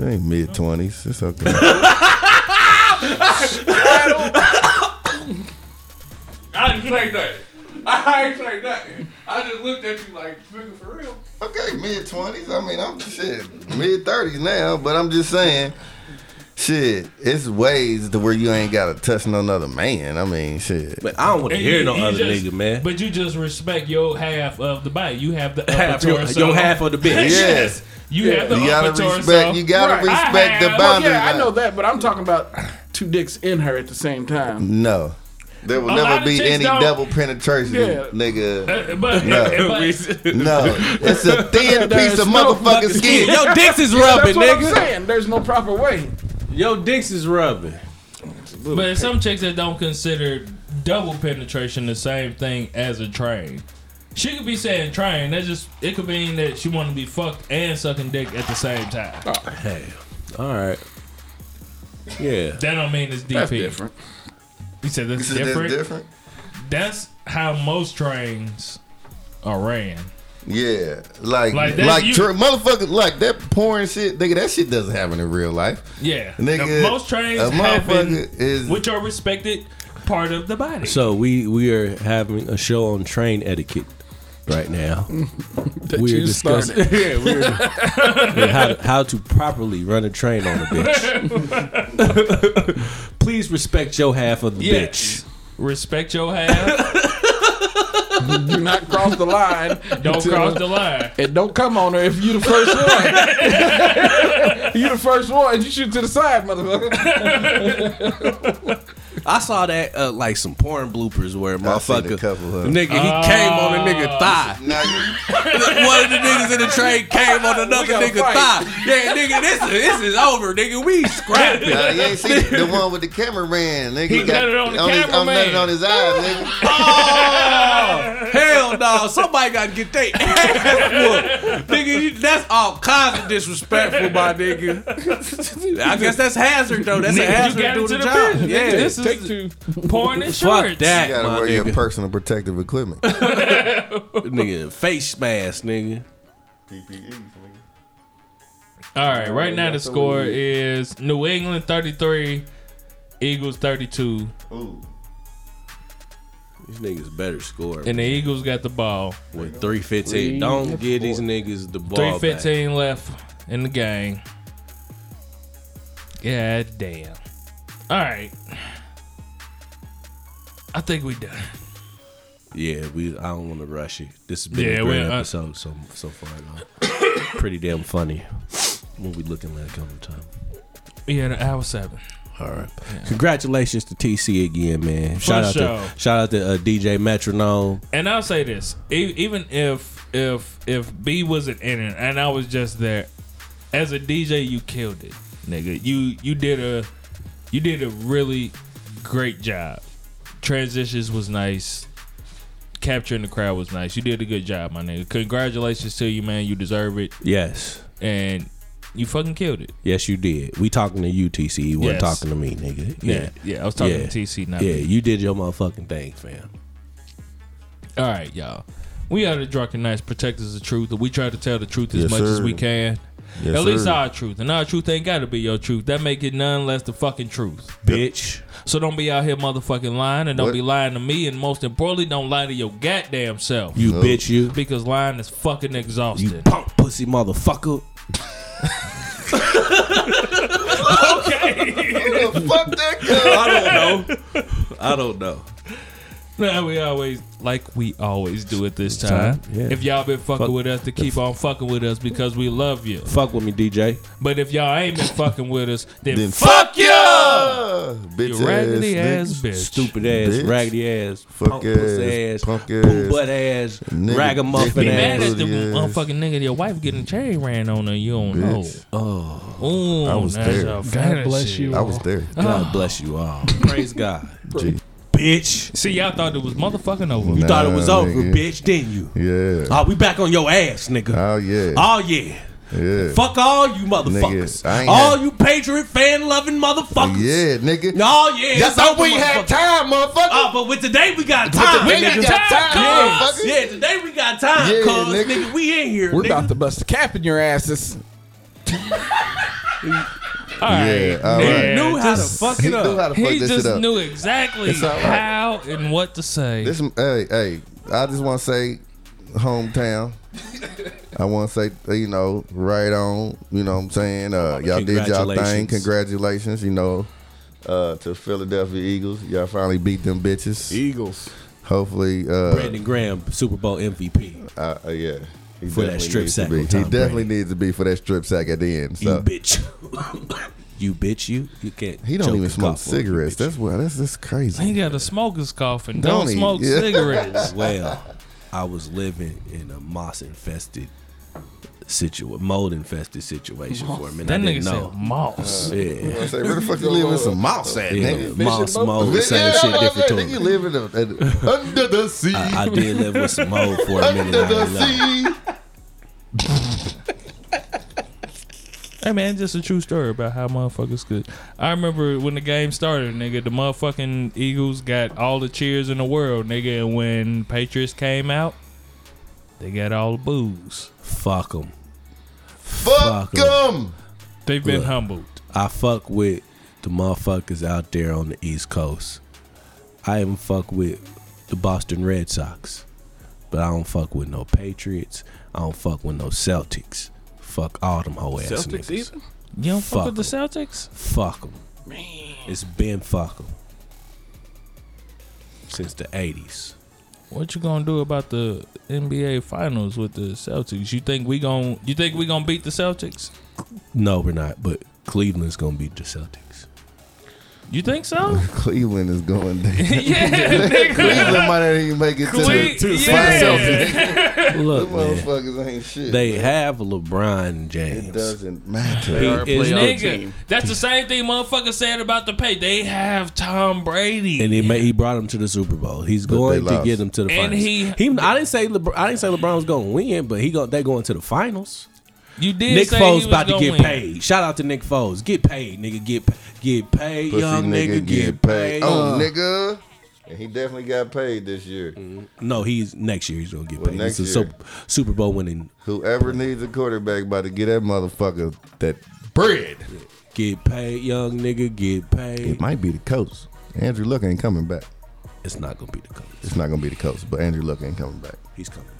Speaker 6: I ain't mid twenties. It's okay.
Speaker 5: I didn't say that.
Speaker 7: I ain't saying nothing. I just looked at you like, nigga, for real.
Speaker 6: Okay, mid twenties. I mean, I'm shit mid thirties now, but I'm just saying, shit, it's ways to where you ain't gotta touch no other man. I mean, shit.
Speaker 3: But I don't want to hear no
Speaker 5: You
Speaker 3: other
Speaker 5: just-
Speaker 3: nigga, man.
Speaker 5: But you just respect your half of the body. You have the upper
Speaker 3: half your,
Speaker 5: torso.
Speaker 3: your half of the bitch.
Speaker 6: yes,
Speaker 5: You have the
Speaker 6: you
Speaker 5: upper
Speaker 6: gotta
Speaker 5: torso.
Speaker 6: respect. You gotta
Speaker 7: Right.
Speaker 5: I
Speaker 6: respect the
Speaker 5: have- well,
Speaker 6: boundary.
Speaker 7: Yeah, I
Speaker 6: line.
Speaker 7: know that, but I'm talking about two dicks in her at the same time.
Speaker 6: No, there will
Speaker 5: A lot
Speaker 6: never
Speaker 5: of
Speaker 6: be
Speaker 5: chicks
Speaker 6: any
Speaker 5: don't-
Speaker 6: double penetration,
Speaker 7: Yeah.
Speaker 6: nigga.
Speaker 5: Uh, But,
Speaker 6: No.
Speaker 5: but
Speaker 6: No, it's a thin piece of
Speaker 7: no
Speaker 6: motherfucking skin.
Speaker 3: Yo, dicks is rubbing,
Speaker 7: That's what I'm
Speaker 3: nigga.
Speaker 7: saying. There's no proper way.
Speaker 3: Yo, dicks is rubbing.
Speaker 5: but some chicks that don't consider double penetration the same thing as a train. She could be saying train. That's just it could mean that she want to be fucked and sucking dick at the same time.
Speaker 7: Oh,
Speaker 3: Hey, all right. Yeah.
Speaker 5: That don't mean it's DP.
Speaker 7: That's different.
Speaker 5: You said that's
Speaker 6: This is
Speaker 5: different.
Speaker 6: different.
Speaker 5: That's how most trains are ran.
Speaker 6: Yeah, like
Speaker 5: Like
Speaker 6: like,
Speaker 5: that you-
Speaker 6: tr- motherfucker, like that porn shit, nigga. That shit doesn't happen in real life.
Speaker 5: Yeah,
Speaker 6: Nigga,
Speaker 5: The most trains
Speaker 6: a
Speaker 5: happen
Speaker 6: motherfucker is-
Speaker 5: which are respected part of the body.
Speaker 3: So we we are having a show on train etiquette right now. We're
Speaker 7: you
Speaker 3: discussing yeah, we're- how, to, how to properly run a train on a bitch. Please respect your half of the
Speaker 5: Yeah.
Speaker 3: bitch.
Speaker 5: Respect your half.
Speaker 7: Do not cross the line.
Speaker 5: Don't
Speaker 7: until-
Speaker 5: cross the line.
Speaker 7: And don't come on her if you the first one. you the first one. You shoot to the side, motherfucker.
Speaker 3: I saw that uh, like some porn bloopers where
Speaker 6: seen a
Speaker 3: motherfucker,
Speaker 6: couple of 'em.
Speaker 3: nigga, he came on a nigga thigh.
Speaker 6: Now you
Speaker 3: One of the niggas in the train came on another
Speaker 7: gotta
Speaker 3: nigga
Speaker 7: fight.
Speaker 3: thigh. Yeah, nigga, this is this is over, nigga. We scrapping.
Speaker 6: Nah, you ain't see the one with the cameraman, nigga.
Speaker 5: He nutted on the
Speaker 6: his, I'm
Speaker 5: cameraman.
Speaker 6: nutting on his eyes, nigga.
Speaker 3: Hell no, somebody gotta get their ass whooped. Nigga, you, that's all kinds of disrespectful, my nigga. I guess that's hazard though. That's a
Speaker 5: Nigga, you
Speaker 3: hazard
Speaker 5: got
Speaker 3: to do
Speaker 5: into
Speaker 3: the
Speaker 5: the
Speaker 3: job.
Speaker 5: prison.
Speaker 3: Yeah,
Speaker 5: Nigga, this is
Speaker 3: take two.
Speaker 5: Porn and
Speaker 3: Fuck
Speaker 5: shorts.
Speaker 3: that,
Speaker 6: You gotta
Speaker 3: my
Speaker 6: wear
Speaker 3: nigga.
Speaker 6: your personal protective equipment.
Speaker 3: nigga, face mask, nigga.
Speaker 5: All right, right now the score is New England 33, Eagles 32,
Speaker 3: These niggas better score
Speaker 5: and the Eagles got the ball.
Speaker 3: with three fifteen. Don't give these niggas the ball. 315.
Speaker 5: 315 left in the game. God damn. All right. I think we done.
Speaker 3: Yeah, we. I don't want to rush it. This has been
Speaker 5: Yeah,
Speaker 3: a great
Speaker 5: we- uh, I-
Speaker 3: episode so so far. Though. Pretty damn funny. What we looking like on the time?
Speaker 5: We had an hour seven.
Speaker 3: All right. Congratulations to TC again, man. Shout out
Speaker 5: sure.
Speaker 3: to shout out to uh, DJ Metronome.
Speaker 5: And I'll say this: e- even if if if B wasn't in it and I was just there, as a DJ, you killed it, nigga. You you did a you did a really great job. Transitions was nice. Capturing the crowd was nice. You did a good job, my nigga. Congratulations to you, man. You deserve it,
Speaker 3: Yes.
Speaker 5: and you fucking killed it.
Speaker 3: Yes, you did. We talking to you, TC. You weren't
Speaker 5: Yes.
Speaker 3: talking to me, nigga.
Speaker 5: Yeah,
Speaker 3: Yeah.
Speaker 5: yeah. I was talking
Speaker 3: Yeah.
Speaker 5: to TC
Speaker 3: Yeah,
Speaker 5: now.
Speaker 3: you did your motherfucking thing, fam.
Speaker 5: All right, y'all. We are the Drunken Knights, protectors of truth, and we try to tell the truth as
Speaker 6: Yes,
Speaker 5: much as
Speaker 6: sir.
Speaker 5: we can.
Speaker 6: Yes,
Speaker 5: At least
Speaker 6: sir.
Speaker 5: our truth, and our truth ain't gotta be your truth. That make it none less the fucking truth.
Speaker 3: Bitch.
Speaker 5: So don't be out here motherfucking lying, and don't
Speaker 6: What?
Speaker 5: be lying to me, and most importantly, don't lie to your goddamn self.
Speaker 3: You bitch you.
Speaker 5: Because lying is fucking
Speaker 3: You
Speaker 5: exhausting.
Speaker 3: punk pussy motherfucker.
Speaker 6: Where the fuck that go?
Speaker 3: I don't know. I don't know.
Speaker 5: Nah, we always like we always do at this time.
Speaker 3: time, yeah.
Speaker 5: If y'all been fucking
Speaker 3: Fuck-
Speaker 5: with us, to keep on fucking with us because we love you.
Speaker 3: Fuck with me, DJ.
Speaker 5: But if y'all ain't been fucking with us, then,
Speaker 6: Then
Speaker 5: fuck
Speaker 6: fuck you, Ah, bitch
Speaker 5: you raggedy ass,
Speaker 6: ass, nigga.
Speaker 5: bitch.
Speaker 3: Stupid ass,
Speaker 6: Bitch.
Speaker 3: raggedy ass,
Speaker 6: Fuck
Speaker 3: punk pussy
Speaker 6: ass,
Speaker 3: ass,
Speaker 6: punk
Speaker 3: poo
Speaker 6: ass,
Speaker 3: butt ass,
Speaker 6: nigga,
Speaker 3: ragamuffin
Speaker 5: Be
Speaker 6: dick
Speaker 3: ass.
Speaker 5: mad at the
Speaker 6: Yes.
Speaker 5: motherfucking nigga. Your wife getting chain ran on her. You don't
Speaker 6: Bitch.
Speaker 5: know. Oh, I
Speaker 6: was there.
Speaker 5: God
Speaker 6: I was there.
Speaker 3: God bless you all. Praise God.
Speaker 6: Gee.
Speaker 3: bitch.
Speaker 5: See, y'all thought it was motherfucking over.
Speaker 3: You thought it was
Speaker 6: Nah,
Speaker 3: over,
Speaker 6: nigga.
Speaker 3: bitch, didn't you?
Speaker 6: Yeah.
Speaker 3: Oh, we back on your ass, nigga.
Speaker 6: Oh yeah.
Speaker 3: Oh yeah.
Speaker 6: yeah.
Speaker 3: Fuck all you motherfuckers.
Speaker 6: Nigga, I ain't
Speaker 3: all
Speaker 6: had-
Speaker 3: you patriot fan loving motherfuckers.
Speaker 6: Yeah, nigga.
Speaker 3: Oh yeah.
Speaker 6: That's
Speaker 3: fuck
Speaker 6: all we
Speaker 3: you
Speaker 6: had
Speaker 3: motherfuckers.
Speaker 6: time, motherfucker.
Speaker 3: Oh, but with today we got time.
Speaker 6: today we
Speaker 3: nigga.
Speaker 6: got time,
Speaker 3: cuz.
Speaker 6: motherfucker.
Speaker 3: Yeah, today we got time,
Speaker 6: Yeah,
Speaker 3: cuz nigga.
Speaker 6: nigga.
Speaker 3: we in here.
Speaker 7: We're
Speaker 3: nigga.
Speaker 7: about to bust a cap in your asses.
Speaker 5: All right.
Speaker 6: Yeah, all
Speaker 5: He
Speaker 6: right.
Speaker 3: knew how to fuck it
Speaker 6: He knew
Speaker 3: up.
Speaker 6: how to fuck
Speaker 5: He
Speaker 6: this shit
Speaker 5: just
Speaker 6: up.
Speaker 5: knew exactly
Speaker 6: It's all right.
Speaker 5: how and what to say.
Speaker 6: This, hey, hey, I just want to say, hometown. I want to say, you know, right on. You know what I'm saying? Uh, y'all did y'all thing.
Speaker 3: Congratulations.
Speaker 6: Congratulations, you know, uh, to Philadelphia Eagles. Y'all finally beat them bitches.
Speaker 4: Eagles.
Speaker 6: Hopefully, uh,
Speaker 3: Brandon Graham, Super Bowl MVP.
Speaker 6: uh, uh, yeah. He
Speaker 3: For that
Speaker 6: definitely
Speaker 3: strip
Speaker 6: needs to
Speaker 3: sack
Speaker 6: be.
Speaker 3: on
Speaker 6: He
Speaker 3: Tom
Speaker 6: definitely
Speaker 3: Brady.
Speaker 6: needs to be for that strip sack at the end.
Speaker 3: You
Speaker 6: So
Speaker 3: bitch. you bitch, you. You can't.
Speaker 6: he don't
Speaker 3: choke
Speaker 6: even
Speaker 3: and
Speaker 6: smoke
Speaker 3: cough on you,
Speaker 6: cigarantes.
Speaker 3: bitch.
Speaker 6: That's what. That's that's crazy.
Speaker 5: he got a smoker's cough and don't,
Speaker 6: Don't he?
Speaker 5: smoke
Speaker 6: Yeah.
Speaker 5: cigarettes.
Speaker 3: well, I was living in a moss infested situation, mold infested situation for a minute.
Speaker 5: that
Speaker 3: I
Speaker 5: nigga
Speaker 3: didn't know.
Speaker 5: said moss.
Speaker 3: yeah.
Speaker 6: I say, where the fuck you live in some mouse at,
Speaker 3: Yeah,
Speaker 6: nigga?
Speaker 3: moss, mold,
Speaker 6: Yeah,
Speaker 3: same
Speaker 6: yeah,
Speaker 3: shit,
Speaker 6: I'm
Speaker 3: different
Speaker 6: saying,
Speaker 3: toy.
Speaker 6: You live in the, uh, under the sea.
Speaker 3: I, I did live with some mold for a minute.
Speaker 6: under
Speaker 3: I
Speaker 6: the
Speaker 3: ain't lying.
Speaker 6: sea.
Speaker 5: Hey man, just a true story about how motherfuckers could. I remember when the game started, nigga. The motherfucking Eagles got all the cheers in the world, nigga. And when Patriots came out, they got all the boos.
Speaker 3: Fuck them.
Speaker 6: Fuck
Speaker 3: Fuck 'em.
Speaker 6: them.
Speaker 5: They've been
Speaker 3: Look.
Speaker 5: humbled.
Speaker 3: I fuck with the motherfuckers out there on the East Coast. I even fuck with the Boston Red Sox. But I don't fuck with no Patriots. I don't fuck with no Celtics. Fuck all them whole ass
Speaker 8: Celtics
Speaker 3: niggas.
Speaker 8: either?
Speaker 5: You don't fuck,
Speaker 3: Fuck
Speaker 5: with the Celtics?
Speaker 3: Fuck them. It's been fuck them. Since the 80s.
Speaker 5: What you gonna do about the NBA Finals with the Celtics? You think we gonna you think we gonna beat the Celtics?
Speaker 3: No, we're not. But Cleveland's going to beat the Celtics.
Speaker 5: You think so?
Speaker 6: Cleveland is going down.
Speaker 5: yeah, nigga.
Speaker 6: Cleveland might not even make it to
Speaker 5: Cle-
Speaker 6: the, to the
Speaker 5: yeah.
Speaker 6: finals.
Speaker 3: Look,
Speaker 6: Them
Speaker 3: man.
Speaker 6: motherfuckers ain't shit.
Speaker 3: They have LeBron
Speaker 6: it
Speaker 3: James.
Speaker 6: doesn't matter.
Speaker 3: He
Speaker 8: Our
Speaker 3: is
Speaker 8: playoff
Speaker 3: not-
Speaker 8: team.
Speaker 5: Nigga, that's the same thing motherfucker said about the pay. They have Tom Brady.
Speaker 3: and he may, he brought him to the Super Bowl. He's
Speaker 6: But
Speaker 3: going
Speaker 6: they
Speaker 3: to
Speaker 6: lost.
Speaker 3: get him to the
Speaker 5: And
Speaker 3: finals.
Speaker 5: he-
Speaker 3: I didn't say LeBron, I didn't say LeBron's going to win, but he go, they going to the finals.
Speaker 5: you did
Speaker 3: Nick
Speaker 5: say he
Speaker 3: Foles
Speaker 5: was
Speaker 3: about to
Speaker 5: gonna
Speaker 3: get
Speaker 5: win.
Speaker 3: paid. Shout out to Nick Foles. Get paid, nigga. Get pa- get paid,
Speaker 6: Pussy
Speaker 3: young nigga. Get, paid.
Speaker 6: Oh,
Speaker 3: Uh,
Speaker 6: nigga. And he definitely got paid this year.
Speaker 3: No, he's next year. He's gonna get
Speaker 6: Well,
Speaker 3: paid.
Speaker 6: next
Speaker 3: He's a
Speaker 6: year.
Speaker 3: Sup- Super Bowl winning.
Speaker 6: Whoever needs a quarterback about to get that motherfucker that bread.
Speaker 3: Get paid, young nigga. Get paid.
Speaker 6: It might be the coach. Andrew Luck ain't coming back.
Speaker 3: It's not gonna be the coach.
Speaker 6: It's not gonna be the coach, but Andrew Luck ain't coming back.
Speaker 3: He's coming back.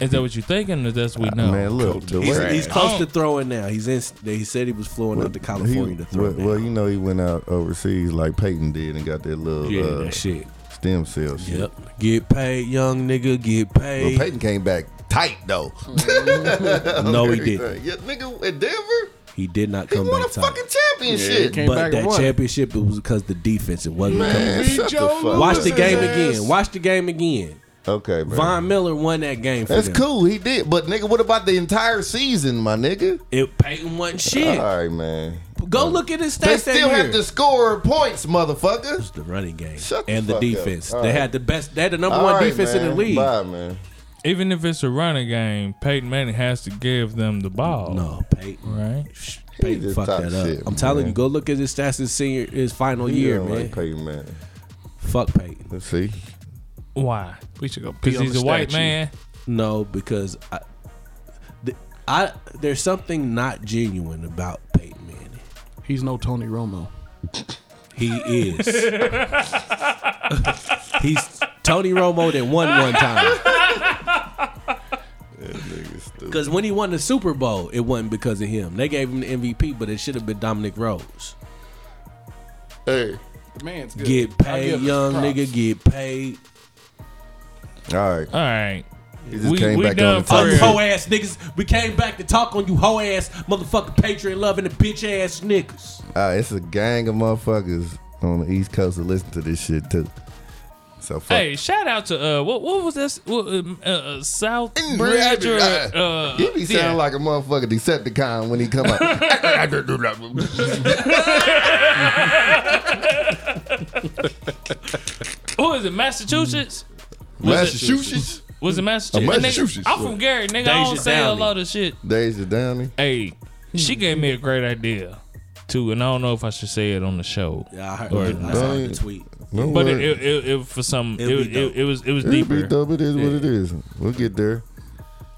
Speaker 5: Is that what you thinking? Or that's what we know.
Speaker 6: Uh, Man, look, the
Speaker 3: He's,
Speaker 6: way
Speaker 3: he's close to throwing now. He's in. He said he was flowing out to California to throw.
Speaker 6: well,
Speaker 3: now.
Speaker 6: well, you know, he went out overseas like Peyton did and got that little
Speaker 3: yeah,
Speaker 6: uh,
Speaker 3: that shit.
Speaker 6: stem cell shit.
Speaker 3: Yep. Get paid, young nigga. Get
Speaker 6: Well,
Speaker 3: paid.
Speaker 6: Peyton came back tight though.
Speaker 3: no, Oh, he didn't.
Speaker 6: Yeah, nigga, at Denver,
Speaker 3: He did not
Speaker 6: he
Speaker 3: come
Speaker 6: won a
Speaker 3: back time.
Speaker 6: fucking championship.
Speaker 7: Came
Speaker 3: But
Speaker 7: back and
Speaker 3: that
Speaker 7: won.
Speaker 3: championship it was because the defense. It wasn't
Speaker 6: Man,
Speaker 3: coming.
Speaker 6: shut the
Speaker 7: Joe
Speaker 6: fuck
Speaker 7: Louis.
Speaker 6: up.
Speaker 3: Watch the game
Speaker 7: Losing ass.
Speaker 3: again. Watch the game again.
Speaker 6: Okay, man.
Speaker 3: Von Miller won that game for
Speaker 6: That's
Speaker 3: them.
Speaker 6: cool. He did, but nigga, what about the entire season, my nigga?
Speaker 3: It Peyton wasn't shit.
Speaker 6: All right, man.
Speaker 3: Go look at his stats.
Speaker 6: Uh, They
Speaker 3: that
Speaker 6: still
Speaker 3: year.
Speaker 6: have to score points, motherfucker.
Speaker 3: the running game
Speaker 6: Shut the
Speaker 3: and the,
Speaker 6: fuck up.
Speaker 3: defense.
Speaker 6: All
Speaker 3: They
Speaker 6: right.
Speaker 3: had the best. They had the number
Speaker 6: All
Speaker 3: one
Speaker 6: right,
Speaker 3: defense in the
Speaker 6: man.
Speaker 3: league.
Speaker 6: Bye, man.
Speaker 5: Even if it's a running game, Peyton Manning has to give them the ball.
Speaker 3: No, Peyton.
Speaker 5: Right?
Speaker 3: Shh,
Speaker 6: He
Speaker 3: Peyton
Speaker 6: just
Speaker 3: fucked
Speaker 6: talk
Speaker 3: that up.
Speaker 6: shit,
Speaker 3: I'm telling
Speaker 6: man.
Speaker 3: you, go look at his stats his senior, his final
Speaker 6: You
Speaker 3: year,
Speaker 6: don't
Speaker 3: man.
Speaker 6: like Peyton Manning.
Speaker 3: Fuck Peyton.
Speaker 6: Let's see.
Speaker 5: Why?
Speaker 8: We should go pee
Speaker 5: Because
Speaker 8: on
Speaker 5: he's
Speaker 8: the
Speaker 5: a white
Speaker 8: statue.
Speaker 5: man.
Speaker 3: No, because I, the, I there's something not genuine about Peyton Manning.
Speaker 7: He's no Tony Romo.
Speaker 3: He is. He's Tony Romo that won one time. Because when he won the Super Bowl, it wasn't because of him. They gave him the MVP, but it should have been Dominic Rose.
Speaker 6: Hey.
Speaker 7: The man's good.
Speaker 3: Get
Speaker 7: I
Speaker 3: paid,
Speaker 7: give him
Speaker 3: young
Speaker 7: props.
Speaker 3: nigga. Get paid.
Speaker 6: All right.
Speaker 5: All right.
Speaker 6: He just
Speaker 5: We-
Speaker 6: came
Speaker 5: we
Speaker 6: back
Speaker 5: done
Speaker 6: on
Speaker 5: for
Speaker 6: the
Speaker 3: Fuck
Speaker 6: top.
Speaker 5: Sorry.
Speaker 3: you hoe ass niggas. We came back to talk on you hoe ass motherfucking patriot loving the bitch ass niggas.
Speaker 6: Ah, it's a gang of motherfuckers on the East Coast that listen to this shit too. So fuck.
Speaker 5: Hey, shout out to uh, what what was this? What, um, uh, uh, South
Speaker 6: Mm,
Speaker 5: Bridge or
Speaker 6: yeah,
Speaker 5: uh,
Speaker 6: He be sounding
Speaker 5: yeah.
Speaker 6: like a motherfucking Decepticon when he come out.
Speaker 5: what it Massachusetts?
Speaker 6: Massachusetts?
Speaker 5: Was it Massachusetts?
Speaker 6: Oh,
Speaker 5: Nigga,
Speaker 6: Massachusetts.
Speaker 5: I'm from Gary, nigga. I don't
Speaker 6: Deja
Speaker 5: say a
Speaker 6: Downey.
Speaker 5: lot of shit.
Speaker 6: Daisy Downey.
Speaker 5: Hey, she gave me a great idea too, and I don't know if I should say it on the show.
Speaker 3: Yeah, I heard-
Speaker 5: Or-
Speaker 3: I saw the tweet.
Speaker 6: No
Speaker 5: but it,
Speaker 6: worry.
Speaker 5: it, it, it- for some, it,
Speaker 6: It'll
Speaker 5: it,
Speaker 6: be dope.
Speaker 5: it was it was
Speaker 6: It'll
Speaker 5: deeper.
Speaker 6: Be dope. It is what it is. We'll get there.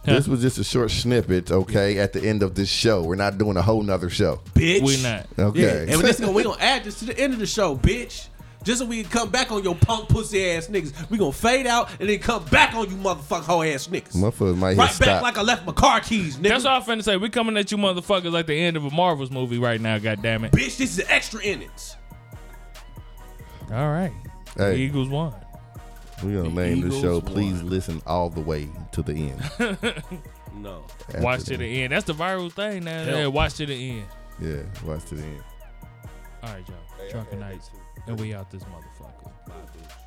Speaker 6: This was just a short snippet, okay, at the end of this show. We're not doing a whole nother show.
Speaker 3: Bitch. We
Speaker 5: not.
Speaker 6: Okay.
Speaker 3: Yeah, and this gonna, we gonna add this to the end of the show, bitch. Just so we can come back on your punk pussy ass niggas. We gonna fade out and then come back on you motherfucker hoe ass niggas.
Speaker 6: Motherfuckers might hit
Speaker 3: right
Speaker 6: stop.
Speaker 3: back like I left my car keys, nigga.
Speaker 5: That's what I'm finna say. We coming at you motherfuckers like the end of a Marvel's movie right now. God damn it.
Speaker 3: Bitch, this is the extra innings.
Speaker 5: All right.
Speaker 6: Hey.
Speaker 5: The Eagles won.
Speaker 6: We're gonna name the
Speaker 5: Eagles
Speaker 6: show.
Speaker 5: won.
Speaker 6: Please listen all the way to the end.
Speaker 5: no.
Speaker 6: After
Speaker 5: Watch
Speaker 6: that.
Speaker 5: to the end. That's the viral thing now.
Speaker 6: Help.
Speaker 5: Yeah, watch to the end.
Speaker 6: Yeah, watch to the end.
Speaker 5: All right, y'all. Drunken nights. And we out this motherfucker. Bye, bitch.